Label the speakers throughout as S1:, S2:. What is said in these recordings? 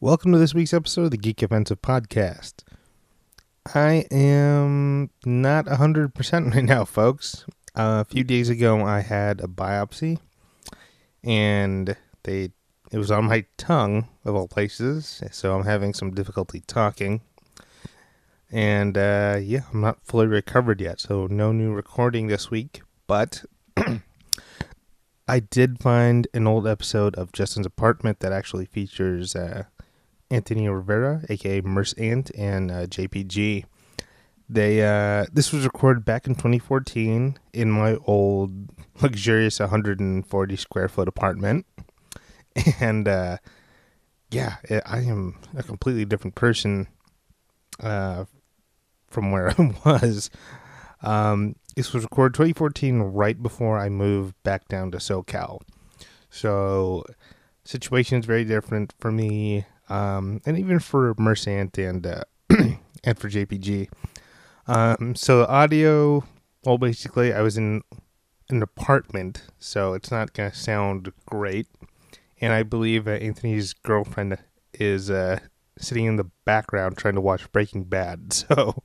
S1: Welcome to this week's episode of the Geek Offensive Podcast. I am not 100% right now, folks. Uh, a few days ago, I had a biopsy, and they it was on my tongue, of all places, so I'm having some difficulty talking. And uh, yeah, I'm not fully recovered yet, so no new recording this week, but I did find an old episode of Justin's Apartment that actually features. Uh, Anthony Rivera, aka Merce Ant, and uh, JPG. They uh, this was recorded back in 2014 in my old luxurious 140 square foot apartment, and uh, yeah, eh, I- I am a completely different person uh, from where I was. Um, this was recorded 2014, right before I moved back down to SoCal. So situation is very different for me, um, and even for Mercant and uh, and for JPG. Um, so the audio, well, basically, I was in an apartment, so it's not gonna sound great. And I believe uh, Anthony's girlfriend is uh, sitting in the background trying to watch Breaking Bad. So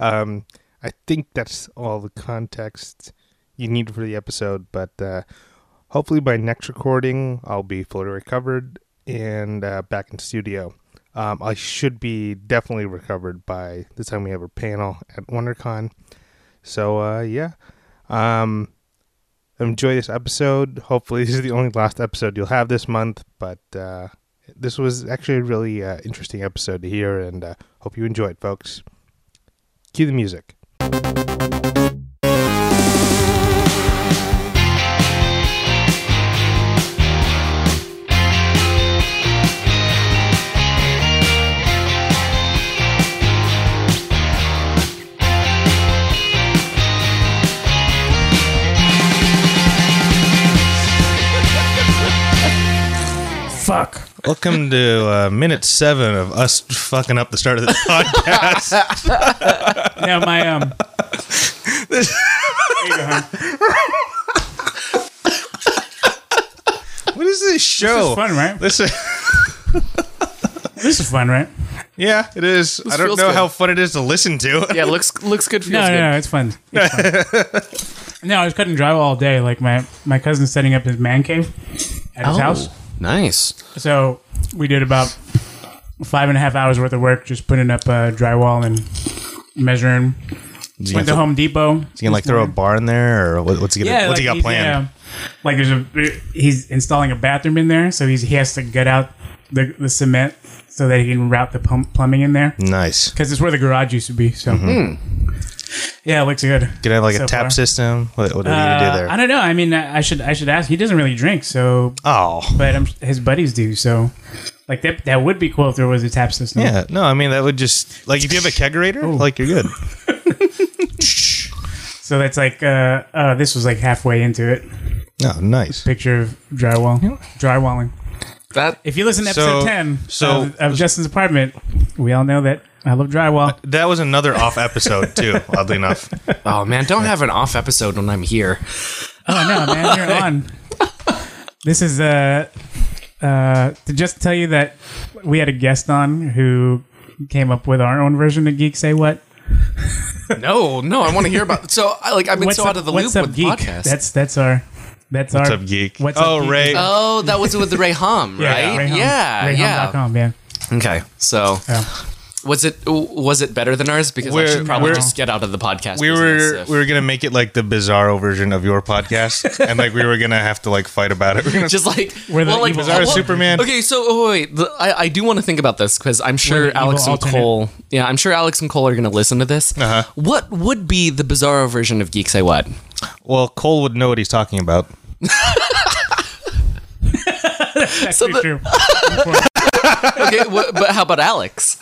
S1: um, I think that's all the context you need for the episode, but. Uh, hopefully by next recording i'll be fully recovered and uh, back in studio um, i should be definitely recovered by the time we have a panel at wondercon so uh, yeah um, enjoy this episode hopefully this is the only last episode you'll have this month but uh, this was actually a really uh, interesting episode to hear and uh, hope you enjoyed folks cue the music
S2: Fuck.
S1: welcome to uh, minute seven of us fucking up the start of this podcast
S2: Yeah, my um. There you go, hon.
S1: What is this
S2: This
S1: show?
S2: is fun, right?
S1: Listen,
S2: This is fun, right?
S1: yeah, it is. I don't
S3: feels
S1: know
S3: good.
S1: how fun it is to listen to.
S3: Yeah, looks looks good. Feels
S2: No,
S3: good.
S2: no, no, it's fun. It's fun. no, I was cutting drywall all day. Like my my cousin's setting up his man cave at
S1: Oh.
S2: his house,
S3: Oh, nice.
S2: so we did about five and a half hours worth of work just putting up uh, drywall and measuring.
S1: Is he
S2: Went to
S1: gonna,
S2: Home Depot.
S1: is he gonna, like throw a bar in there, or what, what's he gonna? what's he got
S2: he's,
S1: planned?
S2: yeah, like there's a he's installing a bathroom in there, so he's he has to gut out the, the cement so that he can route the pump, plumbing in there
S1: Nice.
S2: because it's where the garage used to be. So
S1: Mm-hmm.
S2: yeah, it looks good.
S1: Gonna have like
S2: So
S1: a tap
S2: far.
S1: system. What, what are you
S2: Uh,
S1: gonna do there?
S2: I don't know. I mean, I I should I should ask. He doesn't really drink, so
S1: Oh,
S2: but um his buddies do. So like that that would be cool if there was a tap system.
S1: yeah. No, I mean that would just like if you have a kegerator, like you're good.
S2: So that's like uh, uh this was like halfway into it.
S1: No, nice.
S2: Picture of drywall, drywalling.
S3: That
S2: If you listen to
S1: So-
S2: episode ten
S1: so-
S2: of, of Justin's apartment, we all know that I love drywall.
S1: That was another off episode too. Oddly enough,
S3: oh man, don't have an off episode when I'm here.
S2: Oh no, man, you're on. This is uh, uh, to just tell you that we had a guest on who came up with our own version of Geek Say What.
S3: No, no, I want to hear about. So I like I've been so out of the
S2: what's
S3: loop
S2: up,
S3: with
S2: geek?
S3: podcasts.
S2: That's that's our that's
S1: what's
S2: our
S1: up, geek?
S2: What's
S1: oh,
S2: up, geek?
S1: Ray.
S3: oh, that was with Ray Hum, right?
S2: Rayhum-
S3: yeah, yeah.
S2: Rayhum.com, yeah.
S3: Okay, so
S2: Yeah.
S3: was it was it better than ours? Because I
S1: We're-
S3: should probably
S1: we're-
S3: just get out of the podcast.
S1: we
S3: business
S1: were
S3: if-
S1: we were gonna make it like the bizarro version of your podcast, and like we were gonna have to like fight about it. We're gonna
S3: just like
S2: We're the
S3: well, like
S2: evil-
S1: Bizarro
S3: well,
S1: Superman.
S3: Okay, so oh, wait, the, I, I do want to think about this because I'm
S2: We're
S3: sure
S2: the
S3: Alex
S2: evil
S3: and
S2: alternate.
S3: Cole. Yeah, I'm sure Alex and Cole are going to listen to this.
S1: Uh-huh.
S3: What would be the bizarro version of Geek Say What?
S1: Well, Cole would know what he's talking about.
S2: That's
S3: So
S2: pretty true.
S3: Okay, wh- but how about Alex?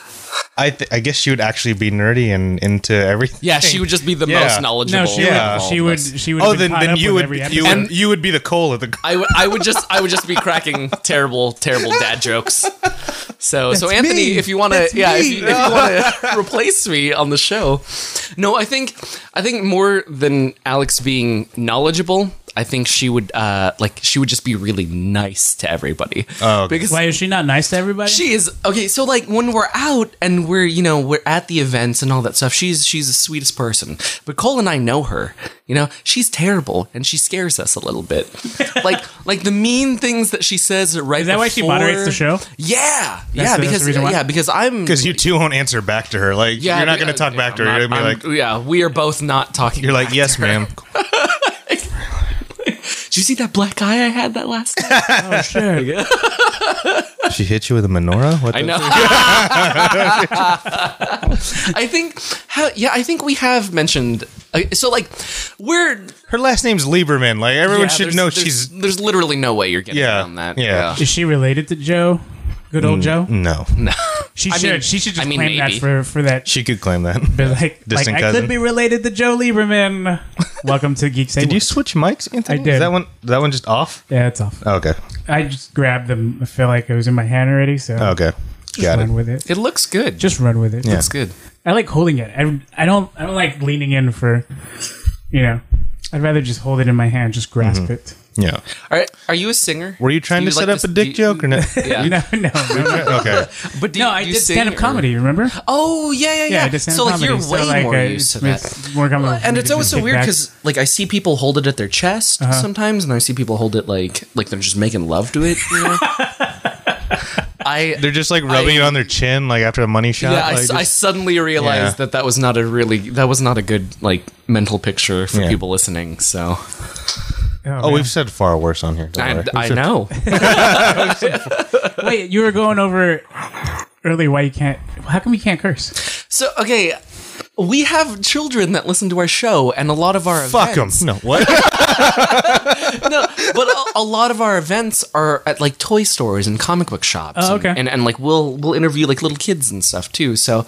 S1: I th- I guess she would actually be nerdy and into everything.
S3: Yeah, she would just be the
S1: Yeah.
S3: most knowledgeable.
S2: No, she
S1: Yeah.
S2: would
S3: of all
S2: she
S3: of
S2: would
S3: us.
S2: she would.
S1: Oh,
S2: have been
S1: then,
S2: caught
S1: then
S2: up
S1: you
S2: with
S1: would
S2: every
S1: you
S2: episode.
S1: would, you would be the Cole of the.
S3: I would, I would just I would just be cracking terrible terrible dad jokes. So so Anthony,
S1: me.
S3: if you want to yeah if you, if you want to replace me on the show, no I think I think more than Alex being knowledgeable, I think she would uh like she would just be really nice to everybody.
S1: Oh, okay.
S3: because
S2: Why is she not nice to everybody?
S3: she is okay. So like when we're out and we're you know we're at the events and all that stuff, she's she's the sweetest person. But Cole and I know her. You know she's terrible and she scares us a little bit. like like the mean things that she says right.
S2: is that why she moderates the show?
S3: Yeah, yeah,
S2: that's the
S3: because
S2: reason why?
S3: yeah because I'm
S1: Because you two won't answer back to her. Like
S3: yeah,
S1: you're not going
S3: yeah,
S1: to talk back to her.
S3: I'm
S1: you're
S3: not-
S1: going to be like,
S3: I'm- yeah, we are both not talking.
S1: you're like, yes, ma'am.
S3: Did you see that black eye I had that last time?
S2: Oh shit!
S1: She hit you with a menorah. What
S3: I
S1: the-
S3: know. I think how yeah, I think we have mentioned uh, so like we're
S1: Her last name's Lieberman. Like everyone
S3: yeah,
S1: should
S3: there's-
S1: know
S3: there's,
S1: Oh, she's
S3: there's literally no way you're getting
S1: Yeah,
S3: around that.
S1: yeah.
S2: Is she related to Joe? Good
S1: Mm.
S2: old Joe.
S1: no.
S2: She
S3: I
S2: should.
S3: mean-
S2: she should just
S3: I mean,
S2: claim
S3: maybe.
S2: that for for that.
S1: She could claim that.
S2: Be like, like
S1: Distant
S2: I
S1: cousin.
S2: could be related to Joe Lieberman. Welcome to Geek
S1: Did you
S2: Sandwich.
S1: switch mics, Anthony?
S2: I did.
S1: Is that one? That one just off?
S2: Yeah, it's off.
S1: Okay.
S2: I just grabbed them. I feel like it was in my hand already, so
S1: Okay.
S2: just
S1: Oh, Got
S2: run
S1: it.
S2: with it.
S3: It looks good.
S2: Just run with it.
S1: Yeah.
S3: looks good.
S2: I like holding it. I, I don't I don't like leaning in for, you know. I'd rather just hold it in my hand, just grasp
S1: Mm-hmm.
S2: it.
S1: Yeah.
S3: Are are you a singer?
S1: Were you trying
S3: Do
S1: to set
S3: like
S1: up
S3: to-
S1: a dick
S3: do you-
S1: joke or not?
S3: Yeah.
S2: No, no, no.
S1: okay.
S3: But do
S2: no
S3: you-
S2: I
S3: do you
S2: did
S3: sing
S2: stand up
S3: or-
S2: comedy. Remember?
S3: Oh yeah, yeah, yeah.
S2: I did stand
S3: so
S2: up
S3: like
S2: comedy.
S3: you're way
S2: so, like, uh,
S3: more
S2: I-
S3: used to
S2: it's-
S3: that.
S2: it's more comfortable for
S3: and
S2: me
S3: it's
S2: to
S3: always
S2: just
S3: so
S2: kick
S3: weird
S2: back.
S3: because like I see people hold it at their chest
S2: Uh-huh.
S3: sometimes, and I see people hold it like like they're just making love to it. You know? I
S1: They're just like rubbing it
S3: I-
S1: on their chin, like after a money shot.
S3: yeah, I,
S1: like,
S3: s-
S1: just-
S3: I suddenly realized
S1: Yeah.
S3: that that was not a really that was not a good like mental picture for
S1: Yeah.
S3: people listening. So
S1: oh,
S2: man.
S1: we've said far worse on here. Don't
S3: I,
S1: worry.
S3: I know.
S2: wait, you were going over early why you can't. How come you can't curse?
S3: So okay, we have children that listen to our show, and a lot of our
S1: Fuck them.
S3: events,
S1: No. What?
S3: no, but a, a lot of our events are at like toy stores and comic book shops.
S2: Oh, okay.
S3: and, and and like we'll we'll interview like little kids and stuff too. So, um,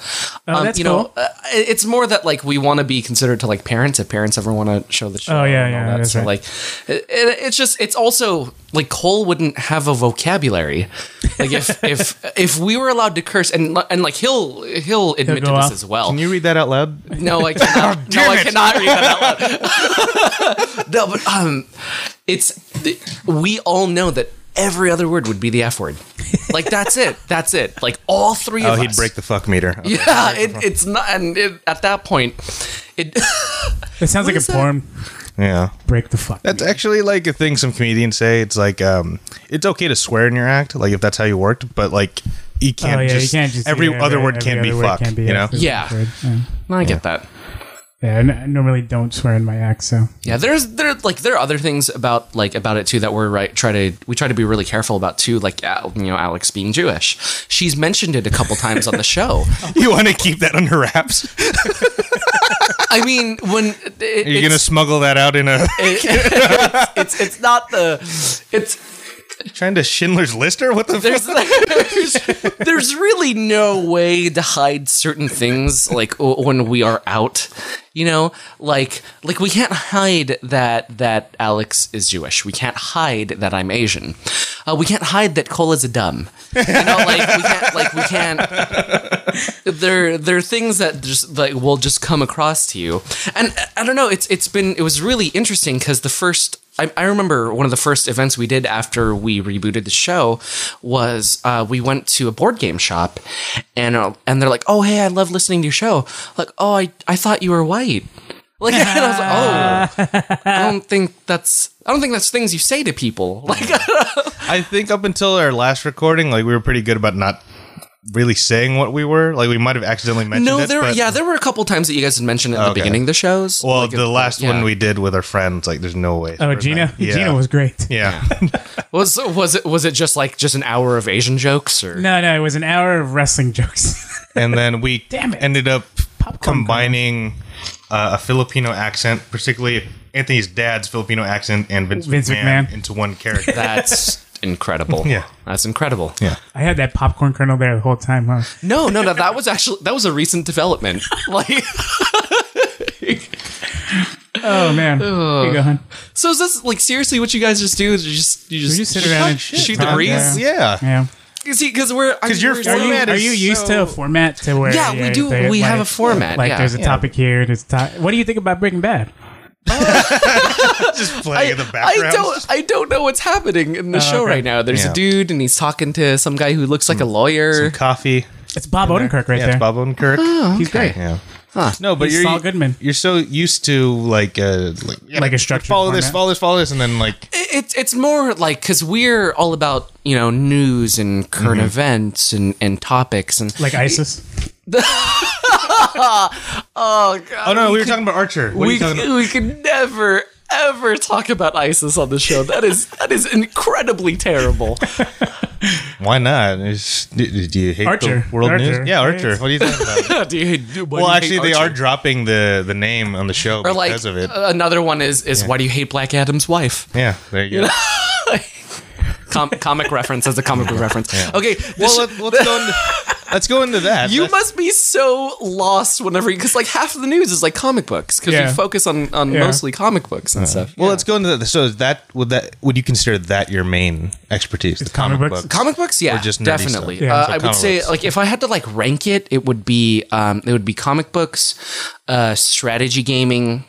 S2: Oh, that's
S3: you know,
S2: cool.
S3: uh, it- it's more that like we want to be considered to like parents if parents ever want to show the show.
S2: Oh, yeah,
S3: and all
S2: yeah,
S3: that.
S2: that's
S3: so
S2: right.
S3: like, it, it- it's just it's also like Cole wouldn't have a vocabulary. Like if if if we were allowed to curse and and like he'll he'll admit
S2: go
S3: to this
S2: off.
S3: as well.
S1: Can you read that out loud?
S3: No, I cannot. no, I cannot read that out loud. no, but um, it's we all know that every other word would be the F word. Like that's it. That's it. Like all three
S1: Oh,
S3: of
S1: he'd
S3: us.
S1: break the fuck meter. Okay.
S3: yeah, it, it's not. And it, at that point, it.
S2: It sounds like a
S3: is that?
S2: porn.
S1: Yeah.
S2: Break the fuck.
S1: That's actually like a thing some comedians say. It's like um, it's okay to swear in your act, like if that's how you worked, but like you can't,
S2: oh yeah,
S1: just,
S2: you can't just
S1: every
S2: yeah,
S1: other
S2: right,
S1: word
S2: every
S1: can be
S2: other word
S1: fuck.
S2: can't be
S1: you know,
S2: F word,
S3: Yeah.
S2: F word, Yeah.
S3: I get that.
S2: Yeah, I n- I normally don't swear in my act, so
S3: Yeah, there's there like there are other things about like about it too that we're right try to we try to be really careful about too. Like Al- you know Alex being Jewish, she's mentioned it a couple times on the show.
S1: you want to keep that under wraps.
S3: I mean, when it,
S1: You're
S3: it's-
S1: gonna smuggle that out in a
S3: It- it's it's not the it's
S1: trying to Schindler's List or what the fuck?
S3: there's, there's there's really no way to hide certain things like w- when we are out you know like like we can't hide that that alex is jewish we can't hide that i'm asian uh, we can't hide that cole is a dumb you know like we can't like we can't there there are things that just like will just come across to you and uh, i don't know it's it's been it was really interesting because the first I, I remember one of the first events we did after we rebooted the show was uh, we went to a board game shop, and uh, and they're like, "Oh, hey, I love listening to your show." Like, "Oh, I I thought you were white." Like, and I was like, "Oh, I don't think that's I don't think that's things you say to people." Like,
S1: I think up until our last recording, like we were pretty good about not really saying what we were. Like we might have accidentally mentioned
S3: no,
S1: it.
S3: there
S1: but-
S3: yeah, there were a couple times that you guys had mentioned it at the
S1: Okay.
S3: beginning of the shows.
S1: Well,
S3: Like,
S1: the
S3: it-
S1: last
S3: yeah.
S1: one we did with our friends, like there's no way.
S2: oh Gina,
S1: yeah.
S2: Gina was great.
S1: yeah.
S3: was was it was it just like just an hour of Asian jokes or
S2: No, no, it was an hour of wrestling jokes.
S1: and then we
S2: Damn it.
S1: ended up
S2: Popcorn
S1: combining uh, a Filipino accent, particularly Anthony's dad's Filipino accent and Vince,
S2: Vince
S1: McMahon,
S2: McMahon.
S1: into one character.
S3: That's incredible.
S1: Yeah.
S3: that's incredible.
S1: yeah.
S2: I had that popcorn kernel there the whole time, huh?
S3: No, no, no. That was actually that was a recent development. Like,
S2: Oh man, Here you go, hon.
S3: so is this like seriously what you guys just do? Is you just you just,
S2: You sit around and
S3: shoot,
S2: shit
S3: the
S2: talk,
S3: breeze?
S1: Yeah.
S2: Yeah.
S3: See, because we're because
S1: you're
S2: Are you,
S1: Format
S2: are
S1: is
S2: you
S1: so-
S2: used to a format to where?
S3: Yeah, we do.
S2: they-
S3: we
S2: like-
S3: have a format.
S2: Like
S3: yeah.
S2: there's a topic here. There's a to- What do you think about Breaking Bad?
S4: Just playing in the background.
S3: I don't I don't know what's happening in the show
S2: Oh, okay.
S3: right now. There's
S4: Yeah.
S3: a dude and he's talking to some guy who looks like a lawyer.
S4: Coffee.
S2: It's Bob Odenkirk right
S4: yeah,
S2: there.
S4: it's Bob Odenkirk.
S2: He's great.
S4: Yeah. No, but
S2: He's
S4: you're
S2: Saul Goodman.
S4: You're so used to like uh like, yeah,
S2: Like a structured
S4: Follow this,
S2: format.
S4: follow this, follow this, and then like
S3: It- It's it's more like because we're all about you know news and current events and, and topics and
S2: Like ISIS.
S3: oh god
S4: oh no, we were talking about Archer. What are
S3: we
S4: you talking about?
S3: we could never ever talk about ISIS on the show. That is that is incredibly terrible.
S4: Why not? It's- do, do you hate
S2: Archer.
S4: the world
S2: Archer.
S4: news? Yeah, Archer.
S2: Yes.
S4: What are you talking about?
S3: Do you- do- why
S4: well,
S3: do
S4: actually,
S3: you hate
S4: they are
S3: Archer?
S4: dropping the the name on the show
S3: Or
S4: because
S3: like
S4: of it.
S3: uh, another one is is why do you hate Black Adam's wife?
S4: yeah, there you go.
S3: Com- comic reference as a comic book reference. Okay, this-
S4: well, let, let's go into let's go into that.
S3: You
S4: That's-
S3: must be so lost whenever, because like half of the news is like comic books, because
S2: Yeah.
S3: we focus on on
S2: Yeah.
S3: mostly comic books and stuff.
S4: well, let's go into that. So is that would that would you consider that your main expertise? The comic,
S2: comic books?
S4: books.
S3: Comic books, yeah,
S4: just nerdy
S3: definitely.
S4: stuff.
S2: Yeah.
S3: Uh,
S4: So
S3: I would
S4: comic
S3: say,
S4: books.
S3: like, if I had to like rank it, it would be um, it would be comic books, uh, strategy gaming,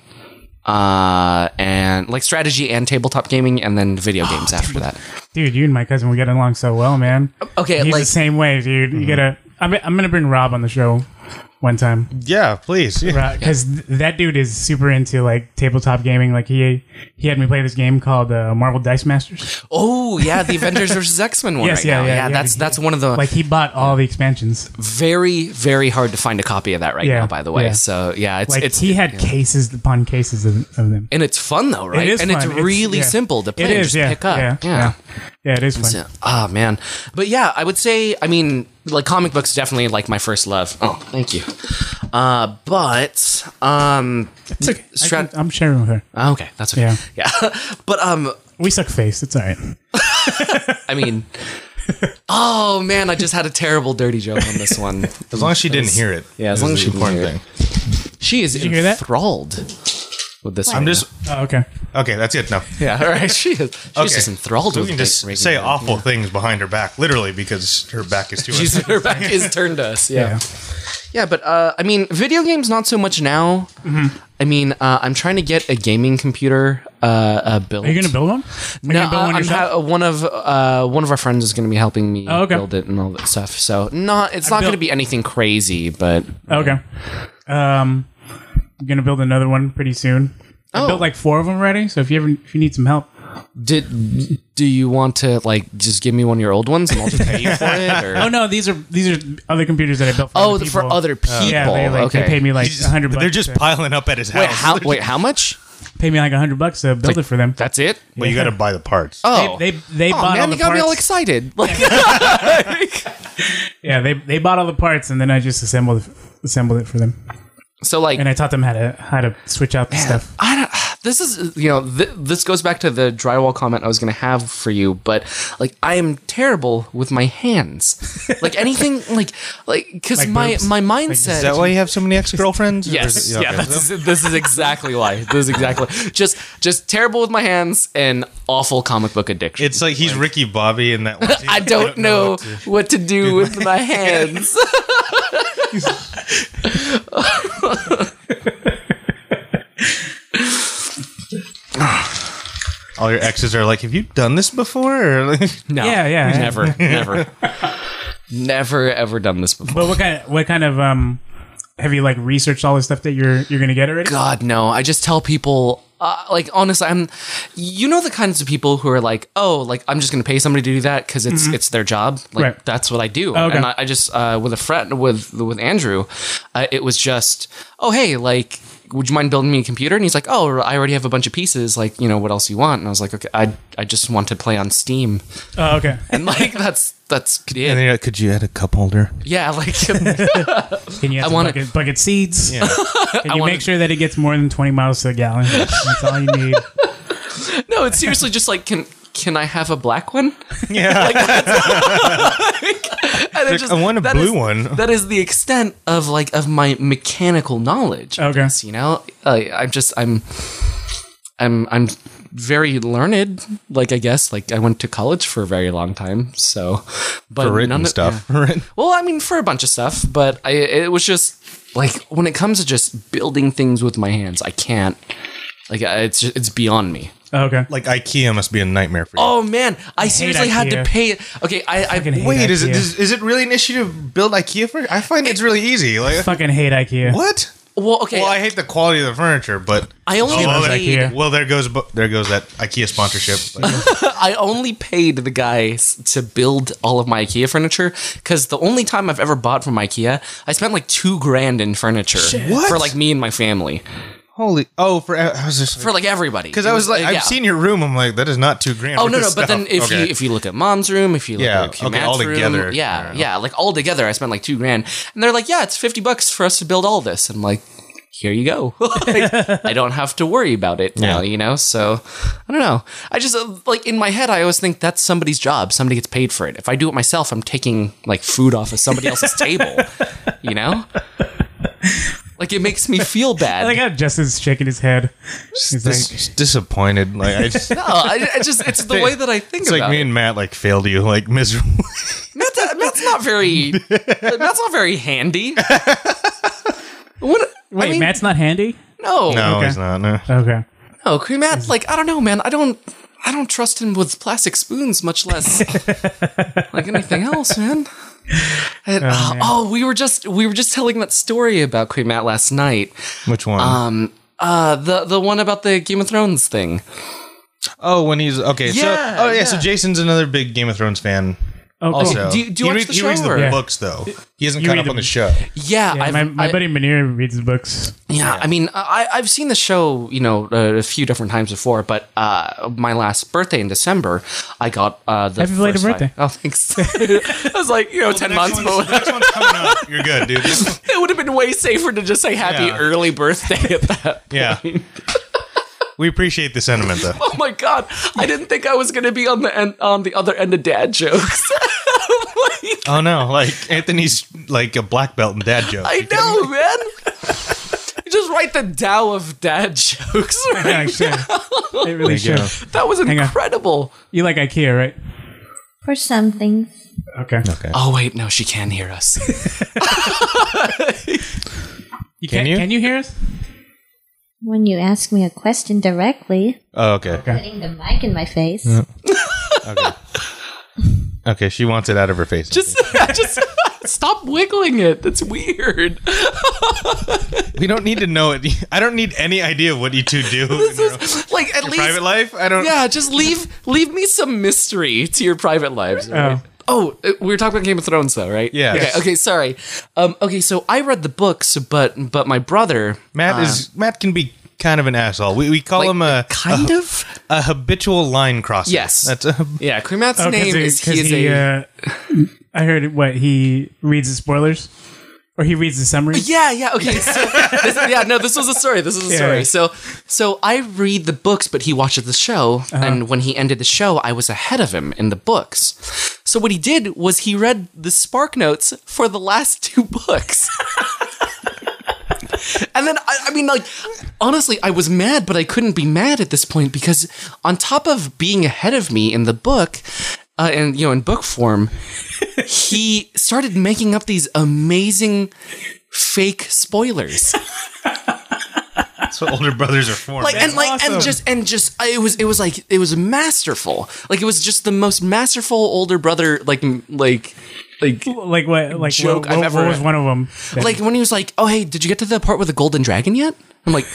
S3: uh, and like strategy and tabletop gaming, and then video
S4: Oh,
S3: games after that.
S2: Dude, you and my cousin, we get along so well, man.
S3: Okay,
S2: He's
S3: like-
S2: the same way, dude. You gotta. I'm, I'm gonna bring Rob on the show one time.
S4: Yeah, please. Yeah.
S2: because th- that dude is super into like tabletop gaming. Like he he had me play this game called uh, Marvel Dice Masters.
S3: Oh yeah, the Avengers versus X Men one
S2: Yes,
S3: right
S2: yeah,
S3: now.
S2: yeah,
S3: Yeah,
S2: yeah.
S3: that's that's one of the
S2: Like he bought all the expansions.
S3: very very hard to find a copy of that right
S2: Yeah,
S3: now. By the way,
S2: yeah.
S3: so yeah, it's
S2: Like
S3: it's
S2: he had cases upon cases of, of them.
S3: and it's fun though, right?
S2: It is
S3: and it's
S2: fun.
S3: really
S2: yeah.
S3: simple to play
S2: It
S3: and
S2: is,
S3: just
S2: yeah,
S3: pick up.
S2: Yeah, yeah, yeah. It is fun.
S3: So- Ah man, but yeah, I would say. I mean, like comic books, definitely like my first love. Oh, thank you. Uh, but um,
S2: It's okay. I
S3: Strat-
S2: can- I'm sharing with her.
S3: okay, that's okay.
S2: Yeah.
S3: Yeah, but um,
S2: We suck face. It's all right.
S3: I mean, oh man, I just had a terrible dirty joke on this one.
S4: As long as she didn't hear it.
S3: Yeah, as
S4: is
S3: long as
S4: the
S3: she didn't
S4: important
S3: hear it.
S4: thing.
S3: She is
S2: you hear that?
S3: enthralled with this.
S4: I'm
S3: right
S4: just
S2: Oh, okay.
S4: okay. That's it. No,
S3: now. yeah, all right. She is. She's
S4: okay.
S3: just enthralled
S4: So we
S3: with
S4: can
S3: ra-
S4: just
S3: raking
S4: say
S3: it in.
S4: awful things behind her back, literally, because her back is to us.
S3: She's her back is turned to us.
S2: Yeah.
S3: Yeah. Yeah, but uh, I mean, video games not so much now.
S2: Mm-hmm.
S3: I mean, uh, I'm trying to get a gaming computer uh, uh, built.
S2: Are you gonna build one? Are you
S3: No,
S2: gonna build one
S3: uh, I'm
S2: yourself?
S3: ha- one of uh, one of our friends is going to be helping me
S2: Oh, okay.
S3: build it and all that stuff. So not it's not
S2: built-
S3: going to be anything crazy, but
S2: Okay. Um, I'm gonna build another one pretty soon. I
S3: Oh.
S2: built like four of them already. So if you ever if you need some help,
S3: did do you want to like just give me one of your old ones and I'll just pay you for it? Or?
S2: oh no, these are these are other computers that I built. for
S3: Oh,
S2: other
S3: for
S2: people.
S3: other people.
S2: Yeah, they like
S3: okay.
S2: they paid me like
S4: She's-
S2: a hundred. bucks.
S4: They're just
S2: to,
S4: piling up at his house.
S3: Wait, how? Wait, how much?
S2: pay me like a hundred bucks to build it for them.
S3: That's it.
S4: Well, you got to buy the parts.
S3: Oh,
S2: They they, they
S3: oh
S2: bought all
S3: man,
S2: the
S3: you got
S2: parts.
S3: me all excited. Like,
S2: yeah, they they bought all the parts and then I just assembled assembled it for them.
S3: so like
S2: And I taught them how to how to switch out the stuff.
S3: I don't, this is you know th- this goes back to the drywall comment I was gonna have for you, but like I am terrible with my hands, like anything like like because
S2: Like
S3: my
S2: boobs?
S3: my
S4: Is
S3: mindset.
S4: that why you have so many ex girlfriends?
S3: Yes, yeah. that's, this is exactly why. This is exactly just just terrible with my hands and awful comic book addiction.
S4: It's like he's Ricky Bobby in that one. scene.
S3: I don't know what to, do with my hands.
S4: All your exes are like, have you done this before? Or like,
S3: No,
S2: Yeah, yeah, yeah.
S3: never, never, never ever done this before.
S2: But what kind of, what kind of um have you like researched all the stuff that you're you're gonna get already?
S3: God, no. I just tell people, uh, like, honestly, I'm, you know, the kinds of people who are like, oh, like, I'm just going to pay somebody to do that because it's it's their job. Like,
S2: Right.
S3: that's what I do.
S2: Okay.
S3: And I, I just, uh, with a friend, with, with Andrew, uh, it was just, oh, hey, like, would you mind building me a computer? And he's like, oh, I already have a bunch of pieces. Like, you know, what else you want? And I was like, okay, I, I just want to play on Steam.
S2: Oh, okay.
S3: And like, that's, that's it.
S4: and then you're like, could you add a cup holder?
S3: yeah. Like,
S2: Can you have
S3: I
S2: some
S3: wanna-
S2: bucket, bucket seeds?
S4: Yeah.
S2: Can you
S3: wanna-
S2: make sure that it gets more than 20 miles to the gallon? That's all you need.
S3: no, it's seriously just like, can, can I have a black one?
S4: yeah.
S3: And it
S4: Like, I want a
S3: that
S4: blue
S3: is-
S4: one.
S3: That is the extent of like of my mechanical knowledge. I
S4: Oh.
S2: Okay.
S3: guess, you know, uh, I'm just I'm I'm I'm very learned. Like I guess, like I went to college for a very long time. So,
S4: For
S3: but none
S4: written
S3: of-
S4: stuff.
S3: yeah. Well, I mean, for a bunch of stuff, but I it was just like when it comes to just building things with my hands, I can't Like I- it's just, it's beyond me.
S2: okay.
S1: Like IKEA must be a nightmare for you.
S3: Oh man, I, seriously had to
S2: IKEA.
S3: pay. Okay, I,
S2: Fucking
S3: I
S2: hate
S1: Wait, is it
S2: IKEA.
S1: is, is it really an issue to build IKEA for? I find it's really easy. Like
S2: fucking hate IKEA?
S1: what?
S3: well, okay,
S1: Well, I hate the quality of the furniture, but
S3: I only
S1: well, there,
S3: paid.
S2: IKEA.
S1: well, there goes bu- there goes that IKEA sponsorship. Like,
S3: I only paid the guys to build all of my IKEA furniture because the only time I've ever bought from IKEA, I spent like two grand in furniture
S1: What?
S3: for like me and my family
S1: holy! Oh, for I was just
S3: for like everybody.
S1: because I was like, I've
S3: yeah.
S1: seen your room. I'm like, that is not two grand.
S3: Oh
S1: worth
S3: no
S1: of
S3: no! But
S1: stuff.
S3: then if
S1: Okay.
S3: you if you look at mom's room, if you look
S1: Yeah,
S3: at
S1: okay,
S3: Matt's
S1: all
S3: room,
S1: together, yeah.
S3: yeah, yeah, like all together, I spent like two grand, and they're like, yeah, it's fifty bucks for us to build all this. I'm like, here you go. Like, I don't have to worry about it now,
S1: Yeah.
S3: you know. So I don't know. I just uh, like in my head, I always think that's somebody's job. Somebody gets paid for it. If I do it myself, I'm taking like food off of somebody else's table, you know. Like it makes me feel bad.
S2: I got Justin's shaking his head. He's
S1: Dis-
S2: like,
S1: disappointed, like I just.
S3: no, I, I just it's the way that I think
S1: It's
S3: about
S1: like me
S3: it.
S1: and Matt like failed you like miserably.
S3: Matt's, Matt's not very. Matt's not very handy. What?
S2: wait,
S3: I mean,
S2: Matt's not handy.
S3: No,
S1: No,
S2: Okay.
S1: he's not. No.
S2: Okay.
S3: no, Queen Matt. Like I don't know, man. I don't. I don't trust him with plastic spoons, much less like anything else, man. And, oh, oh, we were just we were just telling that story about Queen Matt last night.
S1: Which one?
S3: Um, uh, the the one about the Game of Thrones thing.
S1: oh, when he's okay.
S3: Yeah,
S1: so, oh yeah,
S3: yeah.
S1: So Jason's another big Game of Thrones fan.
S2: Oh, cool.
S1: Also,
S3: do you- do
S1: he,
S3: you watch
S1: read-
S3: the
S1: he
S3: show,
S1: reads the
S3: or- Yeah.
S1: books though. He hasn't
S2: You
S1: caught
S2: read
S1: up
S2: the-
S1: on the show.
S3: Yeah,
S2: Yeah,
S3: I've-
S2: my my
S3: I-
S2: buddy Manir reads the books.
S3: Yeah, I mean, I, I've seen the show, you know, uh, a few different times before, but uh, my last birthday in December, I got uh, the
S2: Happy belated
S3: first
S2: birthday.
S3: five- Oh, thanks. I was like, you know, ten months, but
S1: next one's coming up. You're good, dude.
S3: it would have been way safer to just say happy
S1: Yeah.
S3: early birthday at that.
S1: Yeah. We appreciate the sentiment though.
S3: Oh my god, I didn't think I was gonna be on the end on the other end of dad jokes. Like,
S1: Oh no, like Anthony's like a black belt in dad jokes.
S3: I know, man. Just write the Dow of dad jokes.
S2: Yeah,
S3: Right?
S2: it should. It really
S1: There you
S2: should.
S1: go.
S3: That was
S2: on.
S3: incredible.
S2: You like IKEA, right?
S5: For some things.
S2: Okay.
S3: Oh wait, no, she can hear us.
S2: You
S1: Can
S2: can,
S1: you?
S2: Can you hear us?
S5: When you ask me a question directly,
S1: Oh, okay.
S5: putting the mic in my face.
S1: Okay. Okay, she wants it out of her face.
S3: just, just stop wiggling it. That's weird.
S1: we don't need to know it. I don't need any idea of what you two do. in your
S3: like at least
S1: private life? I don't
S3: yeah, just leave leave me some mystery to your private lives. right? Oh, uh, we were talking about Game of Thrones though, right?
S1: Yeah.
S3: Okay,
S1: Yes.
S3: okay, sorry. Um, okay, so I read the books, but but my brother
S1: Matt is uh, Matt can be kind of an asshole. We, we call
S3: Uh, like,
S1: him a,
S3: kind of
S1: a habitual line crosser.
S3: Yes.
S1: that's a,
S3: yeah. Krimat's
S2: Oh,
S3: name is he is
S2: he,
S3: a
S2: uh, I heard what he reads the spoilers, or he reads the summaries.
S3: Yeah, yeah, okay. So, this, yeah, no, this was a story. This was a
S2: Yeah.
S3: story. So, so I read the books, but he watches the show. And when he ended the show, I was ahead of him in the books. So what he did was he read the spark notes for the last two books. And then I, I mean, like, honestly, I was mad, but I couldn't be mad at this point because, on top of being ahead of me in the book, uh, and you know, in book form, he started making up these amazing fake spoilers.
S1: that's what older brothers are for.
S3: like and like and
S2: awesome.
S3: just and just I- it was it was like it was masterful. Like it was just the most masterful older brother like m- like like
S2: Like what? Like
S3: Joke
S2: what,
S3: I've
S2: what-
S3: ever
S2: what was
S3: read.
S2: one of them?
S3: like when he was like, "Oh hey, did you get to the part with the golden dragon yet?" I'm like,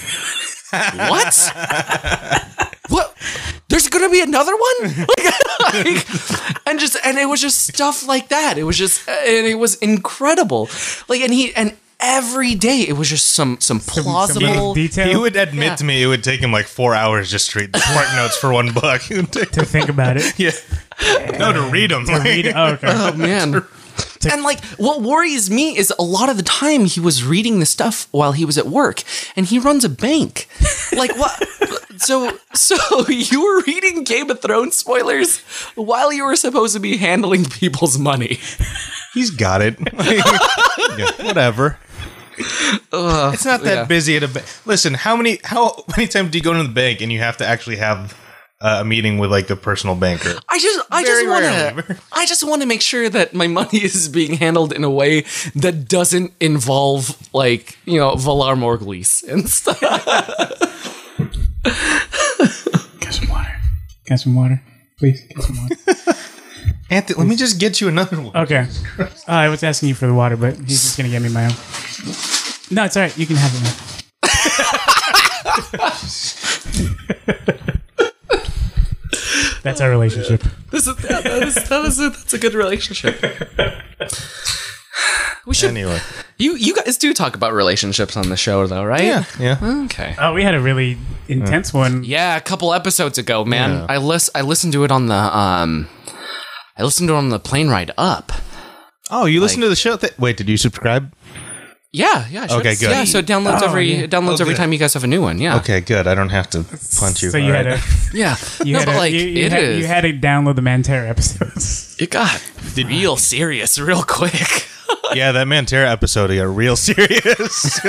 S3: "What? what? There's gonna be another one?" Like, like, and just and it was just stuff like that. It was just uh, and it was incredible. Like and he and every day it was just some some
S2: some little
S3: plausible.
S2: detail
S1: he would admit
S3: Yeah.
S1: to me it would take him like four hours just to read the smart notes for one book. It would take-
S2: to think about it.
S1: yeah. No, to read them.
S2: Read it. Oh, okay.
S3: Oh man. And like what worries me is a lot of the time he was reading the stuff while he was at work and he runs a bank. Like what so so you were reading Game of Thrones spoilers while you were supposed to be handling people's money.
S1: He's got it. Yeah, whatever. it's not that
S3: yeah.
S1: busy at a bank. Listen, how many how many times do you go to the bank and you have to actually have uh, a meeting with like a personal banker?
S3: I just I
S1: Very
S3: just want
S1: rarely.
S3: to I just want to make sure that my money is being handled in a way that doesn't involve like, you know, Valar Morghulis and stuff.
S2: Get some water. Get some water. Please, get some water.
S1: Anthony, let me just get you another one.
S2: Okay. Uh, I was asking you for the water, but he's just going to get me my own. No, it's all right. You can have it now. That's our relationship.
S3: This is, that, that is, that is a, that's a good relationship. We should
S1: Anyway,
S3: you you guys do talk about relationships on the show though, right?
S1: yeah, yeah.
S3: Okay.
S2: Oh, we had a really intense one.
S3: Yeah, a couple episodes ago, man.
S1: Yeah.
S3: I lis- I listened to it on the um I listened to it on the plane ride up.
S1: Oh, you listen to the show? Th- Wait, did you subscribe?
S3: Yeah, yeah. sure.
S1: Okay, good.
S3: Yeah, so it downloads
S2: Oh,
S3: every
S2: yeah.
S3: it downloads
S1: Oh,
S3: every
S1: good.
S3: time you guys have a new one. Yeah.
S1: Okay, good. I don't have to punch you.
S2: So you
S1: All
S2: had
S1: right.
S2: a
S3: Yeah.
S2: you
S3: no,
S2: had
S3: but
S2: a,
S3: like
S2: you,
S3: it is.
S2: you had, you had to download the Mantera episodes.
S3: it got real serious real quick.
S1: yeah, that Mantera episode got real serious.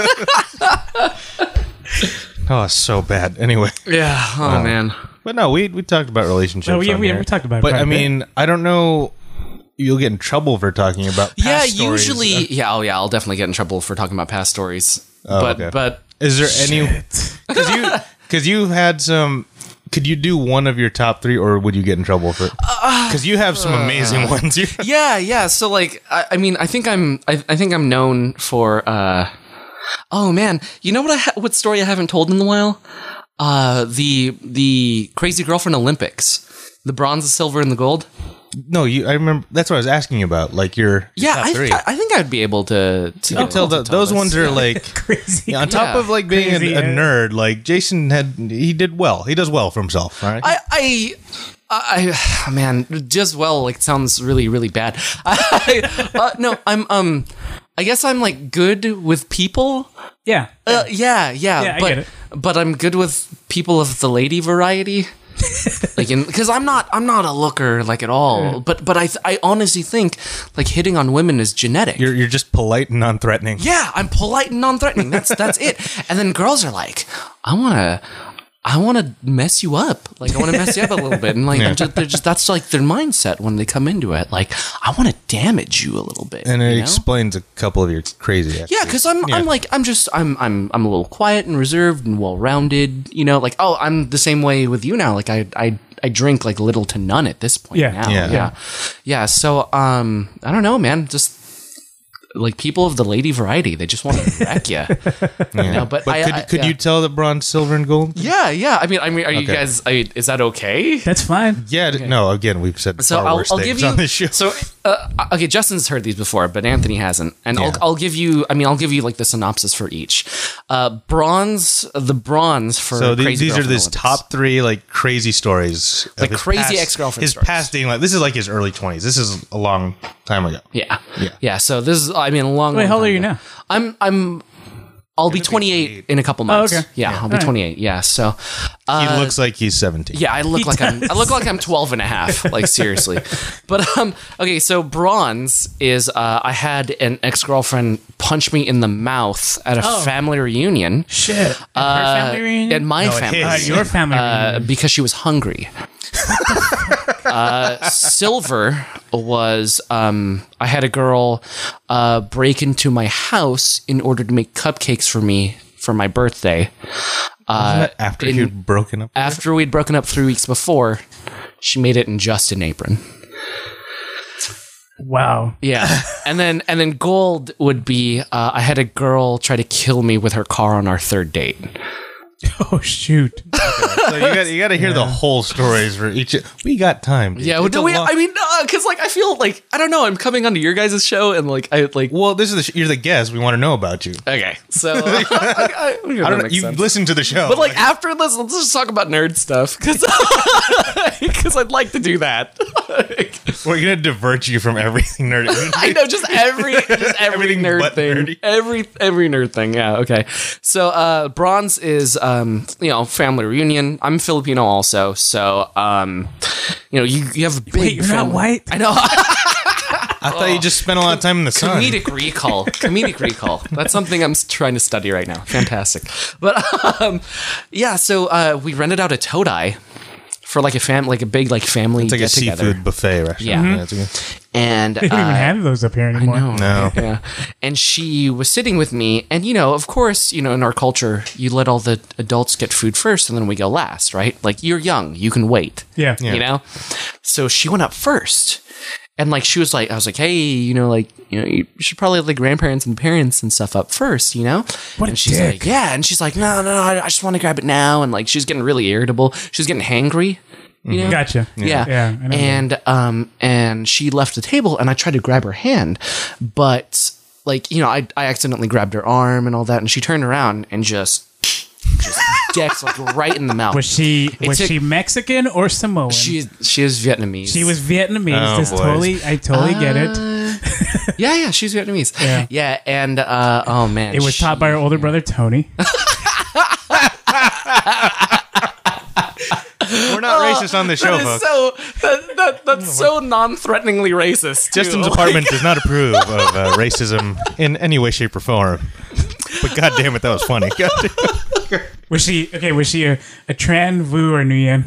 S1: oh, it's so bad. Anyway,
S3: Yeah. Oh man.
S1: but no, we we talked about relationships.
S2: Oh, yeah,
S1: on
S2: we-
S1: here.
S2: we talked about it
S1: But
S2: quite
S1: I
S2: a bit.
S1: mean, I don't know. You'll get in trouble for talking about. Past
S3: Yeah,
S1: stories.
S3: usually yeah, oh yeah, I'll definitely get in trouble for talking about past stories. but
S1: Oh, okay.
S3: but
S1: Is there any? Because you because you had some. Could you do one of your top three, or would you get in trouble for?
S3: Uh,
S1: Because you have some amazing ones. You-
S3: yeah yeah so like i, I mean i think i'm I, I think i'm known for uh oh man you know what i ha- what story i haven't told in a while uh the the crazy girlfriend olympics the bronze the silver and the gold
S1: no, you. I remember. That's what I was asking you about. Like your, your
S3: yeah
S1: top
S3: I,
S1: three.
S3: I, I think i'd be able to to
S1: you can tell that those ones are like
S2: Crazy.
S1: yeah, on top
S3: Yeah.
S1: of like being a,
S2: Crazy,
S1: a
S2: yeah.
S1: nerd. Like Jason had, he did well. He does well for himself. All right.
S3: I, I, I, I- man, just well, like sounds really, really bad. I, uh, no, I'm, um, I guess I'm like good with people.
S2: Yeah.
S3: Uh, yeah, yeah,
S2: Yeah, I
S3: but
S2: get it.
S3: but I'm good with people of the lady variety. like because I'm not I'm not a looker like at all. But but I th- I honestly think like hitting on women is genetic.
S1: you're you're just polite and non-threatening.
S3: yeah, I'm polite and non-threatening. That's that's it. And then girls are like, I want to I want to mess you up. Like I want to mess you up a little bit. And like I'm just, they're just that's like their mindset when they come into it. Like I want to damage you a little bit.
S1: And it
S3: you know?
S1: explains a couple of your crazy.
S3: Yeah,
S1: attributes.
S3: because I'm I'm like I'm just I'm I'm I'm a little quiet and reserved and well rounded. You know, like oh I'm the same way with you now. Like I I I drink like little to none at this point.
S2: Yeah.
S3: now.
S1: Yeah.
S3: yeah, yeah, So um, I don't know, man. Just like people of the lady variety, they just want to wreck you.
S1: Yeah.
S3: No, but,
S1: But
S3: I,
S1: could,
S3: I-
S1: could
S3: yeah.
S1: you tell the bronze, silver, and gold?
S3: Yeah, yeah. I mean, I mean, are you
S1: Okay.
S3: guys? I, is that okay?
S2: That's fine.
S1: Yeah, no. Again, we've said
S3: So
S1: far
S3: I'll,
S1: worse
S3: I'll
S1: things
S3: give you.
S1: on this show.
S3: So uh, okay, Justin's heard these before, but Anthony hasn't, and
S1: Yeah.
S3: I'll, I'll give you. I mean, I'll give you like the synopsis for each. Uh, bronze, the bronze for
S1: So the-
S3: Crazy
S1: these are
S3: Girlfriend
S1: his
S3: Olympics.
S1: top three like crazy stories, of
S3: Like,
S1: his
S3: crazy
S1: past-
S3: ex-girlfriend
S1: His
S3: stories.
S1: past dating life. This is like his early twenties. This is a long time ago.
S3: Yeah.
S1: Yeah.
S3: yeah, So this is. I mean, a long.
S2: Wait,
S3: long
S2: how old
S3: time
S2: are you
S3: ago.
S2: now?
S3: I'm. I'm. I'll be 28, in a couple months.
S2: Oh, okay.
S3: Yeah, I'll be 28. Yeah. So.
S1: He
S3: Uh,
S1: looks like he's seventeen.
S3: yeah, I look like I'm I look like I'm 12 and a half, like seriously. But um okay, so bronze is uh I had an ex-girlfriend punch me in the mouth at a family reunion.
S2: Shit.
S3: uh,
S2: Oh. family reunion?
S3: At my
S1: it
S3: family.
S2: Uh,
S1: is.
S2: your family
S3: Uh,
S2: reunion.
S3: because she was hungry. uh, silver was um, I had a girl uh, break into my house in order to make cupcakes for me for my birthday. Uh,
S1: After
S3: in-
S1: he'd broken up.
S3: after we'd broken up three weeks before, she made it in just an apron.
S2: Wow.
S3: Yeah, and then and then gold would be uh, I had a girl try to kill me with her car on our third date.
S2: Oh shoot.
S1: so you got you got to hear the whole stories for each. We got time. dude.
S3: Yeah,
S1: It's
S3: do
S1: a
S3: we,
S1: long-
S3: I mean, because like I feel like I don't know. I'm coming onto your guys' show and like I like
S1: well, this is the sh- you're the guest. We want to know about you.
S3: okay. So I, I, I
S1: I don't know. You listen to the show,
S3: but like after this, let's just talk about nerd stuff because I'd like to do that.
S1: we're gonna divert you from everything nerdy.
S3: I know just every just every
S1: Everything
S3: nerd
S1: but
S3: thing.
S1: nerdy.
S3: Every every nerd thing. Yeah, okay. So uh bronze is um you know, family reunion. I'm Filipino also, so um you know, you, you have a big
S2: Wait, you're not
S3: family-
S2: white?
S3: I know
S1: I thought you just spent a lot of time in the sun.
S3: comedic recall comedic recall that's something i'm s- trying to study right now fantastic but um, yeah so uh, we rented out a todai for like a fam, like a big like family
S1: It's like a
S3: get together.
S1: seafood buffet restaurant.
S3: Yeah.
S1: it's good.
S3: And
S2: They don't
S3: uh,
S2: even have those up here anymore.
S3: no,
S1: No.
S3: yeah. And she was sitting with me, and you know, of course, you know, in our culture, you let all the adults get food first, and then we go last, right? Like you're young, you can wait.
S2: Yeah.
S3: You know? So she went up first. And like she was like, I was like, hey, you know, like, you know, you should probably have the grandparents and parents and stuff up first, you know?
S2: What a
S3: and she's
S2: dick.
S3: like, Yeah. And she's like, No, no, no, I I just want to grab it now. And like she's getting really irritable. She's getting hangry. You know?
S2: Gotcha.
S3: Yeah.
S2: Yeah. I know.
S3: and um and she left the table and I tried to grab her hand, but like, you know, I I accidentally grabbed her arm and all that, and she turned around and just just decked like right in the mouth.
S2: was she
S3: It
S2: was
S3: took-
S2: she Mexican or Samoan? She,
S3: she she is Vietnamese.
S2: was Vietnamese.
S1: Oh,
S2: This
S1: boys.
S2: totally, I totally get it.
S3: Uh, Yeah, yeah, she's Vietnamese.
S2: Yeah.
S3: Yeah, and uh, oh man,
S2: It was
S3: she-
S2: taught by her older brother Tony.
S1: We're not racist on this show,
S3: Uh, That is
S1: folks.
S3: so that, that, that's
S2: Oh,
S3: so non-threateningly racist. too.
S1: Justin's apartment does not approve of uh, racism in any way, shape, or form. But god damn it, that was funny. God damn-
S2: Was she okay? Was she a, a Tran Vu or Nguyen?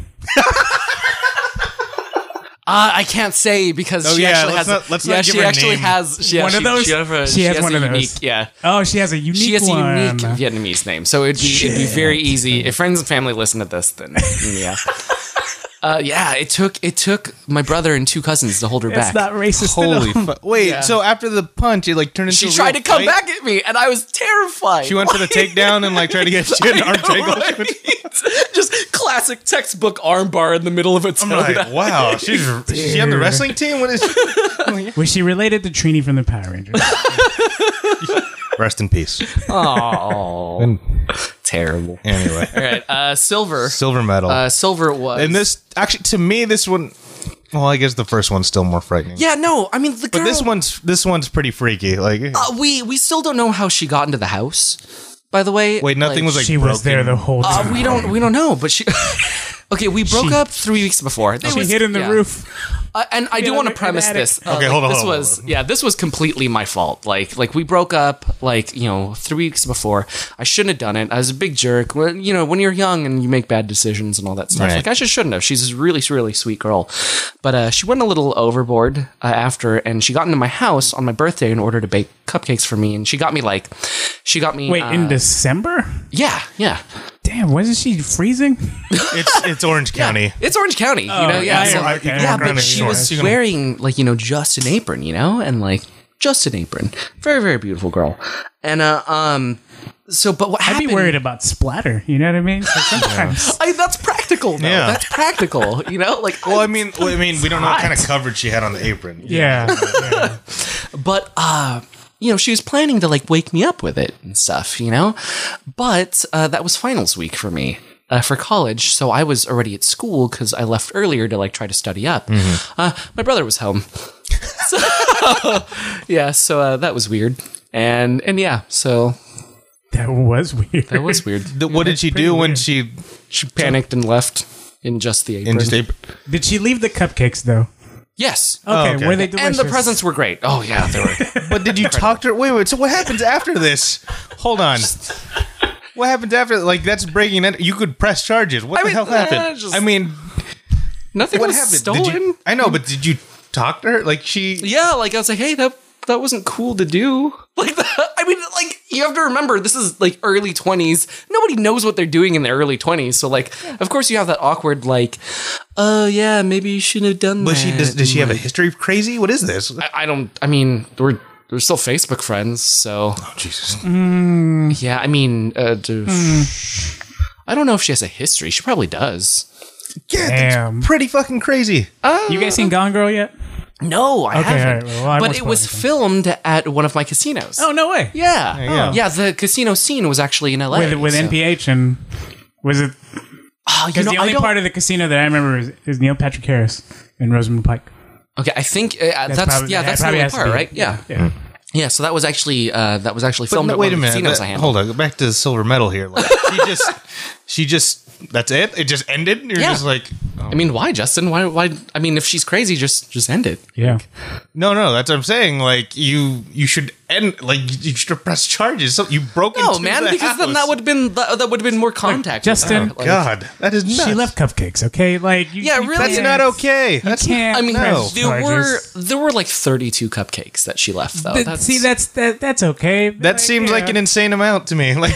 S3: Uh, I can't say because
S1: Oh,
S3: she
S1: yeah,
S3: actually
S1: let's
S3: has.
S1: not- let's
S3: yeah,
S1: not give
S3: she
S1: her a
S3: actually
S1: name.
S3: has she,
S2: One
S3: she,
S2: of those?
S3: She, has, a-
S2: She has
S3: a
S2: one of
S3: unique,
S2: those.
S3: Yeah.
S2: Oh, she has a unique
S3: She has a
S2: one.
S3: unique Vietnamese name, so it'd be, it'd be very easy. If friends and family listen to this, then yeah, uh, yeah. It took it took my brother and two cousins to hold her
S2: That's
S3: back.
S2: not racist. at all.
S1: Holy fuck. Wait,
S3: Yeah.
S1: so after the punch, it like turned into
S3: she
S1: a
S3: tried to
S1: real
S3: come
S1: fight?
S3: back at me, and I was terrified.
S1: She went for the takedown and like tried to get shit in arm triangle.
S3: Just classic textbook armbar in the middle of a
S1: I'm
S3: toe.
S1: like, wow, she's is she on the wrestling team? What is
S2: Was she related to Trini from the Power Rangers?
S1: Rest in peace.
S3: Oh, terrible.
S1: Anyway,
S3: All right, uh, silver.
S1: silver medal.
S3: Uh, silver was.
S1: and this actually to me this one well, I guess the first one's still more frightening.
S3: yeah, no, I mean the girl.
S1: But this one's this one's pretty freaky. Like
S3: uh, we we still don't know how she got into the house. By the way,
S1: wait, nothing
S3: like,
S1: was like
S2: she was there
S1: broken.
S2: the whole time.
S3: Uh, we don't we don't know, but she. okay, we broke
S2: She-
S3: up three weeks before. There
S2: she
S3: was-
S2: hit in the
S3: yeah.
S2: roof.
S3: Uh, and I do
S2: Yeah,
S3: want to
S2: an
S3: premise
S2: attic.
S3: this. Uh,
S1: Okay,
S3: like,
S1: hold on,
S3: This
S1: hold on,
S3: was
S1: hold
S3: yeah, this was completely my fault. Like like we broke up like you know three weeks before. I shouldn't have done it. I was a big jerk. When, you know when you're young and you make bad decisions and all that stuff.
S1: Right.
S3: Like I just shouldn't have. She's a really really sweet girl, but uh, she went a little overboard uh, after, and she got into my house on my birthday in order to bake cupcakes for me, and she got me like she got me
S2: Wait,
S3: uh,
S2: in December?
S3: yeah yeah
S2: Damn, wasn't she freezing?
S1: It's it's Orange County.
S3: It's Orange County, you know.
S2: yeah,
S3: Yeah, so-
S2: yeah, okay.
S3: yeah,
S2: Orange
S3: but
S2: County,
S3: she
S2: sure.
S3: was
S1: She's gonna-
S3: wearing like you know just an apron, you know, and like just an apron. Very very beautiful girl. And uh, um, so but what
S2: I'd
S3: happened?
S2: be worried about splatter. You know what I mean? 'Cause Sometimes.
S3: I, that's practical. Though.
S1: Yeah.
S3: that's practical. You know, like
S1: Well, I mean, well, I mean, we don't know what kind of coverage she had on the apron.
S2: yeah.
S3: but uh you know she was planning to like wake me up with it and stuff you know but uh, that was finals week for me uh, for college so i was already at school because i left earlier to like try to study up
S1: Mm-hmm.
S3: uh, my brother was home so, yeah so uh, that was weird and and yeah so
S2: That was weird.
S3: that was weird
S1: The- what did she do when she
S3: she panicked and left in just the apron
S1: in just apron?
S2: Did she leave the cupcakes though?
S3: yes
S2: Okay,
S1: okay.
S2: were they delicious?
S3: Oh, and the presents were great oh yeah they were
S1: But did you talk to her? Wait, wait. So what happens after this? Hold on. What happens after? Like that's breaking. in- You could press charges. What the
S3: mean,
S1: hell happened?
S3: eh, just-
S1: I mean,
S3: nothing
S1: what
S3: was
S1: happened?
S3: stolen
S1: Did you, I know, but did you talk to her? Like she?
S3: yeah, like I was like, hey, that that wasn't cool to do. Like, that, I mean, like you have to remember this is like early twenties. Nobody knows what they're doing in their early twenties. So like, of course, you have that awkward like, oh yeah, maybe you shouldn't have done
S1: Was
S3: that.
S1: she? Does, does she have a history of crazy? What is this?
S3: I, I don't. I mean, we're. We're still Facebook friends, so
S1: Oh, Jesus.
S3: yeah. I mean, uh, d-
S2: Hmm.
S3: I don't know if she has a history. She probably does.
S1: Yeah,
S2: Damn.
S1: that's pretty fucking crazy.
S2: You guys seen Gone Girl yet?
S3: No, I
S2: Okay, all right,
S3: haven't.
S2: well, I
S3: but
S2: won't
S3: it was
S2: spoil
S3: filmed at one of my casinos.
S2: Oh no way.
S3: yeah,
S1: Yeah, yeah.
S3: yeah. The casino scene was actually in LA
S2: With with
S3: so-
S2: NPH and was it
S3: Oh, you
S2: because
S3: know,
S2: the
S3: I
S2: only
S3: don't-
S2: part of the casino that I remember is, is Neil Patrick Harris and Rosamund Pike.
S3: Okay, I think uh, that's,
S2: probably-
S3: yeah,
S2: that
S3: that's the
S2: probably
S3: only
S2: has to
S3: part,
S2: be-
S3: right? Yeah. yeah,
S2: Yeah.
S3: So that was actually uh, that was actually
S1: But
S3: filmed.
S1: no,
S3: at
S1: wait a
S3: one of the
S1: minute.
S3: Casinos
S1: that-
S3: I handled.
S1: hold on. Back to the silver medal here. Like she just she just that's it. It just ended. You're
S3: Yeah.
S1: just like, oh,
S3: I mean, why, Justin? Why? Why? I mean, if she's crazy, just just end it.
S2: Yeah.
S1: no, no. That's what I'm saying. Like you, you should end. Like you should press charges. So you broke.
S3: No,
S1: into
S3: man,
S1: the
S3: because then
S1: house.
S3: that would have been that, that would have been more contact. with
S2: Justin-
S3: her. Like,
S1: God, that is nuts.
S2: She left cupcakes, okay? Like, you,
S3: Yeah,
S2: you
S3: really.
S1: That's
S2: can't-
S1: not okay.
S2: You
S1: That's
S2: can't.
S3: I mean,
S2: press
S3: there were
S2: charges.
S3: there were like 32 cupcakes that she left though.
S2: But see, that's that, that's okay.
S1: That seems like an insane amount to me. Like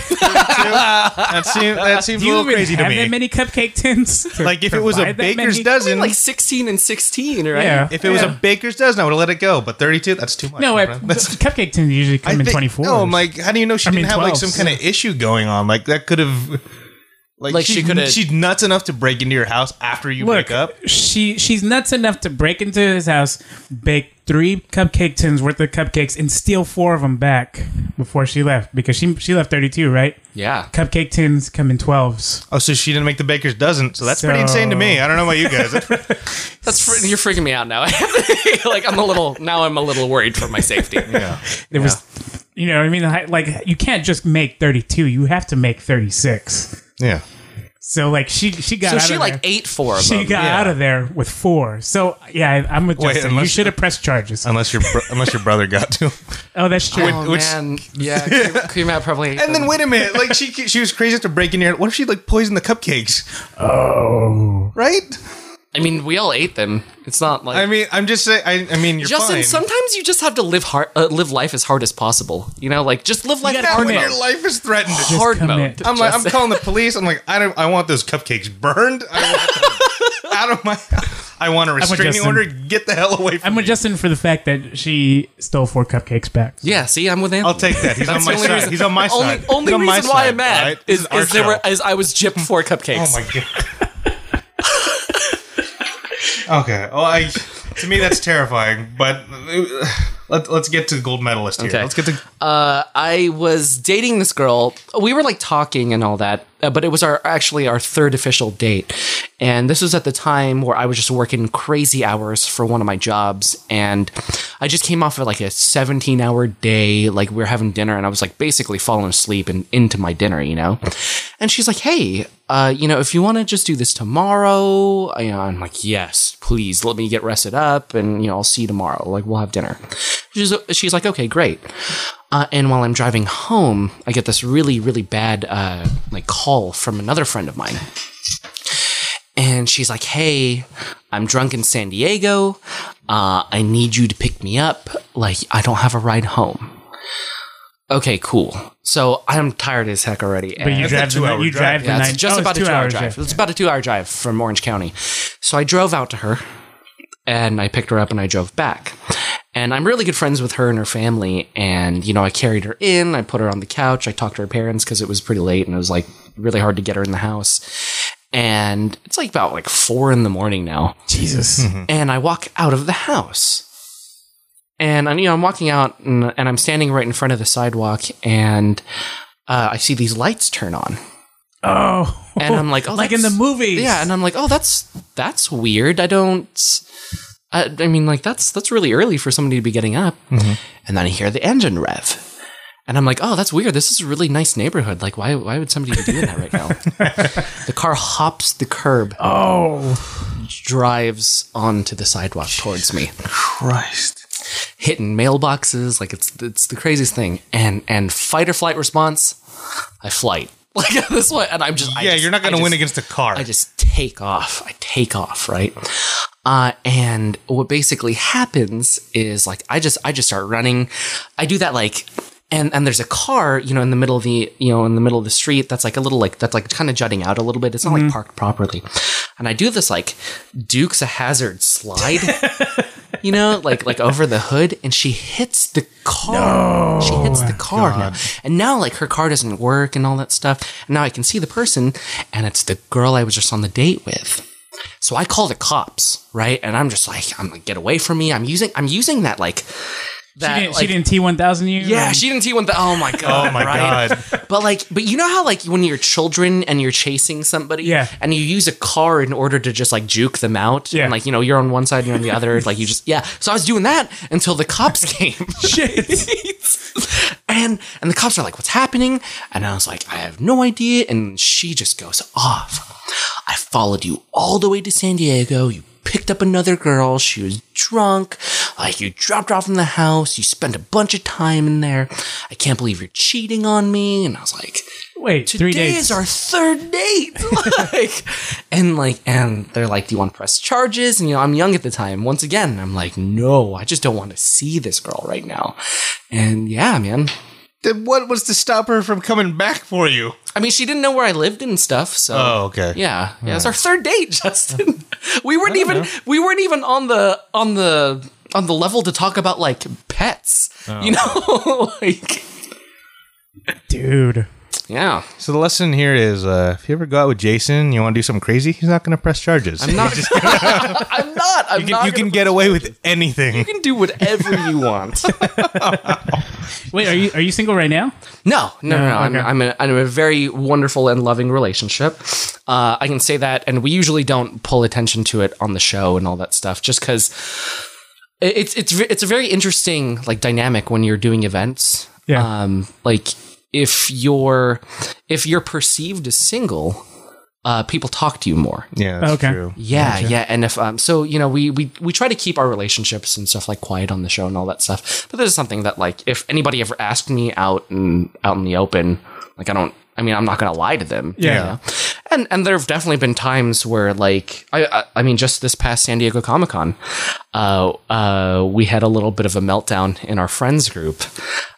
S1: that seems that seems
S2: Do
S1: a
S2: you
S1: little
S2: even
S1: crazy
S2: have
S1: to me.
S2: that many cupcake tins? to
S1: like if it was a
S2: provide that
S1: baker's
S2: many?
S1: dozen,
S3: like 16 and 16, right?
S2: yeah.
S1: if it was
S2: Yeah.
S1: a baker's dozen, I would have let it go. But thirty-two, that's too much.
S2: no,
S1: my
S2: I,
S1: friend.
S2: that's, cupcake tins usually come in
S1: think-
S2: twenty four.
S1: No, I'm like, how do you know she
S2: I
S1: didn't
S2: mean,
S1: have like some
S2: 12s,
S1: kind of issue going on? Like that could have. Like,
S3: Like, she
S1: she's-
S3: coulda-
S1: She's nuts enough to break into your house after you
S2: Look,
S1: wake up.
S2: she she's nuts enough to break into his house, bake three cupcake tins worth of cupcakes, and steal four of them back before she left because she she left thirty two, right?
S3: Yeah.
S2: Cupcake tins come in twelves.
S1: Oh, so she didn't make the baker's dozen. So that's pretty
S2: So-
S1: insane to me. I don't know about you guys. That's pretty-
S3: That's fr- you're freaking me out now. like I'm a little now I'm a little worried for my safety.
S2: There was, you know, what I mean, I- like you can't just make thirty two; you have to make thirty six.
S1: yeah.
S2: So like she she got
S3: So
S2: out
S3: she
S2: of
S3: like
S2: there.
S3: ate four of
S2: she
S3: them.
S2: got out of there with four. So yeah, I, I'm with
S1: Wait,
S2: Justin. you
S1: unless-
S2: should have pressed charges.
S1: Unless your bro- unless your brother got to.
S2: oh, that's true.
S3: Oh
S1: which-
S3: man, yeah, Cream- cream out probably. ate
S1: And then
S3: them.
S1: wait a minute, like she she was crazy enough to break in your. What if she like poisoned the cupcakes? Oh, right.
S3: I mean, we all ate them. It's not like
S1: I mean, I'm just saying. I, I mean, you're
S3: Justin.
S1: fine.
S3: Sometimes you just have to live hard, uh, live life as hard as possible. You know, like just live life
S2: gotta
S1: Now
S3: hard
S1: when
S3: mode.
S1: your life is threatened.
S3: hard
S2: commit.
S3: mode.
S1: I'm like, I'm
S3: Oh, Justin.
S1: calling the police. I'm like, I don't. I want those cupcakes burned. I want them out of my. I want a restraining
S2: Justin.
S1: order. Get the hell away from
S2: I'm
S1: me.
S2: with Justin for the fact that she stole four cupcakes back.
S3: yeah, see, I'm with Anthony.
S1: I'll take that. He's on
S3: That's
S1: my
S3: the only
S1: side.
S3: reason-
S1: He's on my
S3: the only,
S1: side.
S3: Only
S1: He's on my
S3: reason why
S1: side,
S3: I'm mad
S1: alright? This
S3: is,
S1: our
S3: is there were,
S1: show.
S3: is I was gypped four cupcakes.
S1: Oh my god. okay. Well, I. To me, that's terrifying. But uh, let, let's get to the gold medalist here.
S3: Okay.
S1: Let's get to.
S3: uh, I was dating this girl. We were like talking and all that, uh, but it was our actually our third official date. And this was at the time where I was just working crazy hours for one of my jobs and I just came off of like a 17-hour day, like we were having dinner and I was like basically falling asleep and into my dinner, you know. And she's like, "Hey, uh, you know, if you want to just do this tomorrow, you know, I'm like, yes, please, let me get rested up, and you know, I'll see you tomorrow. Like, we'll have dinner. She's, she's like, okay, great. Uh, and while I'm driving home, I get this really, really bad uh, like call from another friend of mine, and she's like, hey, I'm drunk in San Diego. Uh, I need you to pick me up. Like, I don't have a ride home. Okay, cool. So I'm tired as heck already.
S2: But
S1: That's
S2: you
S1: a
S2: drive the,
S1: two-hour
S2: you
S1: drive.
S2: drive the
S3: Yeah,
S2: nine.
S3: it's just
S2: oh,
S3: about
S2: it's
S3: a
S2: two
S3: two-hour
S2: hours,
S3: drive.
S2: yeah.
S3: It's about a two-hour drive from Orange County. So I drove out to her, and I picked her up, and I drove back. And I'm really good friends with her and her family. And you know, I carried her in, I put her on the couch, I talked to her parents because it was pretty late, and it was like really hard to get her in the house. And it's like about like four in the morning now
S2: Jesus.
S1: Mhm.
S3: and I walk out of the house. And I'm, you know, I'm walking out, and, and I'm standing right in front of the sidewalk, and uh, I see these lights turn on,
S2: Oh.
S3: and I'm like, oh,
S2: like in the
S3: that's-
S2: movies.
S3: yeah, and I'm like, oh, that's that's weird. I don't. I, I mean, like that's that's really early for somebody to be getting up,
S2: Mm-hmm.
S3: and then I hear the engine rev, and I'm like, oh, that's weird. This is a really nice neighborhood. Like, why why would somebody be doing that right now? the car hops the curb,
S2: oh.
S3: drives onto the sidewalk towards me.
S1: Christ.
S3: hitting mailboxes. Like it's it's the craziest thing. And and fight or flight response, I flight. Like this one, and I'm just I
S1: Yeah,
S3: just-
S1: you're not
S3: I
S1: going to
S3: just-
S1: win against the car.
S3: I just take off. I take off, right? Uh, and what basically happens is like I just I just start running. I do that like and and there's a car, you know, in the middle of the you know, in the middle of the street that's like a little like that's like kind of jutting out a little bit. It's not like parked properly. And I do this like Duke's a hazard slide. You know, like like over the hood, and she hits the car. she hits
S2: Oh
S3: the car now, and now like her car doesn't work and all that stuff. And now I can see the person, and it's the girl I was just on the date with. So I call the cops, right? And I'm just like, I'm like, get away from me. I'm using, I'm using that like that.
S2: She didn't,
S3: like-
S2: she didn't T1000 you?
S3: Yeah,
S2: Um,
S3: she didn't see one. Th- oh my god.
S1: oh my
S3: right?
S1: god.
S3: But like, but you know how like when you're children and you're chasing somebody,
S2: Yeah.
S3: and you use a car in order to just like juke them out,
S2: Yeah.
S3: and like you know you're on one side, you're on the other, like you just yeah. So I was doing that until the cops came,
S2: Shit.
S3: and ran, and the cops are like, What's happening? And I was like, I have no idea. And she just goes off. I followed you all the way to San Diego. You picked up another girl. She was drunk. Like, you dropped her off in the house. You spent a bunch of time in there. I can't believe you're cheating on me. And I was like,
S2: Wait, three
S3: today
S2: days.
S3: is our third date. like, and like, and they're like, do you want to press charges? And you know, I'm young at the time. Once again, I'm like, no, I just don't want to see this girl right now. And yeah, man.
S1: Then what was to stop her from coming back for you?
S3: I mean, she didn't know where I lived and stuff. So
S1: Oh, okay.
S3: yeah, yeah. It's our third date, Justin. we weren't even we weren't even on the on the on the level to talk about like pets.
S4: Oh.
S3: You know, like
S2: Dude.
S3: yeah.
S4: So the lesson here is, uh, if you ever go out with Jason, you want to do something crazy, he's not going to press charges.
S3: I'm not. I'm not. I'm
S4: you can,
S3: not.
S4: you
S3: gonna-
S4: can get away with anything.
S3: you can do whatever you want.
S2: Wait, are you are you single right now?
S3: No, no, no. no.
S2: okay.
S3: I'm, I'm, in, I'm in a very wonderful and loving relationship. Uh, I can say that, and we usually don't pull attention to it on the show and all that stuff, just because it's it's ve- it's a very interesting like dynamic when you're doing events.
S2: Yeah.
S3: Um, like if you're if you're perceived as single, uh, people talk to you more.
S4: Yeah, that's
S2: Okay.
S4: true.
S3: Yeah, yeah, and if um, so you know, we we we try to keep our relationships and stuff like quiet on the show and all that stuff. But this is something that like if anybody ever asked me out and out in the open, like I don't. I mean, I'm not gonna lie to them. you
S2: Yeah.
S3: know? And and there have definitely been times where like I I, I mean, just this past San Diego Comic Con, uh, uh, we had a little bit of a meltdown in our friends group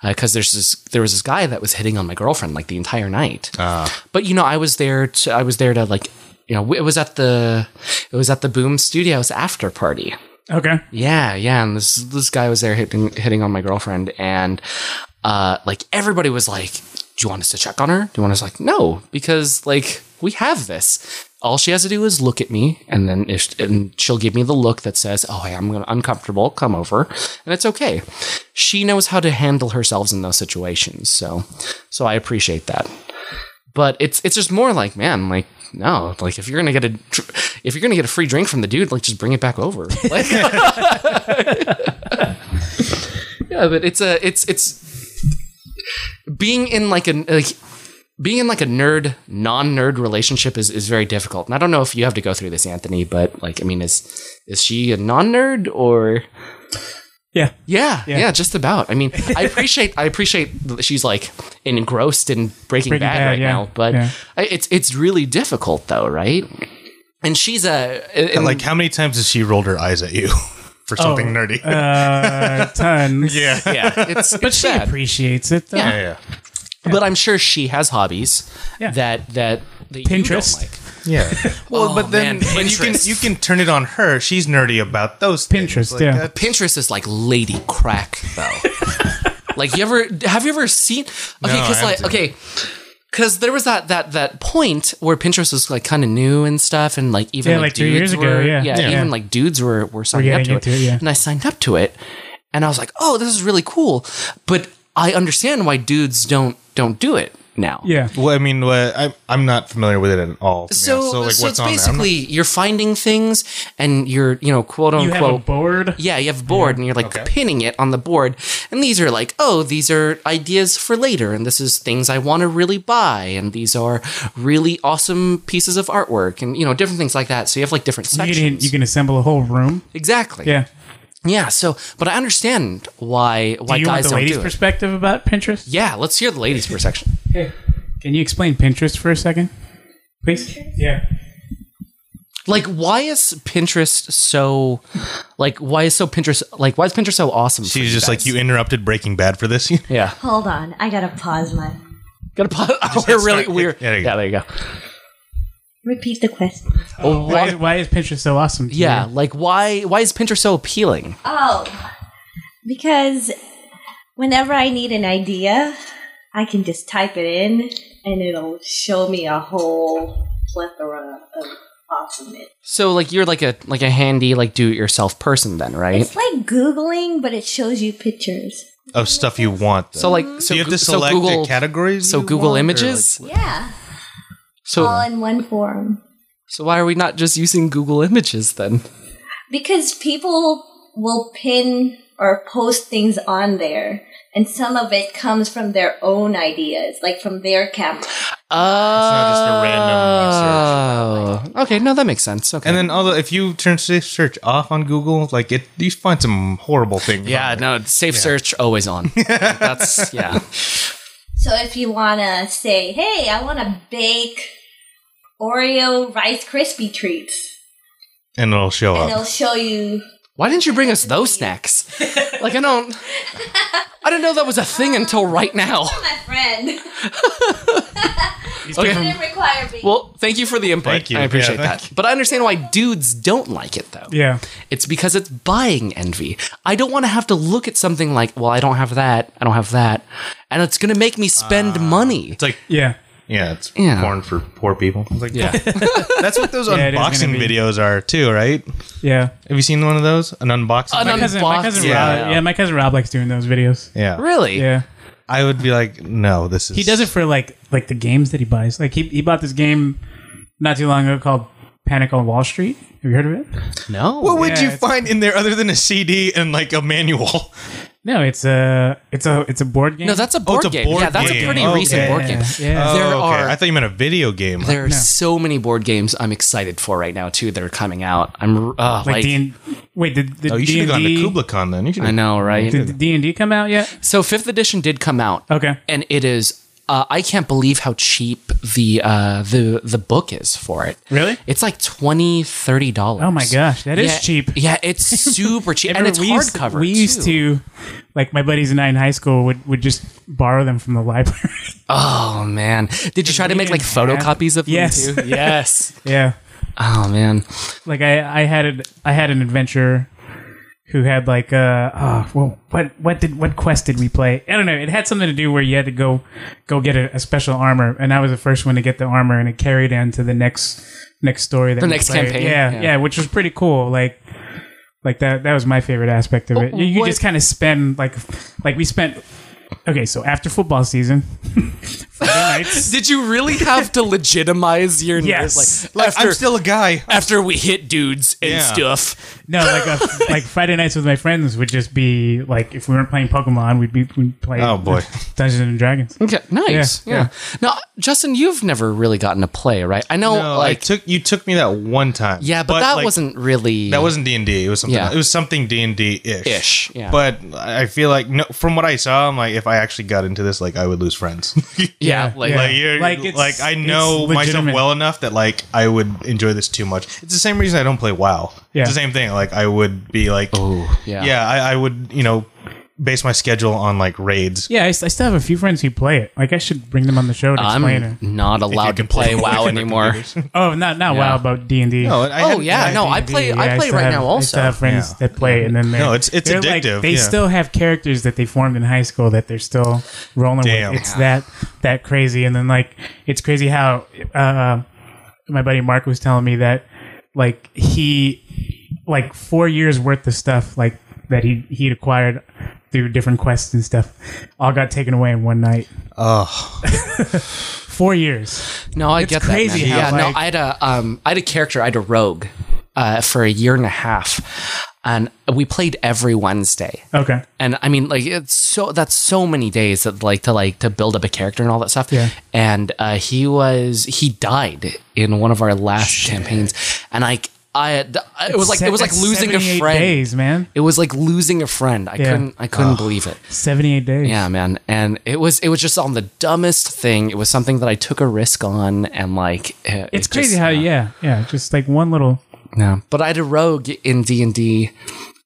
S3: because there's this there was this guy that was hitting on my girlfriend like the entire night. But you know, I was there to I was there to like you know, it was at the it was at the Boom Studios after party.
S2: Okay.
S3: Yeah, yeah, and this this guy was there hitting hitting on my girlfriend, and uh, like everybody was like, "Do you want us to check on her?" Do you want us like, no, because like we have this. All she has to do is look at me, and then if, and she'll give me the look that says, "Oh, hey, I'm gonna- uncomfortable. Come over," and it's okay. She knows how to handle herself in those situations, so so I appreciate that but it's it's just more like man like no like if you're gonna get a dr- if you're gonna get a free drink from the dude like just bring it back over like yeah but it's a it's it's being in like a like being in like a nerd non-nerd relationship is, is very difficult and i don't know if you have to go through this anthony but like i mean is is she a non-nerd or
S2: Yeah.
S3: yeah, yeah, just about. I mean, I appreciate, I appreciate that she's like engrossed in Breaking,
S2: Breaking
S3: Bad,
S2: Bad,
S3: right
S2: yeah,
S3: now, but
S2: yeah.
S3: I, it's it's really difficult though, right? And she's a and-
S4: Like, how many times has she rolled her eyes at you for something
S2: Oh,
S4: nerdy?
S2: Uh, tons.
S4: yeah. yeah,
S3: yeah, it's
S2: But she
S3: bad.
S2: appreciates it though.
S3: Yeah.
S4: yeah,
S3: but I'm sure she has hobbies
S2: Yeah.
S3: that that that you
S2: Pinterest.
S3: don't like.
S4: yeah. Well,
S3: Oh,
S4: but then
S3: man,
S4: but you can
S3: Pinterest.
S4: you can turn it on her. She's nerdy about those things.
S2: Pinterest,
S4: Like, uh,
S2: yeah.
S4: that-
S3: Pinterest is like lady crack though. like you ever have you ever seen Okay,
S4: No, I
S3: cuz
S4: haven't
S3: like
S4: seen
S3: okay cuz there was that that that point where Pinterest was like kind of new and stuff and like even
S2: Yeah, like two
S3: dudes
S2: years ago,
S3: were,
S2: yeah. Yeah.
S3: even like dudes were were signing up to
S2: getting
S3: it.
S2: into it, yeah.
S3: And I signed up to it and I was like, "Oh, this is really cool." But I understand why dudes don't don't do it now.
S2: Yeah.
S4: well, I mean, well, I, I'm not familiar with it at all. to be
S3: So,
S4: honest.
S3: so,
S4: like,
S3: it's
S4: what's on there? I'm not-
S3: basically you're finding things and you're, you know, quote
S2: You
S3: unquote
S2: have a board.
S3: yeah, you have a board and you're like pinning it on the board. And these are like, oh, these are ideas for later. And this is things I want to really buy. And these are really awesome pieces of artwork and, you know, different things like that. So you have like different
S2: You
S3: sections.
S2: can, you can assemble a whole room.
S3: exactly.
S2: Yeah.
S3: Yeah, So, but I understand why, why
S2: Do you want
S3: guys
S2: the
S3: don't
S2: ladies'
S3: do it.
S2: perspective about Pinterest?
S3: yeah. Let's hear the ladies' perception.
S2: Can you explain Pinterest for a second, please? Yeah.
S3: Like, why is Pinterest so, like, why is so Pinterest, like, why is Pinterest so awesome? for
S4: she's just like
S3: guys?
S4: you interrupted Breaking Bad for this.
S3: Yeah.
S5: Hold on, I gotta pause my.
S3: Gotta pause. we're really, weird.
S4: Yeah, there you go.
S3: yeah, there you go.
S5: Repeat the question.
S2: Why, is- why is Pinterest so awesome? to
S3: Yeah,
S2: you?
S3: like why why is Pinterest so appealing?
S5: Oh, because whenever I need an idea, I can just type it in and it'll show me a whole plethora of awesomeness.
S3: So like you're like a like a handy like do it yourself person then, right?
S5: It's like Googling, but it shows you pictures.
S4: of stuff you want.
S3: So like so,
S4: do you have to
S3: Goo- so
S4: select
S3: Google
S4: the categories.
S3: so
S4: you
S3: Google
S4: want, or,
S3: Images.
S5: Yeah, all
S3: so
S5: in one form.
S3: so why are we not just using Google Images then?
S5: Because people will pin or post things on there. And some of it comes from their own ideas, like from their camera.
S1: not just a random
S3: Oh. Okay, no, that makes sense. Okay.
S1: And then, although if you turn safe search off on Google, like it, you find some horrible things.
S3: yeah, no, safe search always on. That's yeah.
S5: So if you want to say, hey, I want to bake Oreo Rice Krispie treats,
S1: and it'll show
S5: and
S1: up.
S5: it'll show you.
S3: Why didn't you bring us those snacks? Like I don't I didn't know that was a thing until right now.
S5: My friend
S2: These
S3: Okay.
S2: people-
S5: didn't require me.
S3: Well, thank you for the input.
S1: Thank you.
S3: I appreciate
S1: Yeah,
S3: that. But I understand why dudes don't like it though.
S2: yeah.
S3: It's because it's buying envy. I don't want to have to look at something like, well, I don't have that, I don't have that, and it's going to make me spend
S1: Ah.
S3: money.
S1: It's like,
S2: Yeah.
S1: yeah, it's
S3: Yeah.
S1: porn for poor people. It's like,
S3: Yeah.
S1: that's what those
S2: Yeah, it is gonna
S1: unboxing
S2: be.
S1: videos are too, right?
S2: Yeah.
S1: Have you seen one of those? An unboxing.
S3: An
S1: video?
S2: My cousin,
S3: Unboxed,
S2: my cousin
S3: yeah.
S2: Rob, yeah, my cousin Rob likes doing those videos.
S1: yeah,
S3: really?
S2: Yeah.
S1: I would be like, no, this is.
S2: He does it for like like the games that he buys. Like he he bought this game not too long ago called Panic on Wall Street. Have you heard of it?
S3: No.
S1: What would
S2: Yeah,
S1: you
S2: it's-
S1: find in there other than a CD and like a manual?
S2: No, it's a it's a it's a board game.
S3: no, that's a
S1: Oh,
S3: board
S1: it's a
S3: game.
S1: board
S3: yeah, that's a
S1: game.
S3: pretty
S1: Okay.
S3: recent board game.
S2: Yeah, yeah.
S1: Oh,
S3: There
S1: okay.
S3: are
S1: I thought you meant a video game.
S3: there are so many board games I'm excited for right now too that are coming out. I'm uh, like,
S2: like, D wait, did, did
S1: oh, you should
S2: D&D,
S1: have gone to Kubla Khan then. You should.
S3: I know, right?
S2: did D and D come out yet?
S3: So fifth edition did come out.
S2: Okay.
S3: and it is. Uh, I can't believe how cheap the uh, the the book is for it.
S2: Really?
S3: It's like twenty, thirty dollars.
S2: Oh my gosh, that is cheap.
S3: Yeah, it's super cheap, and
S2: Remember,
S3: it's
S2: we used-
S3: hardcover.
S2: We used
S3: too.
S2: to, like my buddies and I in high school would, would just borrow them from the library.
S3: Oh man, did you try to
S2: we
S3: make like
S2: didn't have-
S3: photocopies of
S2: Yes.
S3: them too? Yes.
S2: yeah,
S3: oh man.
S2: like I, I had a, I had an adventurer who had like uh oh, well what what did what quest did we play? I don't know. It had something to do where you had to go go get a, a special armor, and I was the first one to get the armor, and it carried into the next next story. That
S3: The
S2: we
S3: next
S2: played.
S3: campaign?
S2: Yeah,
S3: Yeah.
S2: yeah, which was pretty cool. Like. Like that that was my favorite aspect of it. You, you
S3: Oh, what-
S2: just kind of spend like like we spent Okay, so after football season, Friday nights.
S3: Did you really have to legitimize your nerves?
S2: Yes.
S3: Like
S1: Like,
S3: after
S1: I'm still a guy.
S3: after we hit dudes and
S1: Yeah.
S3: stuff.
S2: No, like a, like Friday nights with my friends would just be like if we weren't playing Pokemon, we'd be we'd play
S1: Oh, boy.
S2: Dungeons and Dragons.
S3: Okay, nice. Yeah,
S2: Yeah, yeah.
S3: Now, Justin, you've never really gotten to play, right? I know,
S1: No,
S3: like,
S1: I took you took me that one time.
S3: yeah, but, that
S1: like,
S3: wasn't really
S1: that wasn't D and D. It was something.
S3: Yeah.
S1: It was something D and D ish.
S3: Ish, yeah.
S1: But I feel like no. From what I saw, I'm like, if I actually got into this, like, I would lose friends.
S3: Yeah,
S2: Yeah,
S3: like,
S2: yeah.
S1: Like, you're,
S2: Like,
S1: like,
S2: it's-
S1: I
S2: it's
S1: know myself
S2: legitimate.
S1: well enough that like I would enjoy this too much. It's the same reason I don't play WoW.
S2: Yeah.
S1: It's the same thing. Like I would be like,
S3: Oh, yeah.
S1: yeah, I, I would you know base my schedule on like raids.
S2: Yeah, I, s- I still have a few friends who play it. Like I should bring them on the show to explain
S3: I'm
S2: it.
S3: not allowed to
S1: can
S3: play
S1: play
S3: WoW anymore.
S2: Oh, not not
S3: Yeah.
S2: WoW, but D and D.
S1: No, I
S3: Oh,
S1: had-
S3: yeah, no, I play- I play right now
S2: I
S3: also.
S2: still have friends
S1: Yeah.
S2: that play, it, and then they're-
S1: No, it's- it's
S2: they're like-
S1: addictive,
S2: they
S1: yeah.
S2: still have characters that they formed in high school that they're still rolling
S1: Damn.
S2: with. It's that that crazy, and then like it's crazy how uh, my buddy Mark was telling me that like he like four years worth of stuff like that he he'd acquired through different quests and stuff all got taken away in one night.
S1: Oh,
S2: Four years.
S3: No, I get
S2: crazy
S3: that. man.
S2: how,
S3: yeah,
S2: like-
S3: no, I had a um, I had a character, I had a rogue, uh, for a year and a half, and we played every Wednesday.
S2: Okay.
S3: And I mean, like it's so that's so many days that like to like to build up a character and all that stuff.
S2: Yeah.
S3: And uh, he was he died in one of our last campaigns, and I I it was like it was like
S2: That's
S3: losing a
S2: 78
S3: friend.
S2: Days, man.
S3: It was like losing a friend. I couldn't I couldn't believe it.
S2: Seventy-eight days.
S3: Yeah, man. And it was it was just on the dumbest thing. It was something that I took a risk on and like it-
S2: It's
S3: it
S2: crazy
S3: just-
S2: how yeah, yeah, just like one little
S3: Yeah. But I had a rogue in D and D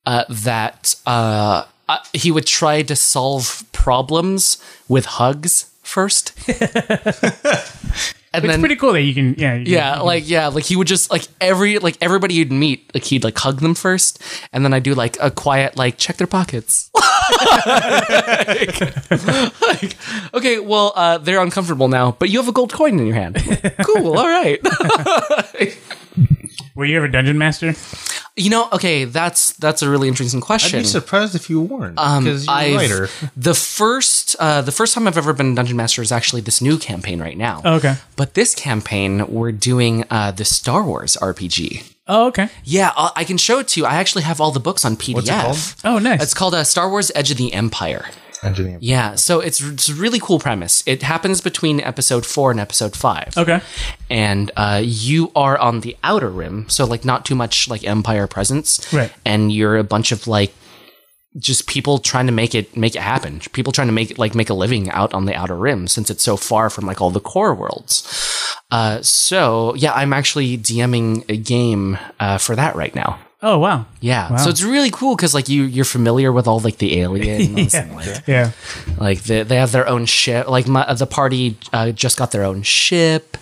S3: that uh, uh, he would try to solve problems with hugs first, and
S2: It's
S3: then
S2: pretty cool that you can yeah, you can-
S3: yeah, like yeah, like he would just like every like everybody you'd meet, like he'd like hug them first, and then I do like a quiet like check their pockets. Like- like, okay, well uh, they're uncomfortable now, but you have a gold coin in your hand. cool, all right.
S2: Were you ever dungeon master?
S3: You know, okay, that's that's a really interesting
S1: I'd
S3: question.
S1: be surprised if you weren't
S3: Um,
S1: because you're
S3: I've-
S1: a writer.
S3: The first, uh, the first time I've ever been a dungeon master is actually this new campaign right now.
S2: Oh, okay.
S3: But this campaign, we're doing uh, the Star Wars RPG.
S2: Oh, okay.
S3: Yeah, I I can show it to you. I actually have all the books on PDF.
S1: What's it called?
S2: Oh, nice.
S3: It's called uh, Star Wars Edge of the Empire. Yeah, so it's, it's a really cool premise. It happens between episode four and episode five.
S2: okay.
S3: And uh, you are on the outer rim, so like not too much like Empire presence.
S2: Right.
S3: And you're a bunch of like just people trying to make it make it happen. People trying to make like make a living out on the outer rim since it's so far from like all the core worlds. Uh, so yeah, I'm actually DMing a game uh, for that right now.
S2: Oh, wow.
S3: Yeah, so it's really cool because like you you're familiar with all like the aliens and like
S2: Yeah.
S3: like they, they have their own ship. Like my, the party uh, just got their own ship.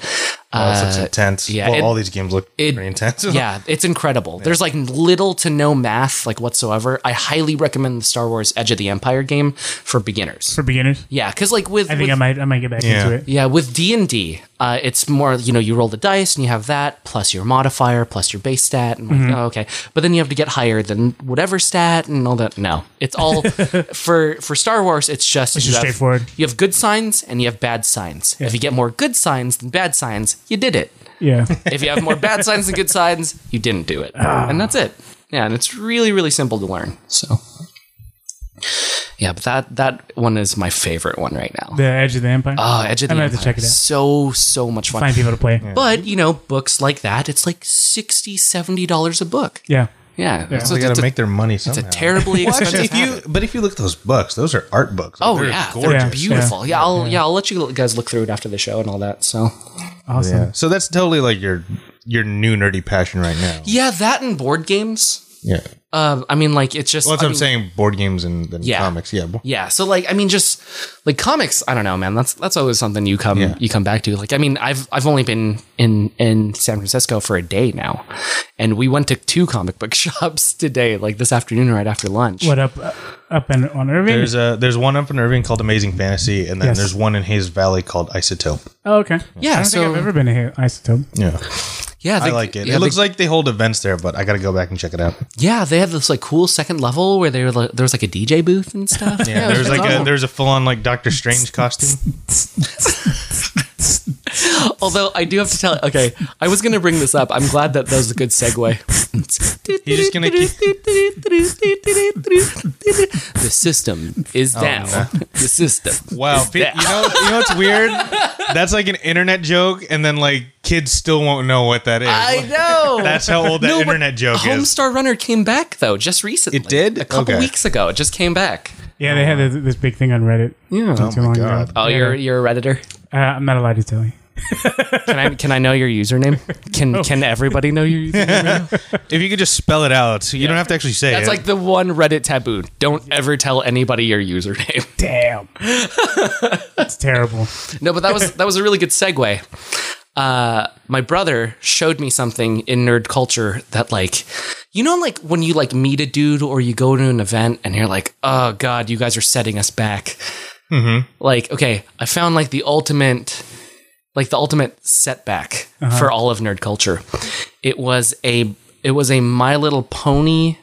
S1: Oh, this looks intense.
S3: yeah,
S1: well,
S3: it-
S1: all these games look
S3: it-
S1: pretty intense.
S3: Yeah, it's incredible. There's like little to no math like whatsoever. I highly recommend the Star Wars Edge of the Empire game for beginners.
S2: For beginners,
S3: yeah, because like with,
S2: I think
S3: with-
S2: I might I might get back
S1: Yeah.
S2: into it.
S3: yeah with D and D, uh, it's more you know you roll the dice and you have that plus your modifier plus your base stat and like
S2: Mm-hmm.
S3: oh, okay, but then you have to get higher than whatever stat and all that. No, it's all for for Star Wars. It's just
S2: It's
S3: you
S2: just
S3: have-
S2: straightforward.
S3: You have good signs and you have bad signs. If you get more good signs than bad signs, you did it
S2: Yeah.
S3: if you have more bad signs than good signs, you didn't do it.
S2: Ah.
S3: And that's it. Yeah, and it's really, really simple to learn. So Yeah, but that that one is my favorite one right now.
S2: the Edge of the Empire.
S3: oh, Edge of the
S2: I'm gonna have to
S3: Empire.
S2: check it out.
S3: So, so much fun.
S2: Find people to play. Yeah.
S3: But, you know, books like that, it's like 60 $70 a book. Yeah. So
S1: they
S3: it's,
S1: got
S3: it's
S1: to
S3: a,
S1: make their money somehow.
S3: it's a terribly expensive
S1: Actually, if you
S3: habit.
S1: but if you look at those books, those are art books.
S3: Oh
S1: They're
S3: yeah,
S1: gorgeous.
S2: Yeah.
S3: they're beautiful. Yeah, I'll yeah I'll let you guys look through it after the show and all that. So
S2: Awesome.
S1: Yeah. So that's totally like your your new nerdy passion right now.
S3: yeah, that and board games.
S1: Yeah.
S3: Uh, I mean, like it's just
S1: Well, that's
S3: I
S1: what I'm
S3: mean-
S1: saying. Board games and, and
S3: Yeah.
S1: comics. Yeah. bo-
S3: Yeah. So like I mean just like comics, I don't know, man. That's that's always something you come
S1: Yeah.
S3: you come back to. Like I mean, I've I've only been in in San Francisco for a day now. And we went to two comic book shops today, like this afternoon right after lunch.
S2: What up uh, up and on Irving?
S1: There's a there's one up in Irving called Amazing Fantasy, and then
S2: Yes.
S1: there's one in Hayes Valley called Isotope.
S2: oh, okay. I
S3: Yeah,
S2: don't think
S3: so
S2: I've ever been to Hi- Isotope.
S1: Yeah,
S3: yeah,
S1: I
S3: they-
S1: like it.
S3: Yeah,
S1: it looks
S3: they,
S1: like they hold events there, but I got to go back and check it out.
S3: yeah, they have this like cool second level where they were like, there was like a DJ booth and stuff. yeah, it was
S1: there's like a
S3: awesome.
S1: there's a full on like Doctor Strange costume.
S3: Although I do have to tell, okay, I was gonna bring this up. I'm glad that that was a good segue.
S1: He's just gonna keep-
S3: the system
S1: Oh,
S3: is down. The system.
S1: Wow, pe- you know you know what's weird? That's like an internet joke, and then like kids still won't know what that is.
S3: I know.
S1: That's how old that
S3: No, but
S1: internet joke is.
S3: Homestar Runner came back though, just recently.
S1: It did?
S3: a couple
S1: Okay.
S3: weeks ago. It just came back.
S2: Yeah, they had this, this big thing on Reddit. Yeah. Not too long
S1: God.
S2: ago.
S3: Oh, you're you're a redditor.
S2: Uh, I'm not allowed to tell you.
S3: Can I can I know your username? Can can everybody know your username?
S1: If you could just spell it out, so you don't have to actually say
S3: That's
S1: it.
S3: like the one Reddit taboo. Don't ever tell anybody your username.
S2: Damn. That's terrible.
S3: No, but that was that was a really good segue. Uh, my brother showed me something in nerd culture that like you know like when you like meet a dude or you go to an event and you're like oh god you guys are setting us back like okay i found like the ultimate like the ultimate setback for all of nerd culture it was a it was a my little pony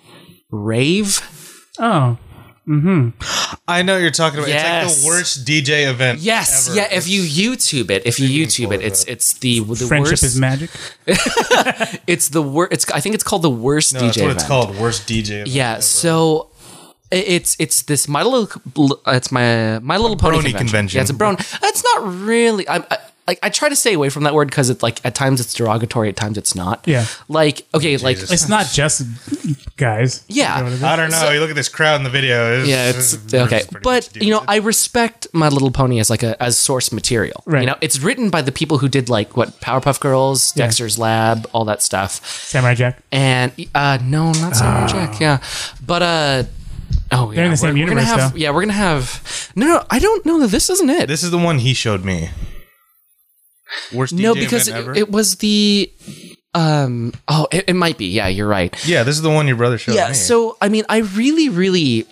S3: rave
S2: Oh.
S1: I know what you're talking about. It's
S3: Yes.
S1: like the worst DJ event.
S3: yes
S1: ever.
S3: yeah if you youtube it if you youtube it it's it's the, the
S2: Friendship
S3: worst
S2: is magic.
S3: It's the worst. It's I think it's called the worst
S1: No,
S3: DJ
S1: that's what it's
S3: event.
S1: called. Worst DJ. Event
S3: Yeah. So i- it's it's this my little it's my my little pony
S1: brony
S3: convention.
S1: convention.
S3: Yeah, it's a brony. That's not really. I, I like I try to stay away from that word because it's like at times it's derogatory, at times it's not.
S2: Yeah.
S3: Like okay, like
S2: It's not just guys.
S3: Yeah.
S2: You know what it is?
S1: I don't know. you look at this crowd in the video. It's,
S3: yeah, it's okay,
S1: pretty
S3: but
S1: much
S3: you know I respect My Little Pony as like a as source material.
S2: Right.
S3: You know, it's written by the people who did like what Powerpuff Girls,
S2: Yeah.
S3: Dexter's Lab, all that stuff.
S2: Samurai Jack.
S3: and uh no not samurai jack yeah but uh oh yeah
S2: Ah. They're in the same
S3: we're, we're
S2: universe,
S3: gonna have
S2: though.
S3: yeah we're gonna have no no i don't know that this isn't it
S1: This is the one he showed me. Worst DJ
S3: no because
S1: event
S3: it,
S1: ever.
S3: it was the um oh it, it might be yeah you're right
S1: yeah, this is the one your brother showed
S3: yeah
S1: me.
S3: so i mean i really really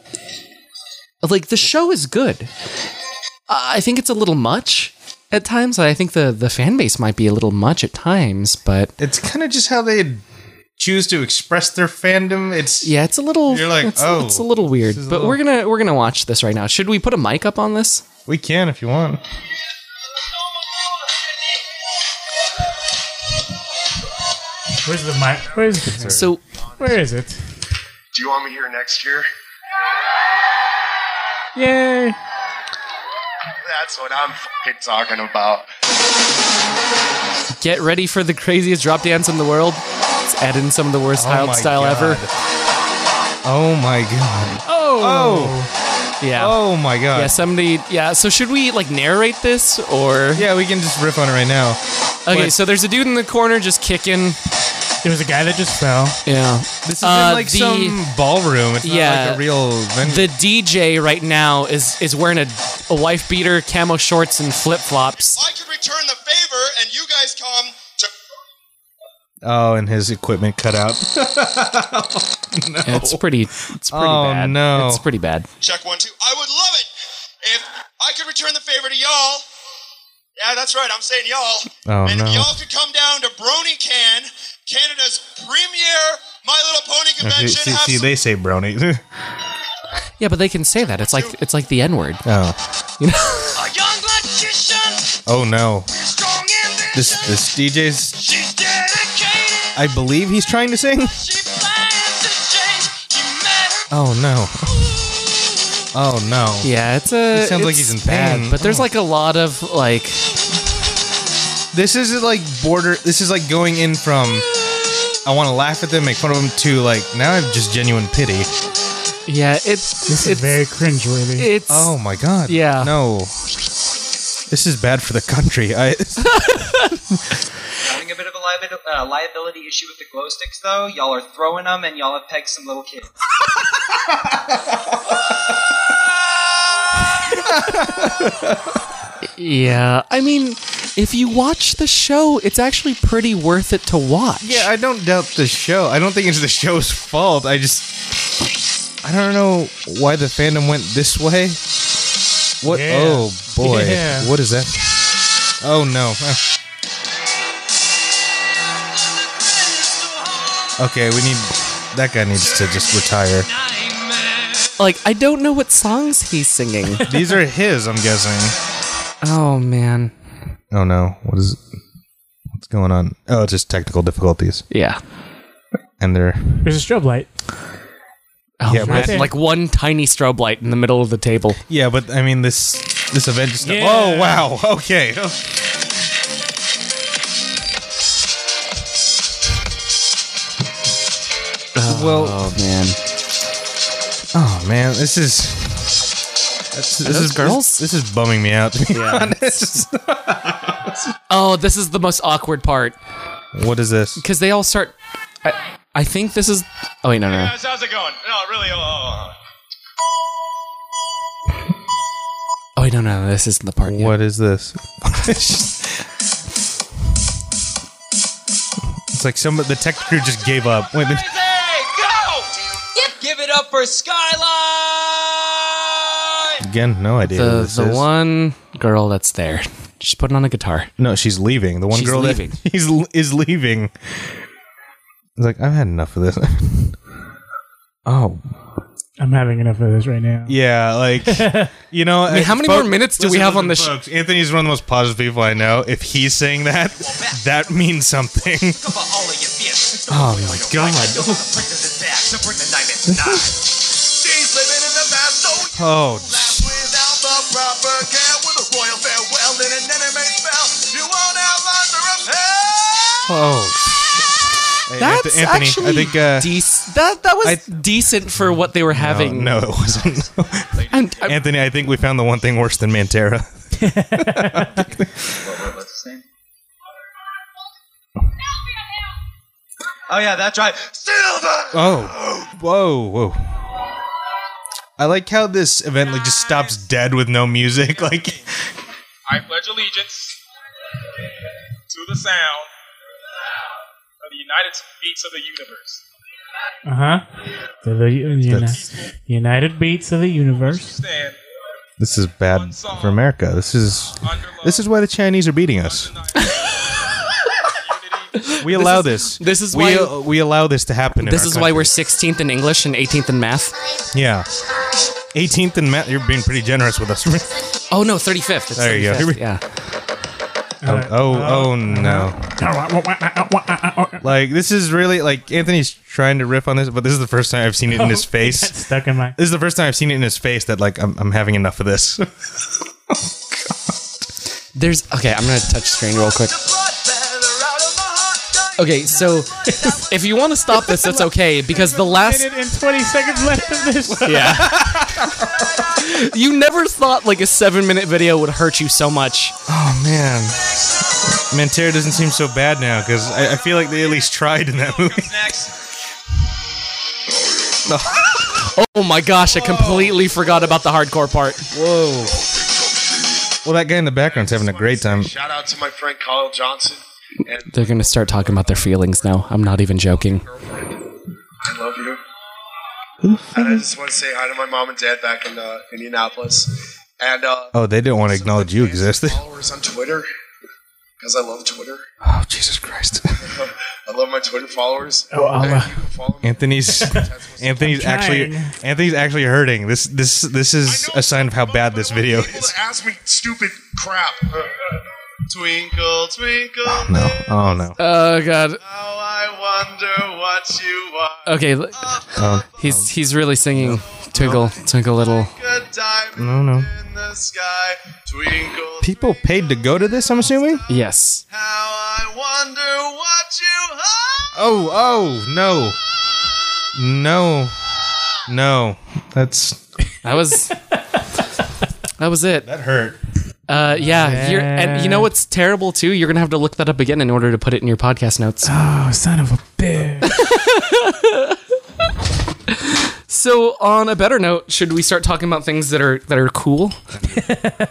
S3: like the show is good uh, i think it's a little much at times i think the the fan base might be a little much at times but
S1: it's kind of just how they choose to express their fandom. It's
S3: Yeah, it's a little.
S1: You're like,
S3: it's,
S1: oh,
S3: it's a little weird.
S1: this is a
S3: But we're gonna we're gonna watch this right now. Should we put a mic up on this?
S1: we can if you want.
S2: Where's the mic? Where's
S3: So
S2: where is it?
S6: Do you want me here next year?
S2: Yay!
S6: That's what I'm fucking talking about.
S3: get ready for the craziest drop dance in the world. Let's add in some of the worst
S1: Oh
S3: child
S1: my
S3: style ever.
S1: God. Oh my god.
S3: Oh,
S1: Oh,
S3: yeah.
S1: oh my god.
S3: Yeah, somebody. Yeah, so should we like narrate this or?
S1: Yeah, we can just riff on it right now.
S3: okay,
S1: but-
S3: so there's a dude in the corner just kicking.
S2: There was a guy that just fell.
S3: Yeah.
S1: This is
S3: Uh,
S1: in like
S3: the-
S1: some ballroom. It's not
S3: Yeah.
S1: like a real venue.
S3: The DJ right now is is wearing a, a wife beater, camo shorts, and flip flops.
S6: I could return the favor and you guys come to.
S1: oh, and his equipment cut out.
S3: It's pretty. It's pretty
S1: Oh,
S3: bad.
S1: no.
S3: It's pretty bad.
S6: Check one, two. I would love it if I could return the favor to y'all. Yeah, that's right. I'm saying y'all.
S1: Oh,
S6: and
S1: no.
S6: if y'all could come down to Brony Can, Canada's premier My Little Pony
S1: see,
S6: convention.
S1: see-
S6: have
S1: see,
S6: some-
S1: they say brony.
S3: Yeah, but they can say that. It's like it's like the N word.
S1: oh.
S6: A young magician,
S1: oh no.
S6: strong ambition.
S1: This this DJ's.
S6: She's dedicated.
S1: I believe he's trying to sing.
S6: She plans to change. You met her.
S1: Oh no. Oh no.
S3: Yeah, it's a.
S1: It sounds like he's
S3: it's
S1: in
S3: bad,
S1: pain.
S3: But there's like a lot of like.
S1: This is like border. This is like going in from. I want to laugh at them, make fun of them, to like now I have just genuine pity.
S3: Yeah, it's
S2: This is
S3: it's
S2: very cringeworthy.
S3: it's.
S1: Oh my god.
S3: Yeah.
S1: No. This is bad for the country. I.
S7: Having a bit of a liabi- uh, liability issue with the glow sticks, though. Y'all are throwing them, and y'all have pegged some little kids.
S3: Yeah, I mean, if you watch the show, it's actually pretty worth it to watch.
S1: Yeah, I don't doubt the show. I don't think it's the show's fault. I just I don't know why the fandom went this way. What?
S2: Yeah.
S1: Oh boy,
S2: Yeah.
S1: what is that? Oh no. Ah. Okay, we need that guy needs to just retire.
S3: Like, I don't know what songs he's singing.
S1: These are his, I'm guessing.
S3: oh man.
S1: Oh no, what is what's going on? Oh, it's just technical difficulties,
S3: Yeah.
S1: and they're
S2: There's a strobe light.
S3: Oh,
S1: Yeah,
S3: man.
S2: but-
S3: like one tiny strobe light in the middle of the table.
S1: yeah, but I mean this this event just
S2: Yeah.
S1: oh wow okay. well,
S3: oh man.
S1: Oh man, this is this
S3: those
S1: is
S3: girls?
S1: This, is bumming me out. To be honest.
S3: Oh, this is the most awkward part
S1: what is this?
S3: because they all start. I, I think this is. Oh wait, no, no. no.
S6: Guys, how's it going? No, really. Oh, oh, oh.
S3: Oh wait, no, no. no, This isn't the part. yet.
S1: What is this? it's like some the tech crew just gave up. Wait, but-
S7: Hey, go! Give it up for Skyline!
S1: again, no idea. who
S3: The
S1: this
S3: the
S1: is.
S3: one girl that's there. She's putting on a guitar.
S1: No, she's leaving. The one
S3: She's
S1: girl
S3: leaving.
S1: that he's is leaving. It's like I've had enough of this. oh
S2: I'm having enough of this right now.
S1: Yeah, like you know. I
S3: mean, how many more minutes do we have on this sh-
S1: Folks, Anthony's one of the most positive people I know. If he's saying that, that means something.
S6: Oh
S7: Come on, all of you bitches.
S3: Oh my god.
S6: She's living in the past, so you
S1: Oh,
S6: laugh without the proper care. With a royal farewell and an enemy spell, you won't have much to repair.
S1: oh. Hey,
S3: That's
S1: Anth- Anthony.
S3: actually
S1: I think. Uh,
S3: dec- that that was
S1: I-
S3: decent for what they were having.
S1: no, it wasn't.
S3: I'm- I'm-
S1: Anthony, I think we found the one thing worse than Mantera.
S7: What's his name? Oh, yeah, that's right.
S6: Silver.
S1: Oh, whoa, whoa. I like how this event like just stops dead with no music. Like,
S8: I pledge allegiance to the sound of the United Beats of the Universe.
S2: Uh huh. The, the uni- United Beats of the Universe.
S8: Stand
S1: this is bad for America. This is
S8: under love
S1: this is why the Chinese are beating us.
S8: united, unity,
S1: We allow this.
S3: this is
S1: we,
S3: why-
S1: we allow this to happen. in
S3: This
S1: our
S3: is why
S1: country.
S3: we're 16th in English and 18th in math.
S1: yeah. 18th and Matt, you're being pretty generous with us.
S3: Oh no, 35th. It's
S1: There you go.
S3: 35th,
S1: Here we-
S3: Yeah.
S2: Uh,
S1: oh, oh, oh no!
S2: uh,
S1: Like this is really like Anthony's trying to riff on this, but this is the first time I've seen it in his face.
S2: Stuck in my.
S1: This is the first time I've seen it in his face that like I'm, I'm having enough of this.
S3: There's okay. I'm gonna touch screen real quick. Okay, so if you want to stop this, that's okay because the last
S2: Minute and 20 seconds left of this.
S3: yeah. you never thought like a seven minute video would hurt you so much.
S1: Oh man, Mantera doesn't seem so bad now because I, I feel like they at least tried in that movie.
S7: Snacks.
S3: Oh my gosh, I completely forgot about the hardcore part.
S1: Whoa. Well, that guy in the background's having a great time.
S6: Shout out to my friend Kyle Johnson. And
S3: They're gonna start talking about their feelings now. I'm not even joking.
S6: I love you. And I just want to say hi to my mom and dad back in uh, Indianapolis. And uh,
S1: Oh, they didn't want to
S6: some
S1: acknowledge
S6: of
S1: you
S6: my fans
S1: existed.
S6: and Followers on Twitter because I love Twitter.
S1: Oh, Jesus Christ.
S6: I love my Twitter followers.
S2: Oh, Allah.
S6: You can follow me.
S1: Anthony's Anthony's
S2: I'm
S1: actually
S2: trying.
S1: Anthony's actually hurting. This this this is a sign of how bad this video
S6: People
S1: is.
S6: that ask me stupid crap. Twinkle, twinkle.
S1: No. Oh no.
S3: Oh god.
S6: How I wonder what you are.
S3: Okay, l-
S1: Oh.
S3: he's he's really singing. Twinkle, twinkle little.
S6: A diamond
S1: No no.
S6: in the sky. Twinkle.
S1: People paid to go to this, I'm assuming?
S3: Yes.
S6: How I wonder what you are.
S1: Oh, oh, no. No. No. That's
S3: That was that was it.
S1: that hurt.
S3: Uh, yeah, you're, and you know what's terrible too? You're gonna have to look that up again in order to put it in your podcast notes.
S2: Oh, son of a bitch.
S3: So, on a better note, should we start talking about things that are that are cool?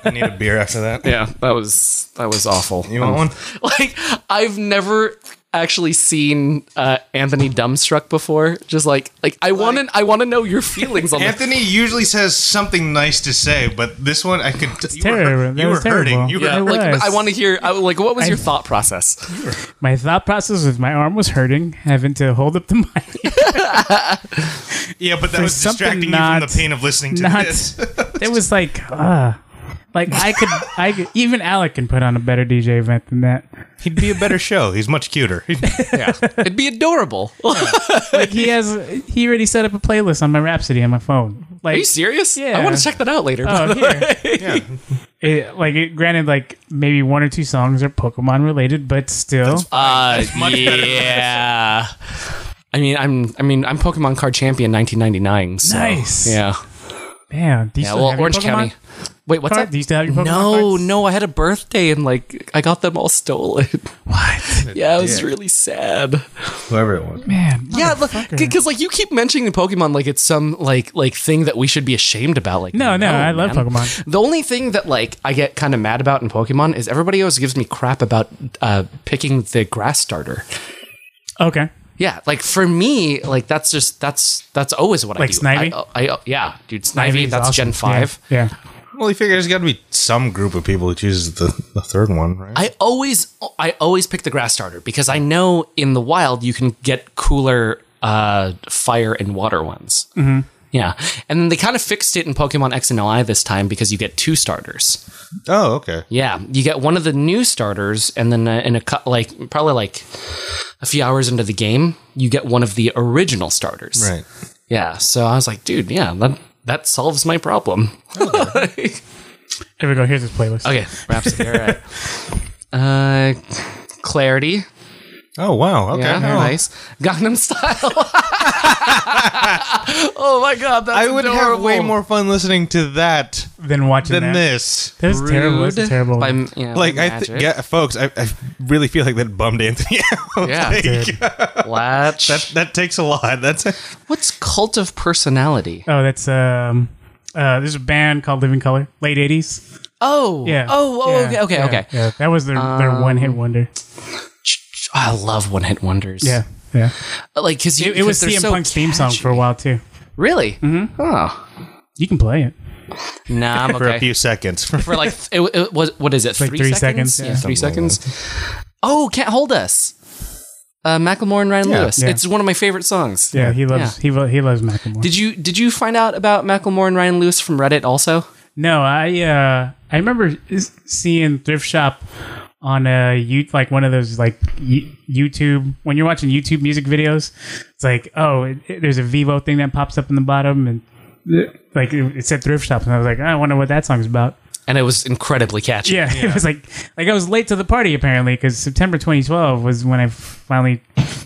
S1: I need a beer after that.
S3: Yeah, that was that was awful.
S1: You want one?
S3: Like, I've never actually seen uh, Anthony dumbstruck before. Just like like I want to I want to know your feelings on that.
S1: Anthony usually says something nice to say, but this one I could you were,
S2: terrible. That
S1: you were
S2: was terrible.
S1: hurting. You were
S3: Yeah,
S2: It
S3: like
S2: was.
S3: I want to hear. I, like, what was
S2: I-
S3: your thought process?
S2: My thought process was my arm was hurting, having to hold up the mic.
S1: Yeah, but that
S2: For
S1: was
S2: something
S1: distracting you
S2: not-
S1: from the pain of listening to
S2: not-
S1: this.
S2: It was like, ah. like I could, I could, even Alec can put on a better DJ event than that.
S1: He'd be a better show. He's much cuter.
S3: It'd be adorable.
S2: Like he has, he already set up a playlist on my Rhapsody on my phone. Like,
S3: Are you serious?
S2: Yeah.
S3: I want to check that out later.
S2: Oh, here. It, like, it, granted, like maybe one or two songs are Pokemon related, but still,
S3: Uh, yeah. I mean, I'm. I mean, I'm Pokemon Card Champion 1999. So,
S2: Nice.
S3: Yeah.
S2: man, do you
S3: Yeah.
S2: still have
S3: Well,
S2: your
S3: Orange
S2: Pokemon
S3: County. Wait, what's
S2: card?
S3: that?
S2: Do you still have your Pokemon
S3: No,
S2: cards?
S3: no. I had a birthday and like I got them all stolen.
S2: What?
S3: yeah, it was really sad.
S1: Whoever it was.
S2: Man,
S3: Yeah, because like you keep mentioning Pokemon like it's some like like thing that we should be ashamed about. Like
S2: No, no, I love
S3: Oh, man.
S2: Pokemon.
S3: The only thing that like I get kind of mad about in Pokemon is everybody always gives me crap about uh, picking the grass starter.
S2: Okay.
S3: Yeah, like for me, like that's just that's that's always what
S2: Like
S3: I do.
S2: Snivy?
S3: I, I- yeah, dude, Snivy.
S2: Ivy's
S3: that's
S2: awesome.
S3: Gen Five.
S2: Yeah. yeah.
S1: Well, you figure there's got to be some group of people who chooses the, the third one, right?
S3: I always I always pick the grass starter because I know in the wild you can get cooler uh, fire and water ones. Mm-hmm. Yeah, and then they kind of fixed it in Pokemon X and Y this time because you get two starters.
S1: oh, okay.
S3: Yeah, you get one of the new starters, and then uh, in a cou- like probably like a few hours into the game, you get one of the original starters.
S1: Right.
S3: Yeah, so I was like, dude, yeah, that that solves my problem.
S1: Oh.
S3: Okay,
S2: Here we go. Here's his playlist.
S3: wraps it. All right. Uh, clarity.
S1: Oh, wow. Okay.
S3: Yeah,
S1: Oh.
S3: nice. Gangnam Style. oh my god, that's
S1: I would have
S3: adorable.
S1: way more fun listening to that
S2: Then watching
S1: than
S2: that.
S1: this.
S2: That was terrible. That was
S3: Rude
S2: terrible.
S3: by m- yeah,
S1: Like, I
S3: magic.
S1: th- yeah, folks, I, I really feel like that bummed Anthony out.
S3: Yeah.
S1: Like,
S2: Dude.
S3: Latch.
S1: that, that takes a lot. That's
S3: What's cult of personality?
S2: Oh, that's um. Uh, there's a band called Living Color, late '80s.
S3: Oh,
S2: Yeah.
S3: Oh, oh,
S2: Yeah,
S3: okay, okay,
S2: yeah,
S3: okay. Um,
S2: Yeah, that was their, their one hit wonder.
S3: I love one hit wonders.
S2: Yeah, yeah.
S3: like because
S2: It, it was CM
S3: so
S2: Punk's theme song
S3: catchy.
S2: for a while too.
S3: Really? Mm-hmm. Oh,
S2: You can play it.
S3: nah, I'm okay.
S1: for a few seconds.
S3: For like it, it was what is it?
S2: like
S3: three,
S2: three
S3: seconds?
S2: seconds,
S3: Yeah,
S2: yeah.
S3: three seconds. Oh, can't hold us. uh, Macklemore and Ryan
S4: Yeah.
S3: Lewis.
S2: Yeah.
S3: It's one of my favorite songs.
S2: Yeah, he loves
S3: Yeah.
S2: he lo- he loves Macklemore.
S3: Did you did you find out about Macklemore and Ryan Lewis from Reddit also?
S2: No, I uh, I remember s- seeing thrift shop on a you like one of those like y- YouTube when you're watching YouTube music videos. It's like oh, it, it- there's a Vivo thing that pops up in the bottom and like it, it said thrift shop and I was like I wonder what that song's about.
S3: And it was incredibly catchy.
S2: Yeah, it was like like I was late to the party apparently because September 2012 was when I finally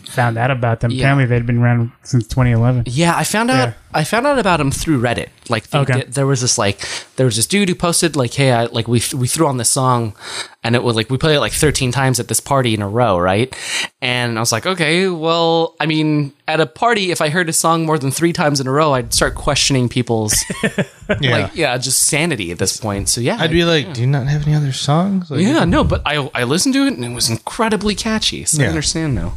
S2: found out about them.
S3: Yeah.
S2: Apparently they'd been around since 2011.
S3: Yeah, I found out.
S2: Yeah.
S3: I found out about him through Reddit. Like, they
S2: Okay.
S3: did- there was this like, there was this dude who posted like, "Hey, I, like we we threw on this song, and it was like we played it like 13 times at this party in a row, right?" And I was like, "Okay, well, I mean, at a party, if I heard a song more than three times in a row, I'd start questioning people's
S1: Yeah.
S3: like, yeah, just sanity at this point." So yeah,
S1: I'd be like, do you not have any other songs? Like,
S3: yeah, no, but I I listened to it and it was incredibly catchy. So I
S1: Yeah.
S3: understand now.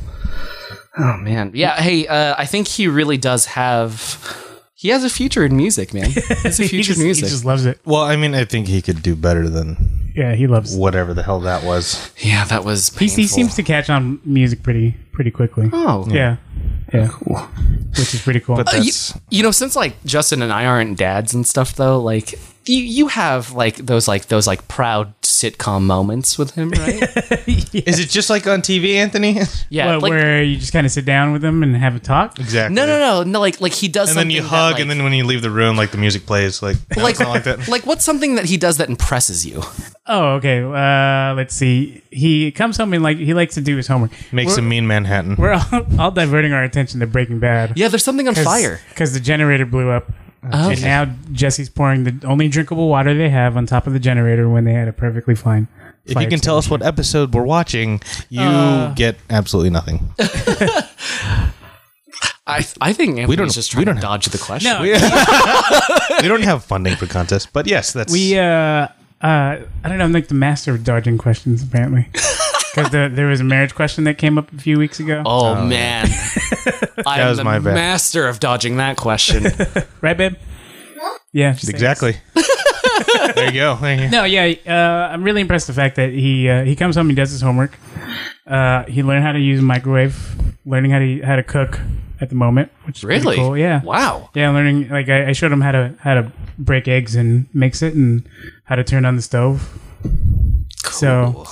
S3: Oh man, yeah. Hey, uh, I think he really does have. He has a future in music, man. He has a
S2: He
S3: future
S2: just,
S3: in
S2: he
S3: music.
S2: just loves it.
S1: Well, I mean, I think he could do better than
S2: Yeah, he loves. it.
S1: whatever the hell that was.
S3: yeah, that was.
S2: He,
S3: Painful.
S2: he seems to catch on music pretty pretty quickly.
S3: Oh,
S2: Yeah. Yeah. Cool. Which is pretty cool.
S1: But
S3: Uh, you,
S1: that's
S3: you know, since like Justin and I aren't dads and stuff, though, like you you have like those like those like proud sitcom moments with him, right?
S1: is it just like on TV, Anthony?
S3: Yeah,
S2: What,
S3: like
S2: where you just kind of sit down with them and have a talk.
S1: exactly.
S3: no, no, no, no. Like like he does
S1: And then
S3: something
S1: you
S3: that,
S1: hug,
S3: like-
S1: and then when you leave the room, like the music plays. Like, no,
S3: Like-
S1: it's not like that.
S3: like what's something that he does that impresses you?
S2: Oh, okay. Uh, let's see. He comes home and like he likes to do his homework.
S1: Makes
S2: we're,
S1: a mean Manhattan.
S2: We're all, all diverting our attention to Breaking Bad.
S3: Yeah, there's something on fire.
S2: because the generator blew up.
S3: Oh.
S2: And now Jesse's pouring the only drinkable water they have on top of the generator when they had a perfectly fine.
S1: If you can tell us what episode we're watching, you
S3: Uh.
S1: get absolutely nothing.
S3: I I think Anthony's we
S1: don't-
S3: don't, just
S1: we
S3: trying
S1: don't
S3: to
S1: have-
S3: dodge the question.
S2: No,
S1: they don't have funding for contests, but yes, that's
S2: We uh, uh, I don't know. I'm like the master of dodging questions apparently. Because the, there was a marriage question that came up a few weeks ago.
S3: Oh, man, I am
S1: was
S3: the
S1: my bad.
S3: master of dodging that question.
S2: Right, babe? Yeah. just saying.
S1: exactly. there you go. There you go.
S2: No, yeah, uh, I'm really impressed with the fact that he uh, he comes home, he does his homework. Uh, he learned how to use a microwave, learning how to how to cook at the moment, which is pretty
S3: really?
S2: cool. Yeah,
S3: Wow.
S2: yeah, learning like I, I showed him how to how to break eggs and mix it, and how to turn on the stove. So-
S3: Cool.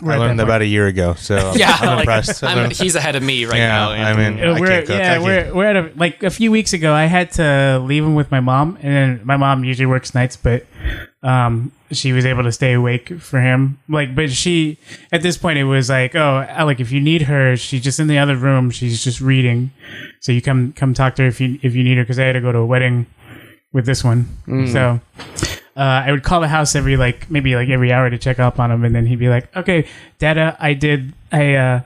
S2: We're
S1: I
S2: at
S1: learned
S2: that
S1: about a year ago, so I'm,
S3: yeah,
S1: I'm
S3: like,
S1: impressed. I
S3: I'm-
S1: learned-
S3: he's oh, ahead of me right
S1: yeah,
S3: now.
S1: I mean,
S2: Uh,
S1: I
S2: we're,
S1: can't cook. I
S2: yeah,
S1: can't-
S2: we're, we're at a like a few weeks ago. I had to leave him with my mom, and then my mom usually works nights, but um, she was able to stay awake for him. Like, but she at this point it was like, oh, Alec, if you need her, she's just in the other room. She's just reading, so you come come talk to her if you if you need her because I had to go to a wedding with this one,
S1: Mm.
S2: so. Uh, I would call the house every like maybe like every hour to check up on him, and then he'd be like, "Okay, Dada, I did. I uh,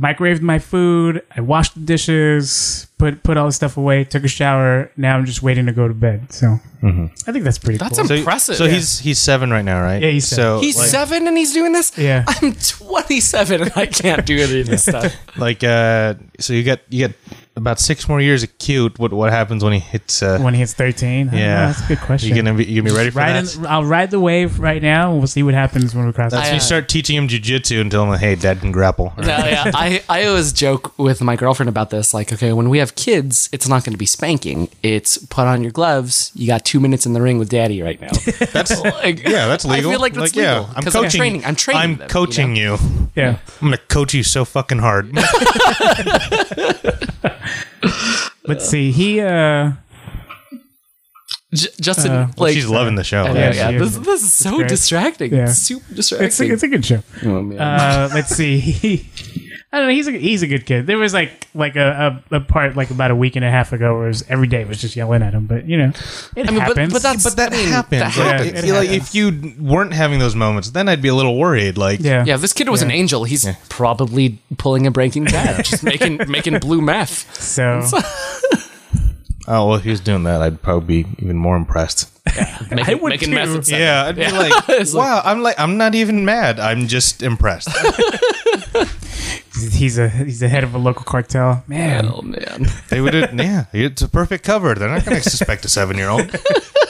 S2: microwaved my food. I washed the dishes, put put all the stuff away, took a shower. Now I'm just waiting to go to bed. So
S1: Mm-hmm.
S2: I think that's pretty
S3: That's
S2: cool.
S1: So-
S3: impressive.
S1: So he's he's seven right now, right?
S2: Yeah, he's
S1: so
S3: he's
S1: like,
S3: seven and he's doing this.
S2: Yeah.
S3: I'm 27 and I can't do any of this stuff.
S1: like uh, so you got you got about six more years of cute. What what happens when he hits? Uh,
S2: when he hits 13, I don't know.
S1: yeah,
S2: that's a good question.
S1: You gonna be you gonna be ready for
S2: ride
S1: that?
S2: in, I'll ride the wave right now, and we'll see what happens when we cross.
S1: That's
S2: the
S1: when you start teaching him jujitsu and tell him, "Hey, Dad can grapple."
S3: No, uh, yeah, I I always joke with my girlfriend about this. Like, okay, when we have kids, it's not going to be spanking. It's put on your gloves. You got two minutes in the ring with daddy right now.
S1: That's
S3: Like,
S1: yeah, that's legal.
S3: I feel like that's legal.
S1: Yeah, I'm
S3: 'cause
S1: coaching.
S3: training. I'm training.
S1: I'm
S3: them, you know?
S1: coaching you.
S2: yeah.
S1: I'm gonna coach you so fucking hard.
S2: Let's see. He uh,
S3: J- Justin,
S2: Uh,
S3: like,
S1: She's loving the show.
S3: Oh, yeah,
S2: she
S3: yeah.
S2: is.
S3: This, this is so
S2: great.
S3: distracting.
S2: Yeah.
S3: It's super distracting.
S2: it's a, it's a good show.
S3: Oh, man.
S2: Uh, let's see. He, I don't know. He's a he's a good kid. There was like like a, a, a part like about a week and a half ago where it was, every day was just yelling at him. But you know, it
S3: I mean, but,
S2: happens.
S3: but that's
S1: But that
S3: I mean,
S1: happens.
S3: that
S1: like,
S3: happens.
S2: Yeah,
S1: if-
S2: it
S1: like,
S2: happens.
S1: if you weren't having those moments, then I'd be a little worried. Like,
S2: yeah.
S3: Yeah, if this kid was an angel, he's probably pulling a breaking bad, just making making blue meth.
S2: So
S1: oh well, if he was doing that, I'd probably be even more impressed.
S3: Making,
S2: would
S3: making
S2: too.
S3: meth and stuff.
S1: Yeah, I'd be like, wow. I'm like, I'm not even mad. I'm just impressed.
S2: he's a he's the head of a local cartel. Man,
S3: Oh man.
S1: they would, yeah. It's a perfect cover. They're not gonna suspect a seven year old.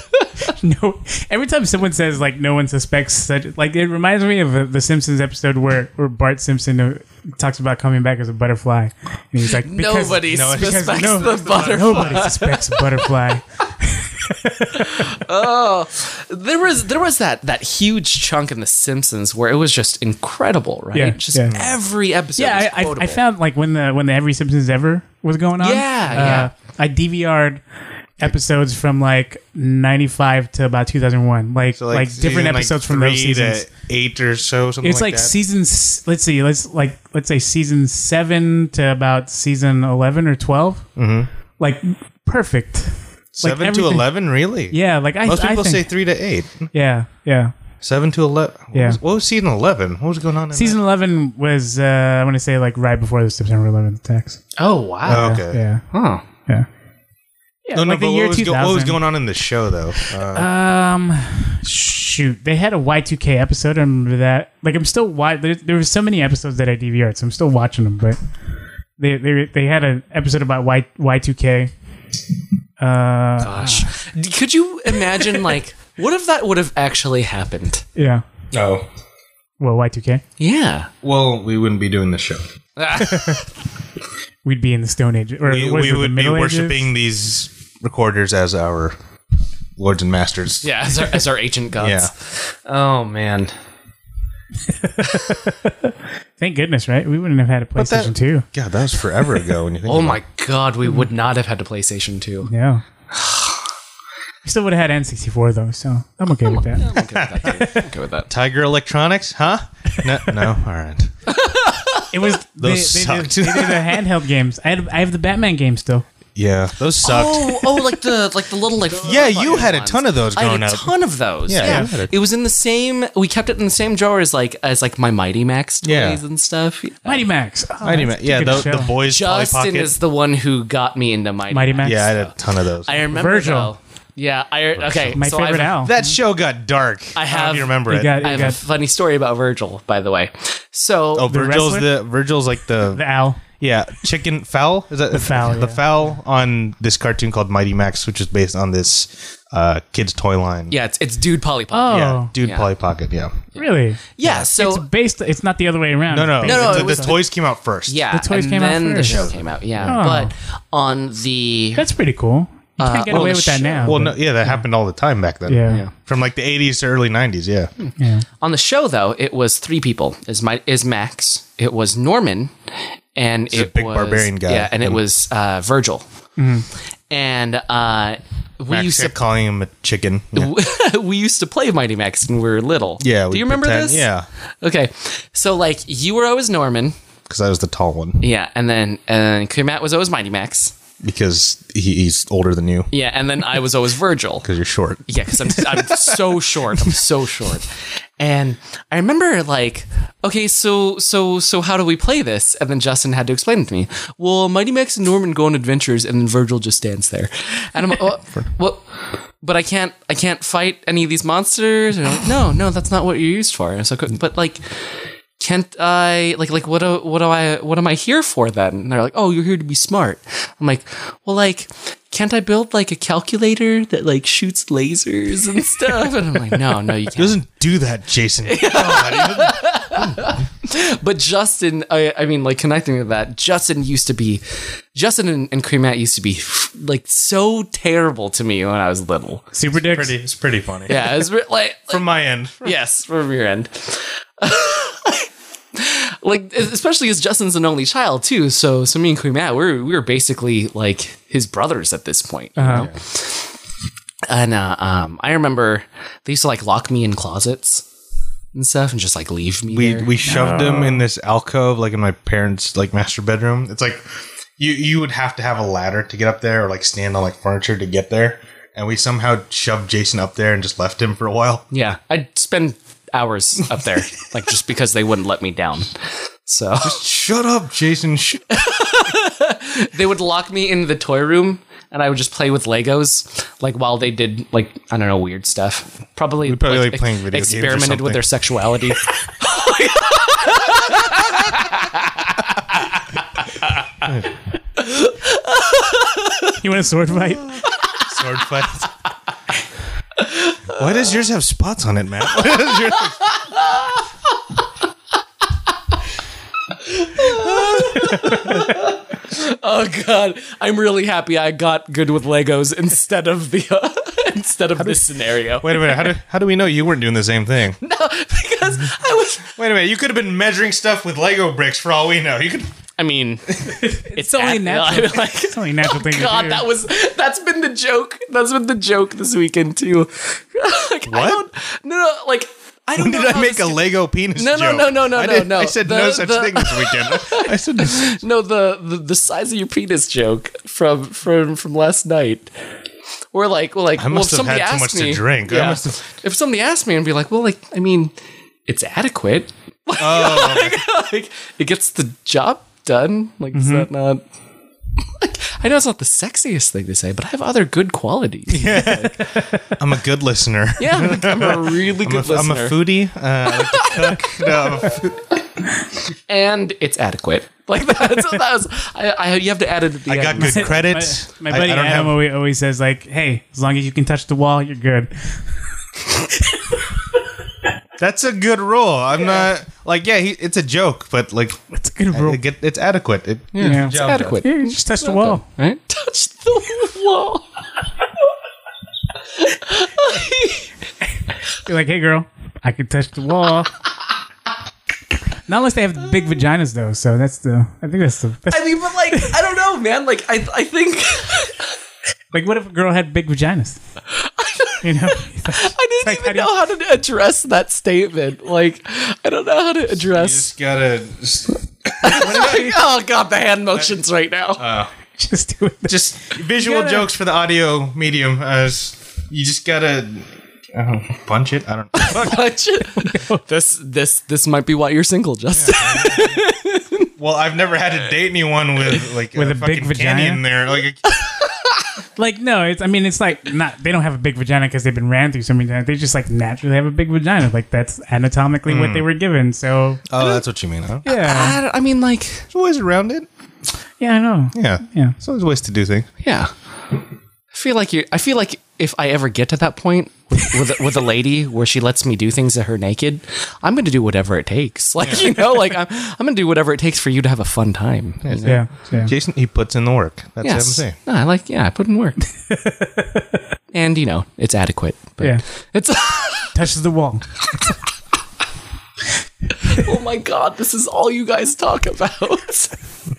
S2: no. Every time someone says like no one suspects such, like it reminds me of uh, the Simpsons episode where where Bart Simpson uh, talks about coming back as a butterfly, and he's like because,
S3: Nobody
S2: no, because
S3: suspects
S2: no-
S3: the butterfly.
S2: Nobody suspects a butterfly.
S3: Oh, there was there was that that huge chunk in The Simpsons where it was just incredible, right?
S2: Yeah,
S3: just
S2: yeah.
S3: every episode.
S2: yeah,
S3: was
S2: I, I, I
S3: quotable.
S2: found like when the when the Every Simpsons Ever was going on.
S3: Yeah,
S2: uh,
S3: yeah.
S2: I DVR'd episodes from like '95 to about 2001, like
S1: So,
S2: like, different
S1: season, like,
S2: episodes from
S1: three
S2: those seasons.
S1: To eight or so, something
S2: It's like,
S1: that.
S2: seasons. Let's see. Let's like let's say season seven to about season eleven or 12 Mm-hmm. Like perfect.
S1: seven to
S2: everything-
S1: eleven, really?
S2: Yeah. Like I.
S1: Most
S2: I
S1: people
S2: think,
S1: say three to eight.
S2: Yeah. Yeah.
S1: Seven to eleven. What
S2: Yeah.
S1: Was, what was season eleven? What was going on in
S2: Season eleven was uh, I want to say like right before the September 11th attacks.
S3: Oh
S1: That?
S3: wow.
S1: Oh, okay.
S2: Yeah.
S3: Huh.
S2: Yeah.
S1: No, no,
S2: like the
S1: but
S2: year
S1: what was, go- what was
S2: 2000.
S1: going on in the show though? Uh,
S2: Um, shoot, they had a Y2K episode. I remember that. Like, I'm still wa- there, there were so many episodes that I DVR'd, so I'm still watching them. But they they, they had an episode about Y Y2K. Uh,
S3: Gosh. D- Could you imagine like what if that would have actually happened?
S2: yeah.
S1: oh,
S2: Well, Y2K,
S3: Yeah.
S1: well, we wouldn't be doing the show.
S2: we'd be in the Stone Age, or
S1: We,
S2: was
S1: we
S2: it the
S1: would be
S2: Middle Ages?
S1: worshiping these recorders as our lords and masters.
S3: Yeah, as our, as our ancient gods. Oh man.
S2: Thank goodness, right? We wouldn't have had a
S1: that-
S2: PlayStation Two.
S1: God, that was forever ago. When you think
S3: Oh
S1: about
S3: my god, we
S1: Mm-hmm.
S3: would not have had a PlayStation 2.
S2: Yeah. We still would have had N64 though, so I'm okay with that.
S3: I'm okay with that. I'm okay with that.
S1: Tiger Electronics, huh? No, no, all right.
S2: It was
S1: Those
S2: they, they did-
S1: sucked.
S2: they did the handheld games. I had, I have the Batman game still.
S1: Yeah, those sucked.
S3: Oh, oh, like the like the little like
S1: Yeah, you had a
S3: ones.
S1: ton of those
S3: I had
S1: growing
S3: a
S1: up.
S3: ton of those.
S1: Yeah,
S3: Yeah,
S1: you had a-
S3: it was in the same. We kept it in the same drawer as like as like my Mighty Max toys
S1: Yeah.
S3: and stuff. Uh,
S2: Mighty Max. Oh,
S1: Mighty Ma-
S2: that's a
S1: yeah,
S2: good
S1: the,
S2: show.
S1: the boys Polly
S3: Justin
S1: Pocket.
S3: is the one who got me into Mighty.
S2: Mighty
S3: Max.
S2: Max.
S1: yeah, I had a ton of those.
S3: I remember
S2: Virgil.
S3: though. Yeah, I okay.
S2: My
S3: so
S2: favorite
S3: I've,
S2: Al.
S1: that show got dark. don't
S3: I
S1: know
S3: have-
S1: if you remember it.
S2: you got,
S3: I
S2: you
S3: have a
S2: got
S3: funny story about Virgil, by the way. So
S1: oh, Virgil's
S2: wrestler?
S1: the Virgil's like the,
S2: the Al.
S1: yeah chicken fowl. Is that the
S2: fowl,
S1: The
S2: yeah.
S1: fowl on this cartoon called Mighty Max, which is based on this uh, kids toy line.
S3: yeah, it's it's dude Polly
S2: Oh,
S3: Pocket.
S1: yeah, dude,
S3: Yeah.
S1: Polly Pocket. Yeah,
S2: really?
S3: Yeah, so
S2: it's based. It's not the other way around.
S1: no, no,
S3: no,
S1: the,
S3: it
S1: the
S3: was-
S1: toys came out first.
S3: yeah,
S2: The toys
S3: and
S2: came out
S3: then
S2: first.
S3: the show came out. Yeah,
S2: Oh.
S3: but on the
S2: That's pretty cool. You
S3: Uh,
S2: can't get
S3: well,
S2: away with that
S3: sure.
S2: now.
S1: Well,
S2: but-
S1: no, yeah, that happened all the time back then.
S2: Yeah. Yeah.
S1: from like the '80s to early '90s. Yeah,
S3: On the show, though, it was three people. Is my is Max? It was Norman, and
S1: a
S3: it
S1: big
S3: was
S1: barbarian guy.
S3: Yeah, and it
S1: Mm.
S3: was uh, Virgil.
S2: Mm-hmm.
S3: And uh, we
S1: Max
S3: used
S1: kept calling him a chicken. Yeah,
S3: to we used to play Mighty Max when we were little.
S1: Yeah,
S3: do
S1: we
S3: you remember
S1: pretend-
S3: this?
S1: Yeah,
S3: Okay, so like you were always Norman.
S1: because I was the tall one.
S3: Yeah, and then and Matt was always Mighty Max.
S1: Because he, he's older than you.
S3: Yeah, and then I was always Virgil.
S1: Because you're short.
S3: Yeah, because I'm, I'm so short. I'm so short. And I remember like, okay, so so so how do we play this? And then Justin had to explain it to me. Well, Mighty Max and Norman go on adventures, and then Virgil just stands there. And I'm like, oh, what? But I can't I can't fight any of these monsters. And I'm like, no, no, that's not what you're used for. And so, but like. Can't I like like what do, what do I what am I here for then? And they're like, oh, you're here to be smart. I'm like, well, like, can't I build like a calculator that like shoots lasers and stuff? And I'm like, no, no, you
S1: He
S3: can't.
S1: doesn't do that, Jason.
S3: But Justin, I, I mean, like connecting to that, Justin used to be, Justin and, and Cream Matt used to be like so terrible to me when I was little.
S2: Super Dicks.
S1: it's pretty funny.
S3: Yeah, it was re- like
S1: From my end.
S3: yes, from your end. like especially as Justin's an only child too, so so me and Queen Matt, we were we were basically like his brothers at this point. you know? And uh, um, I remember they used to like lock me in closets and stuff, and just like leave me.
S1: We
S3: there.
S1: we shoved him in this alcove, like in my parents' like master bedroom. It's like you you would have to have a ladder to get up there, or like stand on like furniture to get there. And we somehow shoved Jason up there and just left him for a while.
S3: yeah, I'd spend hours up there, like just because they wouldn't let me down. So
S1: Shut up, Jason. Sh-
S3: they would lock me in the toy room. And I would just play with Legos, like while they did, like I don't know, weird stuff. Probably,
S1: probably, like, playing video games or
S3: experimented
S1: something.
S3: with their sexuality.
S2: You want a sword fight?
S1: Sword fight. Why does yours have spots on it, Matt? Why does yours have-
S3: Oh god, I'm really happy I got good with Legos instead of the uh, instead of this scenario
S1: Wait a minute. How do, how do we know you weren't doing the same thing?
S3: because I was.
S1: Wait a minute. You could have been measuring stuff with Lego bricks for all we know. You could.
S3: I mean,
S2: It's only natural.
S3: I'm like,
S2: it's only a natural thing to
S3: God,
S2: do.
S3: that was that's been the joke. That's been the joke this weekend too. like, I
S1: What?
S3: don't, no, no, like I don't.
S1: When
S3: know
S1: did I
S3: how
S1: make
S3: this-
S1: a Lego penis
S3: No, no,
S1: joke?
S3: no, no, no,
S1: I
S3: no,
S1: didn't-
S3: no.
S1: I said
S3: The-
S1: no such
S3: the-
S1: thing this weekend. I said
S3: No, the, the the size of your penis joke from from from last night. Or like, well, like,
S1: I must
S3: well, if
S1: have
S3: somebody
S1: had too
S3: asked
S1: much
S3: me,
S1: to drink. I
S3: yeah.
S1: must have.
S3: If somebody asked me and be like, well, like, I mean, it's adequate.
S1: Oh, Mm-hmm.
S3: like, it gets the job done. Like, is that not? Like, I know it's not the sexiest thing to say, but I have other good qualities. Yeah,
S1: I'm a good listener.
S3: I'm, like, I'm a really
S1: I'm, a,
S3: good
S1: I'm a
S3: listener,
S1: foodie. Uh, I like to cook. No, I'm a food-
S3: and it's adequate. Like that's that was. I, I you have to add it at the
S1: I
S3: end.
S1: got good credits.
S2: My,
S1: I-
S2: my buddy
S1: I, don't
S2: Adam
S1: have,
S2: always, always says like, "Hey, as long as you can touch the wall, you're good."
S1: that's a good rule. I'm not like yeah. He, it's a joke, but like
S2: That's a good rule.
S1: it get, it's adequate. It,
S2: yeah.
S3: It's adequate.
S2: Yeah, you just touch the wall.
S3: Right? Touch the wall.
S2: You're like, "Hey, girl, I can touch the wall." Not unless they have big vaginas though. So that's the. I think that's the. That's,
S3: I mean, but like, I don't know, man. Like, I, I think
S2: like, what if a girl had big vaginas? You know,
S3: I didn't
S2: Like, how
S3: even
S2: do you-
S3: know how to address that statement. Like, I don't know how to address.
S1: gotta
S3: oh god, the hand motions
S2: Uh,
S3: right now.
S2: just do it.
S1: just visual
S2: gotta-
S1: jokes for the audio medium. As you just gotta I don't know, punch it. I don't. know. Fuck.
S3: But this, this, this might be why you're single, Justin.
S1: Well, I've never had to date anyone with like
S2: With a big
S1: fucking
S2: vagina?
S1: candy in there. Like
S2: Like, no, it's. I mean, it's like not. They don't have a big vagina because they've been ran through so many times. They just like naturally have a big vagina. Like that's anatomically what
S3: Hmm.
S2: they were given. So
S1: oh, that's what you mean. Huh?
S2: yeah,
S3: I, don't- I mean, like,
S1: There's ways around it.
S2: yeah, I know.
S1: Yeah,
S2: Yeah.
S1: So there's ways to do things.
S3: yeah. I feel like you. I feel like if I ever get to that point with with, a- with a lady where she lets me do things to her naked, I'm going to do whatever it takes. Like, you know, like I'm, I'm going to do whatever it takes for you to have a fun time. you know?
S2: Yeah, yeah.
S1: Jason, he puts in the work. That's what I'm
S3: Yes.
S1: saying.
S3: No, I like yeah, I put in work. and you know, it's adequate. But
S2: Yeah.
S3: it's
S2: Touches the wall.
S3: oh my god, this is all you guys talk about. no,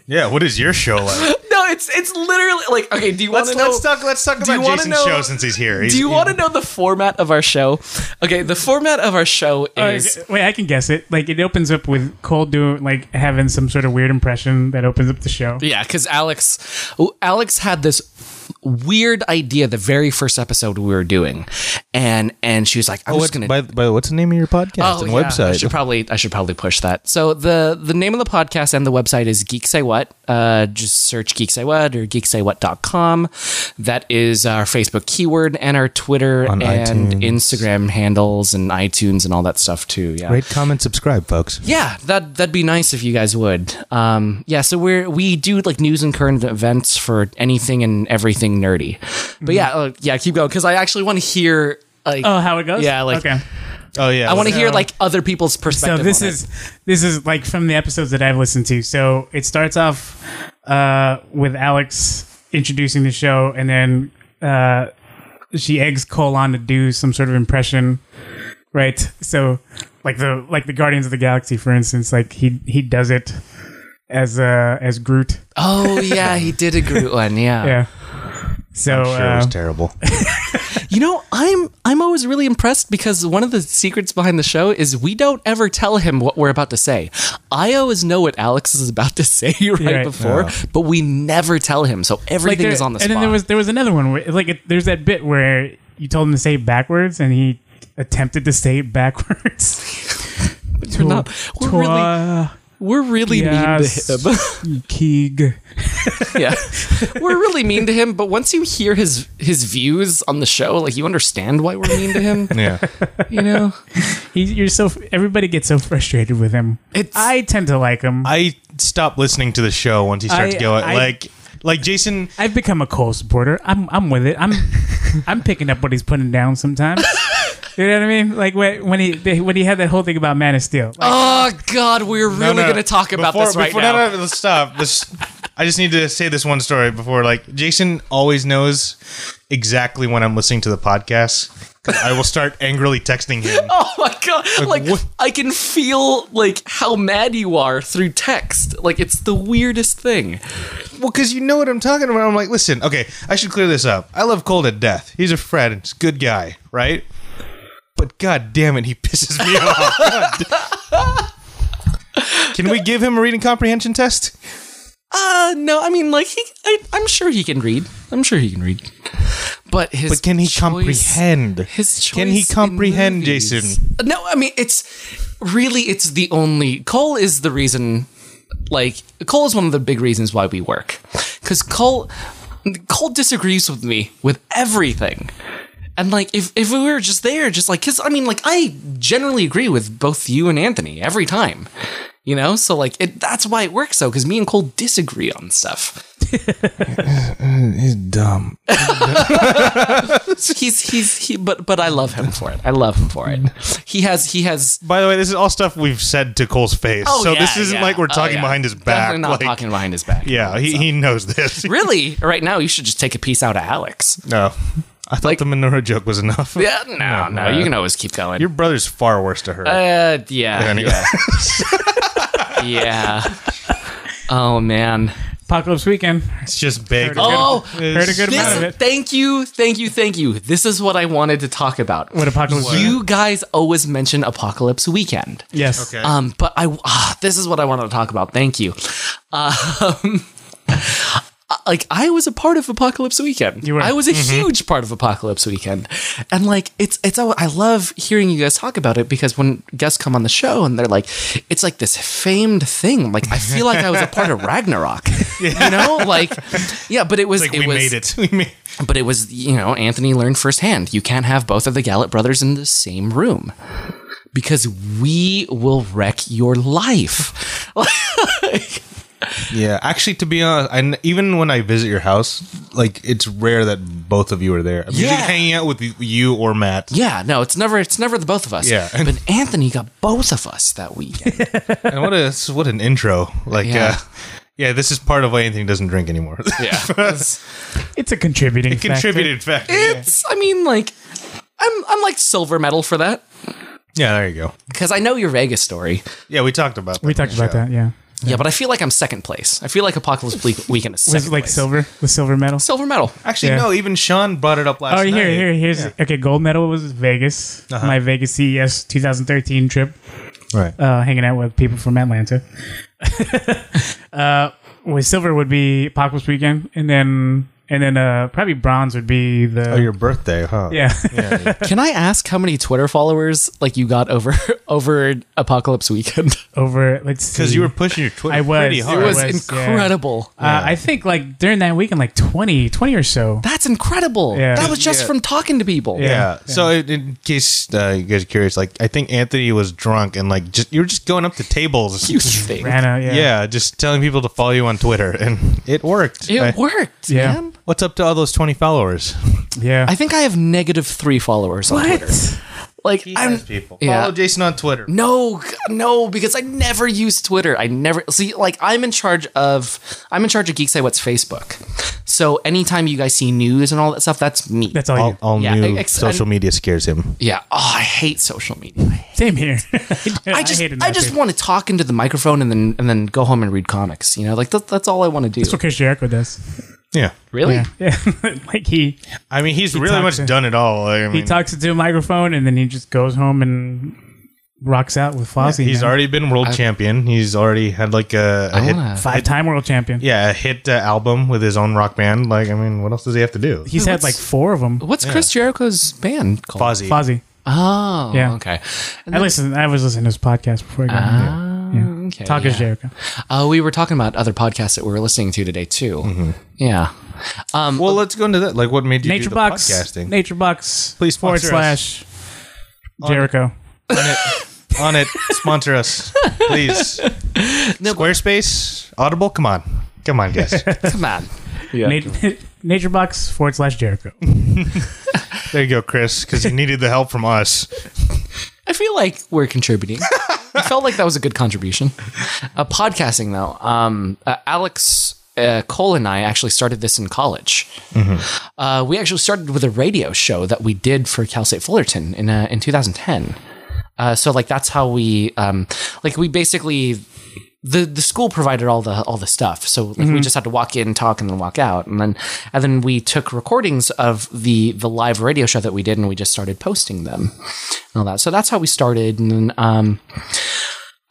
S1: Yeah. What is your show like?
S3: it's it's literally like okay, do you want to know
S1: talk. Let's talk
S3: you wanna know-
S1: he's here. He's-
S3: do you
S1: he-
S3: want to know the format of our show? Okay, the format of our show is
S2: Oh, Wait, I can guess it. Like it opens up with Cole doing like having some sort of weird impression that opens up the show.
S3: Yeah, because Alex, Alex had this weird idea the very first episode we were doing, and and she was like, "I'm
S1: Oh,
S3: just
S1: what's,
S3: gonna."
S1: by,
S3: Oh,
S1: by what's the name of your podcast and
S3: yeah, I
S1: website?
S3: should probably I should probably push that. So the the name of the podcast and the website is Geek Say What. Uh, just search Geek Say What or geeksaywhat.com. That is our Facebook keyword and our Twitter
S1: On
S3: and
S1: iTunes.
S3: Instagram handles and iTunes and all that stuff too. Yeah.
S1: Rate, comment, subscribe, folks.
S3: Yeah, that that'd be nice if you guys would. Um, yeah, so we're we do like news and current events for anything and everything nerdy. But yeah, uh, yeah, keep going because I actually want to hear like
S2: Mm-hmm. Oh, how it goes?
S3: Yeah, like-
S2: okay.
S1: Oh yeah.
S3: I want to
S1: to
S3: hear like other people's
S2: So
S3: perspective.
S2: this
S3: on it.
S2: is this is like from the episodes that I've listened to. So it starts off uh, with Alex introducing the show, and then uh, she eggs Cole on to do some sort of impression, right? So like the like the Guardians of the Galaxy, for instance, like he he does it as uh as Groot.
S3: oh yeah, he did a Groot one. Yeah.
S2: Yeah. So
S1: It was
S2: uh,
S1: terrible.
S3: you know I'm I'm always really impressed because one of the secrets behind the show is we don't ever tell him what we're about to say. I always know what Alex is about to say right,
S2: right.
S3: before, but we never tell him. So
S2: like
S3: everything
S2: there-
S3: is on the
S2: and
S3: spot.
S2: then there was there was another one where like it, there's that bit where you told him to say it backwards and he attempted to say it backwards.
S3: We're not- we're really, we're really mean to him.
S2: Keeg.
S3: yeah we're really mean to him but once you hear his his views on the show like you understand why we're mean to him
S1: Yeah.
S3: you know
S2: He, you're so everybody gets so frustrated with him.
S3: It's-
S2: I tend to like him. I,
S1: I stopped listening to the show once he starts
S2: I-
S1: going
S2: I-
S1: like like Jason.
S2: have become a Cole supporter. I'm I'm with it. I'm I'm picking up what he's putting down sometimes. You know what I mean? Like when when he they, when he had that whole thing about Man of Steel. Like,
S3: Oh God, we're really
S1: no, no.
S3: going to talk about
S1: Before-
S3: this right
S1: before-
S3: now.
S1: No, no, no, stop. This, I just need to say this one story before. Like Jason always knows exactly when I'm listening to the podcast. 'cause I will start angrily texting him.
S3: Oh my god! Like,
S1: what-
S3: I can feel like how mad you are through text. Like it's the weirdest thing.
S1: Well, because you know what I'm talking about. I'm like, listen, okay, I should clear this up. I love Cole to death. He's a friend. He's a good guy, right? But god damn it, he pisses me off. God da- Can we give him a reading comprehension test?
S3: Uh no, I mean like he. I, I'm sure he can read. I'm sure he can read. But his.
S1: But can he
S3: choice-
S1: comprehend?
S3: His choice
S1: Can he
S3: in
S1: comprehend,
S3: movies-
S1: Jason?
S3: No, I mean it's really it's the only Cole is the reason. Like Cole is one of the big reasons why we work, because Cole Cole disagrees with me with everything. And like if if we were just there, just like because I mean like I generally agree with both you and Anthony every time, you know. So like it that's why it works though, because me and Cole disagree on stuff.
S1: He's dumb.
S3: He's he's he, but but I love him for it. I love him for it. He has he has
S1: By the way, this is all stuff we've said to Cole's face.
S3: Oh,
S1: so
S3: yeah,
S1: this isn't
S3: yeah.
S1: like we're
S3: Oh,
S1: talking
S3: yeah.
S1: behind his back.
S3: Definitely not
S1: like-
S3: talking behind his back.
S1: Yeah, he, he knows this.
S3: really, right now you should just take a piece out of Alex.
S1: No. I thought
S3: Like-
S1: the Minoru joke was enough.
S3: Yeah, no, no, you can always keep going.
S1: Your brother's far worse to her.
S3: uh, yeah,
S1: Anyway.
S3: yeah, yeah. Oh man.
S2: Apocalypse Weekend.
S1: It's just big.
S3: Oh,
S2: Heard a good amount
S3: this,
S2: of it.
S3: thank you, thank you, thank you. This is what I wanted to talk about.
S2: What Apocalypse Weekend?
S3: You guys always mention Apocalypse Weekend.
S2: Yes.
S1: Okay.
S3: Um, but I ah, this is what I wanted to talk about. Thank you. Um, like I was a part of Apocalypse Weekend.
S2: You were. Mm-hmm.
S3: I was a huge part of Apocalypse Weekend, and like it's it's al- I love hearing you guys talk about it because when guests come on the show and they're like, it's like this famed thing. Like I feel like I was a part of Ragnarok. You know, like yeah, but it was
S1: like
S3: it
S1: we
S3: was,
S1: made it. We made
S3: but it was, you know, Anthony learned firsthand you can't have both of the Gallup brothers in the same room because we will wreck your life. Like,
S1: Yeah, actually, to be honest, I n even when I visit your house, like it's rare that both of you are there. I'm usually
S3: Yeah.
S1: hanging out with y- you or Matt.
S3: yeah, no, it's never it's never the both of us.
S1: Yeah.
S3: But Anthony got both of us that weekend.
S1: And what a s- what an intro! Like, yeah.
S3: Yeah.
S1: Uh, yeah, this is part of why Anthony doesn't drink anymore.
S3: yeah.
S2: It's a contributing. It
S1: Contributed fact.
S3: It's I mean like I'm I'm like silver medal for that
S1: Yeah, there you go.
S3: cuz I know your Vegas story.
S1: Yeah, we talked about that
S2: We talked about that. Yeah.
S3: Yeah, but I feel like I'm second place. I feel like Apocalypse Week- Weekend is second
S2: Was like
S3: place.
S2: silver, the silver medal.
S3: silver medal.
S1: Actually,
S2: Yeah.
S1: no. Even Sean brought it up last.
S2: Oh,
S1: night.
S2: here, here, here's okay. Gold medal was Vegas.
S3: Uh-huh.
S2: My Vegas E CES 2013 trip,
S1: Right.
S2: uh, hanging out with people from Atlanta. uh, with silver would be Apocalypse Weekend, and then and then uh, probably bronze would be the
S1: oh, your birthday, huh?
S2: yeah.
S3: Can I ask how many Twitter followers like you got over over Apocalypse Weekend?
S2: over. Let's see.
S1: Because you were pushing your Twitter
S2: I was.
S1: pretty hard.
S3: It was,
S2: was, yeah.
S3: incredible.
S2: Uh, I think like during that weekend, like 20, 20 or so.
S3: That's incredible.
S2: Yeah.
S3: That was just from talking to people.
S1: Yeah. So in, in case uh, you guys are curious, like I think Anthony was drunk and like just you were just going up to tables.
S3: You think
S2: Ran out, yeah.
S1: yeah. just telling people to follow you on Twitter, and it worked.
S3: it
S1: I-
S3: worked,
S2: Yeah.
S3: man.
S1: What's up to all those twenty followers?
S2: Yeah.
S3: I think I have negative three followers on Twitter. Like I'm
S1: people.
S3: Yeah.
S1: Follow Jason on Twitter.
S3: no, g- no, because I never use Twitter. I never see like I'm in charge of I'm in charge of Geek Say What's Facebook. So anytime you guys see news and all that stuff, that's me.
S2: That's all.
S1: All,
S2: you.
S1: all
S3: Yeah,
S1: new
S3: ex-
S1: social media scares him.
S3: yeah. Oh, I hate social media.
S2: Same here.
S3: I just
S2: hated
S3: I,
S2: that
S3: just
S2: too.
S3: want to talk into the microphone and then and then go home and read comics. You know, like that, that's all I want to do.
S2: That's what Chris Jericho does.
S1: Yeah.
S3: Really?
S2: Yeah, like he
S1: I mean, he's really
S2: talks
S1: much
S2: to-
S1: done it all. Like, I mean,
S2: he talks into a microphone and then he just goes home and rocks out with Fozzy.
S1: he's
S2: man.
S1: already been world champion. He's already had like a, a hit,
S3: wanna-
S2: five-time world champion.
S1: yeah, a hit uh, album with his own rock band. Like, I mean, what else does he have to do?
S2: he's had like four of them.
S3: What's Chris Jericho's band called?
S1: Fozzy.
S2: Fozzy.
S3: Oh,
S2: Yeah.
S3: Okay.
S2: I listen. I was listening to his podcast before I got in here. Yeah.
S3: okay,
S2: Talk is
S3: Ah, yeah.
S2: Jericho.
S3: Uh, we were talking about other podcasts that we were listening to today too. Yeah.
S1: Well, let's go into that. Like, what made you do
S2: Nature
S1: the
S2: Box.
S1: podcasting?
S2: Nature Box.
S1: Please
S2: forward
S1: sponsor
S2: slash Jericho.
S1: on it. Sponsor us, please. Squarespace, Audible. Come on, come on, guys.
S3: Come on. Yeah.
S2: Nat- Nature Box forward slash Jericho.
S1: There you go, Chris, because he needed the help from us.
S3: I feel like we're contributing. I felt like that was a good contribution. Uh, podcasting, though, um, uh, Alex uh, Cole and I actually started this in college. Uh, we actually started with a radio show that we did for Cal State Fullerton in uh, in 2010. Uh, so like that's how we um, like we basically the the school provided all the all the stuff. So like we just had to walk in, talk, and then walk out, and then and then we took recordings of the the live radio show that we did, and we just started posting them and all that. So that's how we started, and then. Um,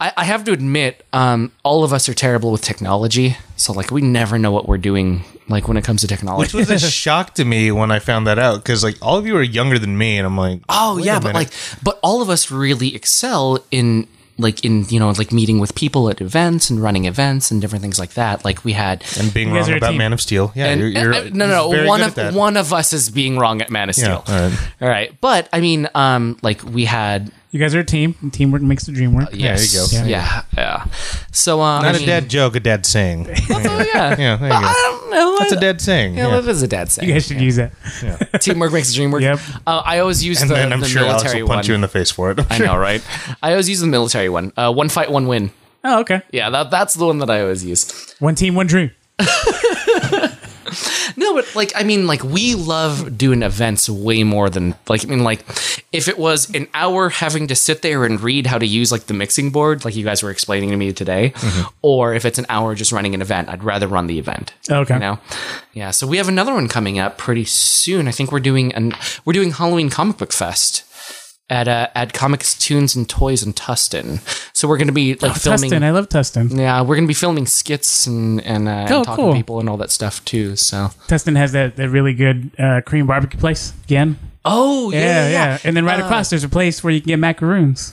S3: I, I have to admit, um, all of us are terrible with technology. So like, we never know what we're doing. Like when it comes to
S1: Which
S3: technology.
S1: was a shock to me when I found that out, because like all of you are younger than me, and I'm like,
S3: Oh
S1: wait a
S3: yeah, but
S1: minute.
S3: like, but all of us really excel in like in you know like meeting with people at events and running events and different things like that. Like we had
S1: and being
S2: You guys
S1: wrong
S2: are a
S1: about
S2: team.
S1: Man of Steel. Yeah,
S3: And-
S1: you're, you're
S3: uh, no, no,
S1: very
S3: no. One
S1: good at
S3: of
S1: that.
S3: one of us is being wrong at Man of
S1: Yeah,
S3: Steel.
S1: all right.
S3: all right, but I mean, um, like we had,
S2: You guys are a team. and Teamwork makes the dream work.
S1: Yeah, there you
S3: Uh, yes,
S1: go.
S3: yeah, yeah. So, uh,
S1: Not
S3: I
S1: a
S3: mean-
S1: dad joke, a dad saying. yeah,
S3: Oh, yeah,
S1: yeah, there you go.
S3: I don't know.
S1: That's a dad saying.
S3: Yeah,
S1: yeah.
S3: that is a dad saying.
S2: You guys should use that.
S3: Teamwork makes the dream work.
S2: Yep.
S3: Uh, I always use
S1: And
S3: the,
S1: then I'm
S3: the
S1: sure Alex
S3: military
S1: will punch
S3: one.
S1: you in the face for it.
S3: I know, right? I always use the military one. Uh, one fight, one win.
S2: Oh, okay.
S3: Yeah, that, that's the one that I always use.
S2: One team, one dream.
S3: No, but like I mean, like we love doing events way more than like I mean, like if it was an hour having to sit there and read how to use like the mixing board, like you guys were explaining to me today,
S2: Mm-hmm.
S3: or if it's an hour just running an event, I'd rather run the event.
S2: Okay.
S3: you know, yeah. So we have another one coming up pretty soon. I think we're doing an we're doing Halloween Comic Book Fest. At, uh, at comics tunes and toys in tustin so we're going to be like filming
S2: Oh, Tustin. eh? I love Tustin.
S3: yeah we're going to be filming skits and and, uh,
S2: Oh,
S3: and talking
S2: cool.
S3: to people and all that stuff too so
S2: Tustin has that, that really good uh, cream barbecue place again.
S3: Oh yeah, yeah. Uh. yeah.
S2: And then right across, there's a place where you can get macaroons.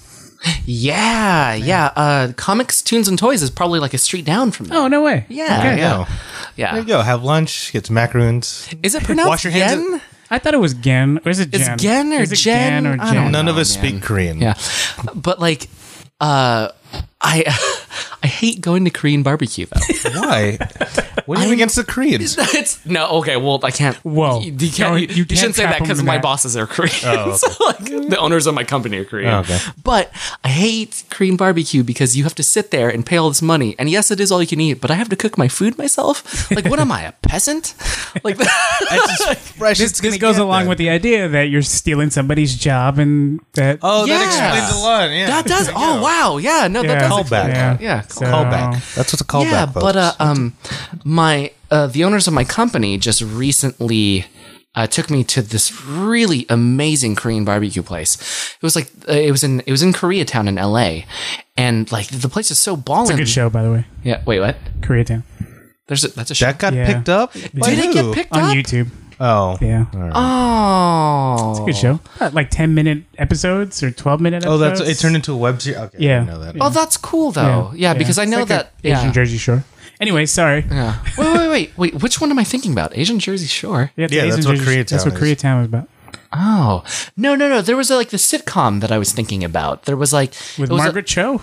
S3: Yeah, yeah. Uh, comics, tunes, and toys is probably like a street down from that.
S2: Oh no way!
S3: yeah,
S1: There you
S3: yeah,
S1: go. There
S3: yeah.
S1: you go. Have lunch. Get some macaroons.
S3: Is it pronounced
S1: Wash your hands
S3: yen?
S2: I thought it was Gen. Or is it Gen?
S3: It's Gen or
S2: Is it
S3: Gen?
S2: Gen or
S3: I don't
S2: Gen?
S1: None of
S3: Oh,
S1: us
S3: man.
S1: speak Korean.
S3: yeah, but like, uh, I I hate going to Korean barbecue though.
S1: Why? What are you against the Koreans?
S3: it's no okay. Well, I can't.
S2: Whoa.
S3: you, you can't,
S2: No,
S3: you,
S2: you
S3: you
S2: can't
S3: shouldn't say
S2: trap
S3: that
S2: 'em
S3: because
S2: in
S3: my
S2: that.
S3: bosses are Korean. so, like, the owners of my company are Korean.
S1: Oh, okay.
S3: But I hate Korean barbecue because you have to sit there and pay all this money. And yes, it is all you can eat, but I have to cook my food myself. Like, what am I, a peasant? Like,
S2: This, this goes along with the idea that you're stealing somebody's job and that.
S1: Oh,
S3: Yeah.
S1: that explains a lot. Yeah.
S3: that does.
S1: There you
S3: Oh
S1: go.
S3: wow, yeah, no,
S2: Yeah.
S3: that does.
S1: Callback.
S3: Yeah,
S2: So-
S1: Callback. That's what's a callback.
S3: yeah,
S1: folks.
S3: but uh, um, my uh, the owners of my company just recently uh, took me to this really amazing Korean barbecue place. It was like uh, it was in it was in Koreatown in L.A. And like the place is so ballin'.
S2: It's a good show, by the way.
S3: Yeah. Wait. What?
S2: Koreatown
S3: There's a, that's a show.
S1: that got
S2: Yeah.
S1: picked up. By
S3: Did it
S1: who?
S3: get picked
S2: on
S3: up?
S2: YouTube.
S1: Oh,
S2: Yeah,
S3: Oh.
S2: good show. Uh, Like ten minute episodes or twelve minute.
S1: Oh,
S2: episodes.
S1: that's it. Turned into a web series. Okay, I
S2: Yeah.
S1: didn't know that.
S2: Yeah.
S3: Oh, that's cool though. Yeah, because I
S2: It's
S3: know
S2: like a
S3: that.
S2: Asian
S3: yeah.
S2: Jersey Shore. Anyway, sorry. Yeah,
S3: yeah. Wait, wait, wait, wait. Which one am I thinking about? Asian Jersey Shore.
S2: it's
S1: Yeah,
S2: Asian
S1: that's what
S2: Jersey Shore. That's
S1: Koreatown
S2: what
S1: is.
S2: Koreatown was about.
S3: Oh no, no, no. There was like the sitcom that I was thinking about. There was like
S2: With
S3: it was a-
S2: Margaret Cho.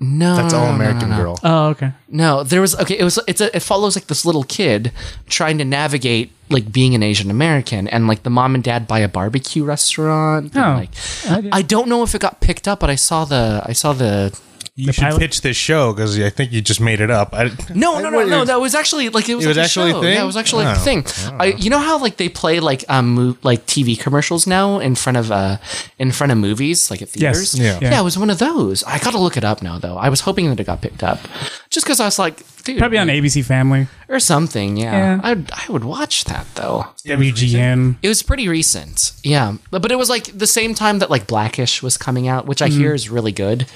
S3: no,
S1: That's all American Girl.
S2: Oh, okay.
S3: No, there was okay. It was it's a, it follows like this little kid trying to navigate like being an Asian American and like the mom and dad buy a barbecue restaurant. and,
S2: Oh.
S3: like,
S2: I
S3: I,
S2: didn't-
S3: don't know if it got picked up, but I saw the I saw the
S1: You should
S2: pilot-
S1: pitch this show because I think you just made it up. I,
S3: no no no
S1: what-
S3: no that was actually like it was,
S1: It was
S3: like
S1: actually a
S3: a show.
S1: thing?
S3: yeah it was actually like a
S1: Oh,
S3: thing. I you know how like they play like um mo- like TV commercials now in front of uh in front of movies like at theaters
S1: Yeah.
S3: yeah it was one of those I got to look it up now though I was hoping that it got picked up just because I was like dude
S2: Probably on ABC Family,
S3: or something
S2: Yeah.
S3: yeah I I would watch that though.
S2: WGN.
S3: It was pretty recent. Yeah. But, but it was like the same time that like Blackish was coming out, which I hear is really good.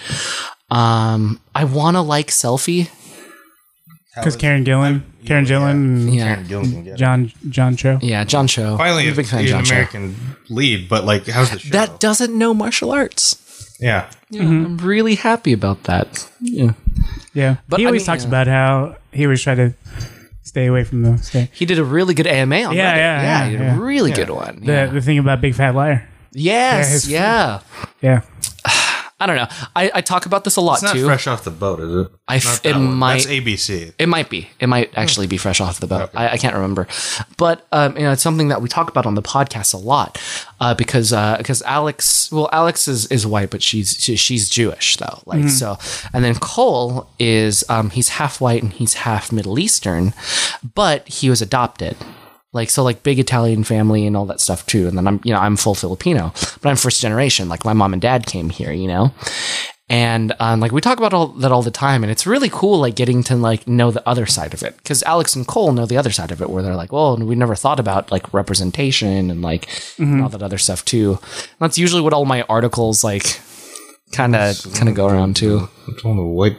S3: Um, I want to like Selfie.
S2: Because Karen Gillan, Karen Gillan,
S3: Yeah.
S2: and John John Cho.
S3: Yeah. John Cho.
S1: Finally,
S3: I'm a big fan of
S1: an
S3: John Cho.
S1: American lead, but like, how's the show?
S3: That doesn't know martial arts.
S1: yeah,
S3: Yeah, I'm
S2: Mm-hmm.
S3: really happy about that. Yeah.
S2: Yeah,
S3: But
S2: he
S3: I
S2: always
S3: mean-
S2: talks
S3: yeah.
S2: about how he always try to stay away from the stay.
S3: He did a really good AMA on
S2: Yeah,
S3: Reddit.
S2: yeah, yeah,
S3: he did
S2: yeah.
S3: a really good one.
S2: The
S3: Yeah.
S2: the thing about Big Fat Liar.
S3: yes.
S2: his-
S3: Yeah.
S2: Yeah,
S3: I don't know. I, I talk about this a lot
S1: It's not
S3: too.
S1: fresh off the boat, is it?
S3: I f-
S1: Not
S3: it
S1: that one.
S3: might-
S1: That's ABC.
S3: It might be. It might actually be fresh off the boat. I, I can't remember, but um, you know, it's something that we talk about on the podcast a lot uh, because because Alex, well, Alex is, is white, but she's she, she's Jewish though.
S2: Mm-hmm.
S3: Like so, and then Cole is um, he's half white and he's half Middle Eastern, but he was adopted. Like so, like big Italian family and all that stuff too. And then I'm, you know, I'm full Filipino, but I'm first generation. Like my mom and dad came here, you know and um, like we talk about all that all the time and it's really cool like getting to like know the other side of it because alex and cole know the other side of it where they're like well we never thought about like representation and like and all that other stuff too and that's usually what all my articles like kind of kind of go around to
S1: It's one of the white.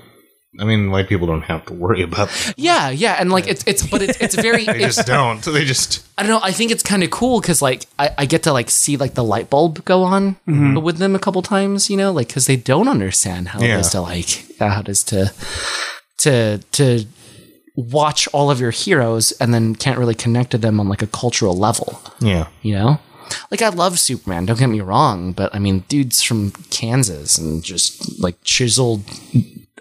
S1: I mean, white people don't have to worry about. That.
S3: yeah yeah and like it's it's but it's, it's very
S1: They just don't. They just.
S3: I don't know. I think it's kind of cool because like I, I get to like see like the light bulb go on with them a couple times, you know, like because they don't understand how
S1: Yeah.
S3: it is to like uh, how it is to to to watch all of your heroes and then can't really connect to them on like a cultural level,
S1: Yeah.
S3: you know. Like I love Superman. Don't get me wrong, but I mean, dude's from Kansas and just like chiseled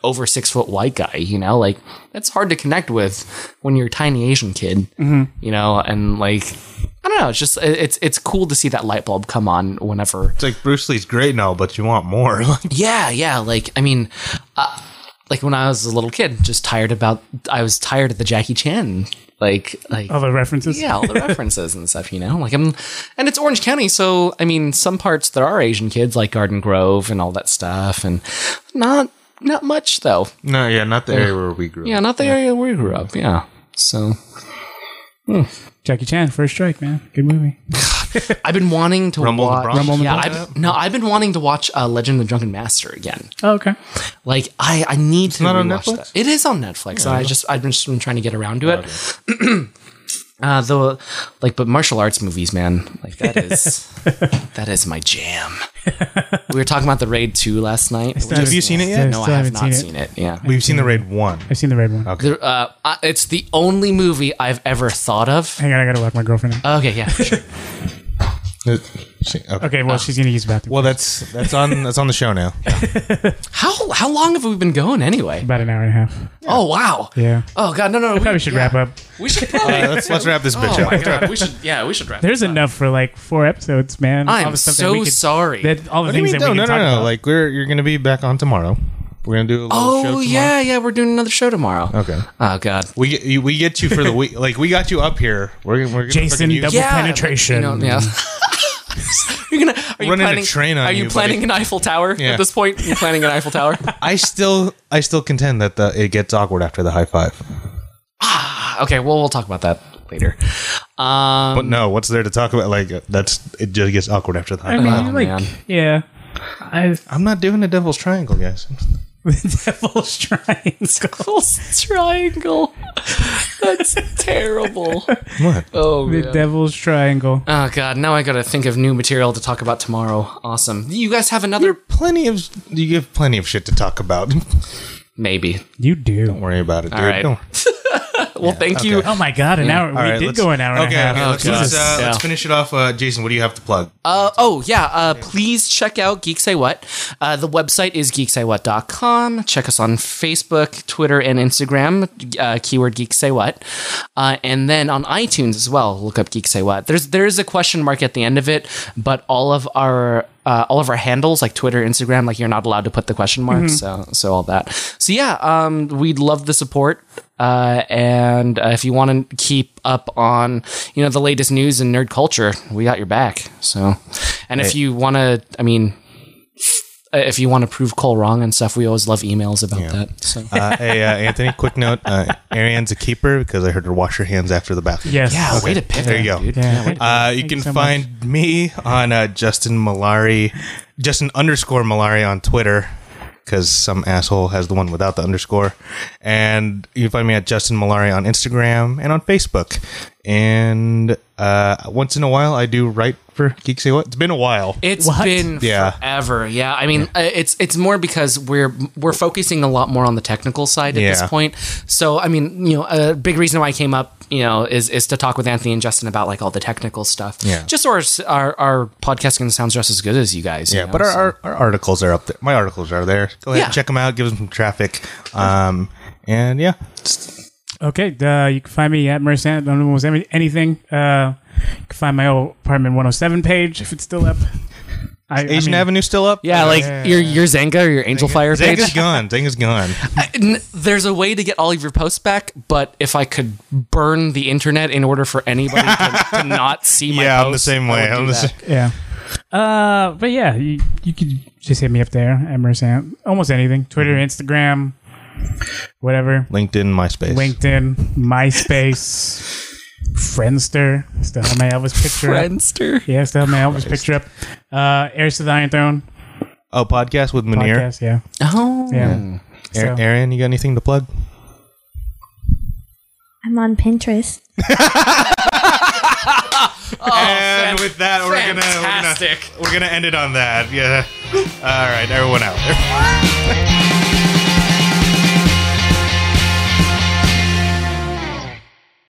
S3: over six foot white guy, you know, like that's hard to connect with when you're a tiny Asian kid, you know, and like I don't know, it's just it- it's it's cool to see that light bulb come on whenever.
S1: It's like Bruce Lee's great and all, but you want more. Like,
S3: Yeah, yeah, like I mean, uh, like when I was a little kid, just tired about I was tired of the Jackie Chan, like like
S2: All the references.
S3: yeah, all the references and stuff, you know. Like I'm, and it's Orange County, so I mean, some parts there are Asian kids, like Garden Grove and all that stuff, and not not much though.
S1: no, yeah, not the area where we grew.
S3: Yeah, not the area where we grew up. Yeah. So
S2: Jackie Chan, First Strike, man. Good movie.
S3: I've been wanting to
S1: Rumble in the
S3: watch.
S1: Bronx? Rumble in the
S3: yeah,
S1: Bronx?
S3: I've, no, I've been wanting to watch uh, Legend of the Drunken Master again.
S2: Oh, okay.
S3: Like I, I need to
S1: not on
S3: rewatch
S1: Netflix?
S3: that. It is on Netflix. and I just, I've been just been trying to get around to it. uh, though, like, but martial arts movies, man, like that is that is my jam. we were talking about the Raid Two last night.
S2: still Have
S1: you seen it yet?
S2: I
S3: No, I
S2: still
S3: have
S2: haven't
S3: not
S2: seen
S3: seen it. Yeah.
S1: We've seen the raid one.
S2: I've seen the red
S1: Oh.
S2: one.
S3: There- uh, I- it's the only movie I've ever thought of.
S2: Hang on, I gotta walk my girlfriend. Out.
S3: Okay, yeah, for sure.
S1: Okay.
S2: Okay,
S3: uh.
S2: well, she's gonna use the bathroom.
S1: Well, that's that's on that's on the show now.
S3: How how long have we been going anyway?
S2: About an hour and a half.
S3: Oh wow.
S2: Yeah.
S3: Oh god, no, no, no. We
S2: Probably should wrap up.
S3: We should probably.
S1: Uh, let's let's wrap this bitch
S3: oh
S1: up.
S3: my god, we should. Yeah, we should wrap.
S2: There's
S3: this up.
S2: enough for like four episodes, man.
S3: I
S2: All
S3: am
S2: the stuff that
S3: so
S2: we could-
S3: sorry.
S2: That, all the
S1: What do you
S2: things
S1: mean?
S2: that
S1: No,
S2: we
S1: no,
S2: can
S1: no,
S2: talk
S1: no.
S2: about.
S1: Like we're you're gonna be back on tomorrow. We're gonna do a little show
S3: oh
S1: tomorrow.
S3: yeah, yeah. We're doing another show tomorrow.
S1: Okay.
S3: Oh god.
S1: We get you, we get you for the week. Like we got you up here. We're, we're gonna
S2: Jason
S1: fucking use-
S2: double-
S3: Yeah.
S2: penetration.
S3: You know, yeah. You're gonna are you
S1: Running a
S3: planning,
S1: train on
S3: Are you,
S1: you,
S3: planning
S1: buddy.
S3: an Eiffel Tower
S1: Yeah.
S3: at this point? You're planning an Eiffel Tower.
S1: I still I still contend that the it gets awkward after the high five.
S3: Uh, okay, well we'll talk about that later. Um,
S1: But no, what's there to talk about? Like uh, that's it just gets awkward after the high
S2: I
S1: five.
S2: mean,
S3: Oh,
S2: like,
S3: man.
S2: yeah. I,
S1: I'm not doing the devil's triangle, guys.
S2: the devil's triangle.
S3: Devil's Triangle. That's terrible.
S1: What?
S3: Oh
S2: The
S3: man.
S2: devil's triangle.
S3: Oh god, now I gotta think of new material to talk about tomorrow. Awesome. You guys have another
S1: Plenty of you have plenty of shit to talk about. Don't
S3: maybe.
S2: You do.
S1: worry about it, dude.
S3: right.
S1: Don't-
S3: Well, thank you.
S2: Oh my god, an hour. We
S1: All right,
S2: did
S1: let's-
S2: go an hour
S1: Okay,
S2: and a half.
S1: okay, let's,
S3: Oh,
S1: let's,
S3: God.
S1: uh, let's
S3: Yeah.
S1: finish it off. Uh, Jason, what do you have to plug?
S3: Uh, oh, yeah. Uh, please check out Geek Say What. Uh, the website is geeksaywhat.com. Check us on Facebook, Twitter, and Instagram, uh, keyword Geek Say What. Uh, and then on iTunes as well, look up Geek Say What. There's, there's a question mark at the end of it, but all of our. Uh, all of our handles like Twitter, Instagram, like you're not allowed to put the question mark, so so all that. So yeah, um, we'd love the support. Uh, and uh, if you want to keep up on, you know, the latest news and nerd culture, we got your back. So, and if you want to, I mean, uh, if you want to prove Cole wrong and stuff, we always love emails about that. So,
S1: Uh, hey, uh, Anthony, quick note. Uh, Ariane's a keeper because I heard her wash her hands after the bathroom.
S2: Yes.
S3: yeah, way to pivot.
S1: There you go.
S3: dude.
S2: Yeah. way to-
S1: Uh, you can
S2: you so
S1: find me on uh, Justin Malari, Justin underscore Malari on Twitter, because some asshole has the one without the underscore. And you can find me at Justin Malari on Instagram and on Facebook. And uh, once in a while, I do write for Geek Say What? It's been a while.
S3: It's
S2: What?
S3: been
S1: Yeah.
S3: forever. Yeah, I mean, uh it's it's more because we're we're focusing a lot more on the technical side at this
S1: Yeah.
S3: point. So, I mean, you know, a big reason why I came up, you know, is is to talk with Anthony and Justin about like all the technical stuff.
S1: Yeah.
S3: just so our our, our podcasting sounds just as good as you guys. you
S1: Yeah,
S3: know,
S1: but our,
S3: so.
S1: our, our articles are up there. My articles are there. Go ahead,
S3: Yeah.
S1: and check them out. Give them some traffic. Um, and yeah,
S2: Okay, uh, you can find me at Mercant on almost every- anything. Uh, you can find my old apartment 107 page if it's still up. I, I
S1: Asian
S2: mean,
S1: Avenue still up.
S3: yeah, like your your Zanga or your Angel Fire page.
S1: Zanga's gone. Zanga's gone.
S3: N- There's a way to get all of your posts back, but if I could burn the internet in order for anybody to, to not see my
S1: yeah, I'm the
S3: posts,
S1: same
S3: I
S1: way.
S3: would do
S1: I'm the
S3: that.
S1: same.
S2: Yeah. Uh, but yeah, you, you could just hit me up there at Mercant. Almost anything Twitter,
S1: Mm-hmm.
S2: Instagram, whatever.
S1: LinkedIn, MySpace.
S2: LinkedIn, MySpace, Friendster. Still have my Elvis picture up.
S3: Friendster.
S2: Yeah, still have my Elvis picture up. Uh, Heirs to the Iron Throne
S1: Oh, podcast with Munir.
S2: podcast. Yeah.
S3: Oh,
S2: Yeah.
S1: Aaron,
S2: So-
S1: Aaron, you got anything to plug?
S9: I'm on Pinterest.
S1: and with that, we're gonna, we're
S3: fantastic.
S1: gonna we're gonna end it on that. Yeah. All right, everyone out.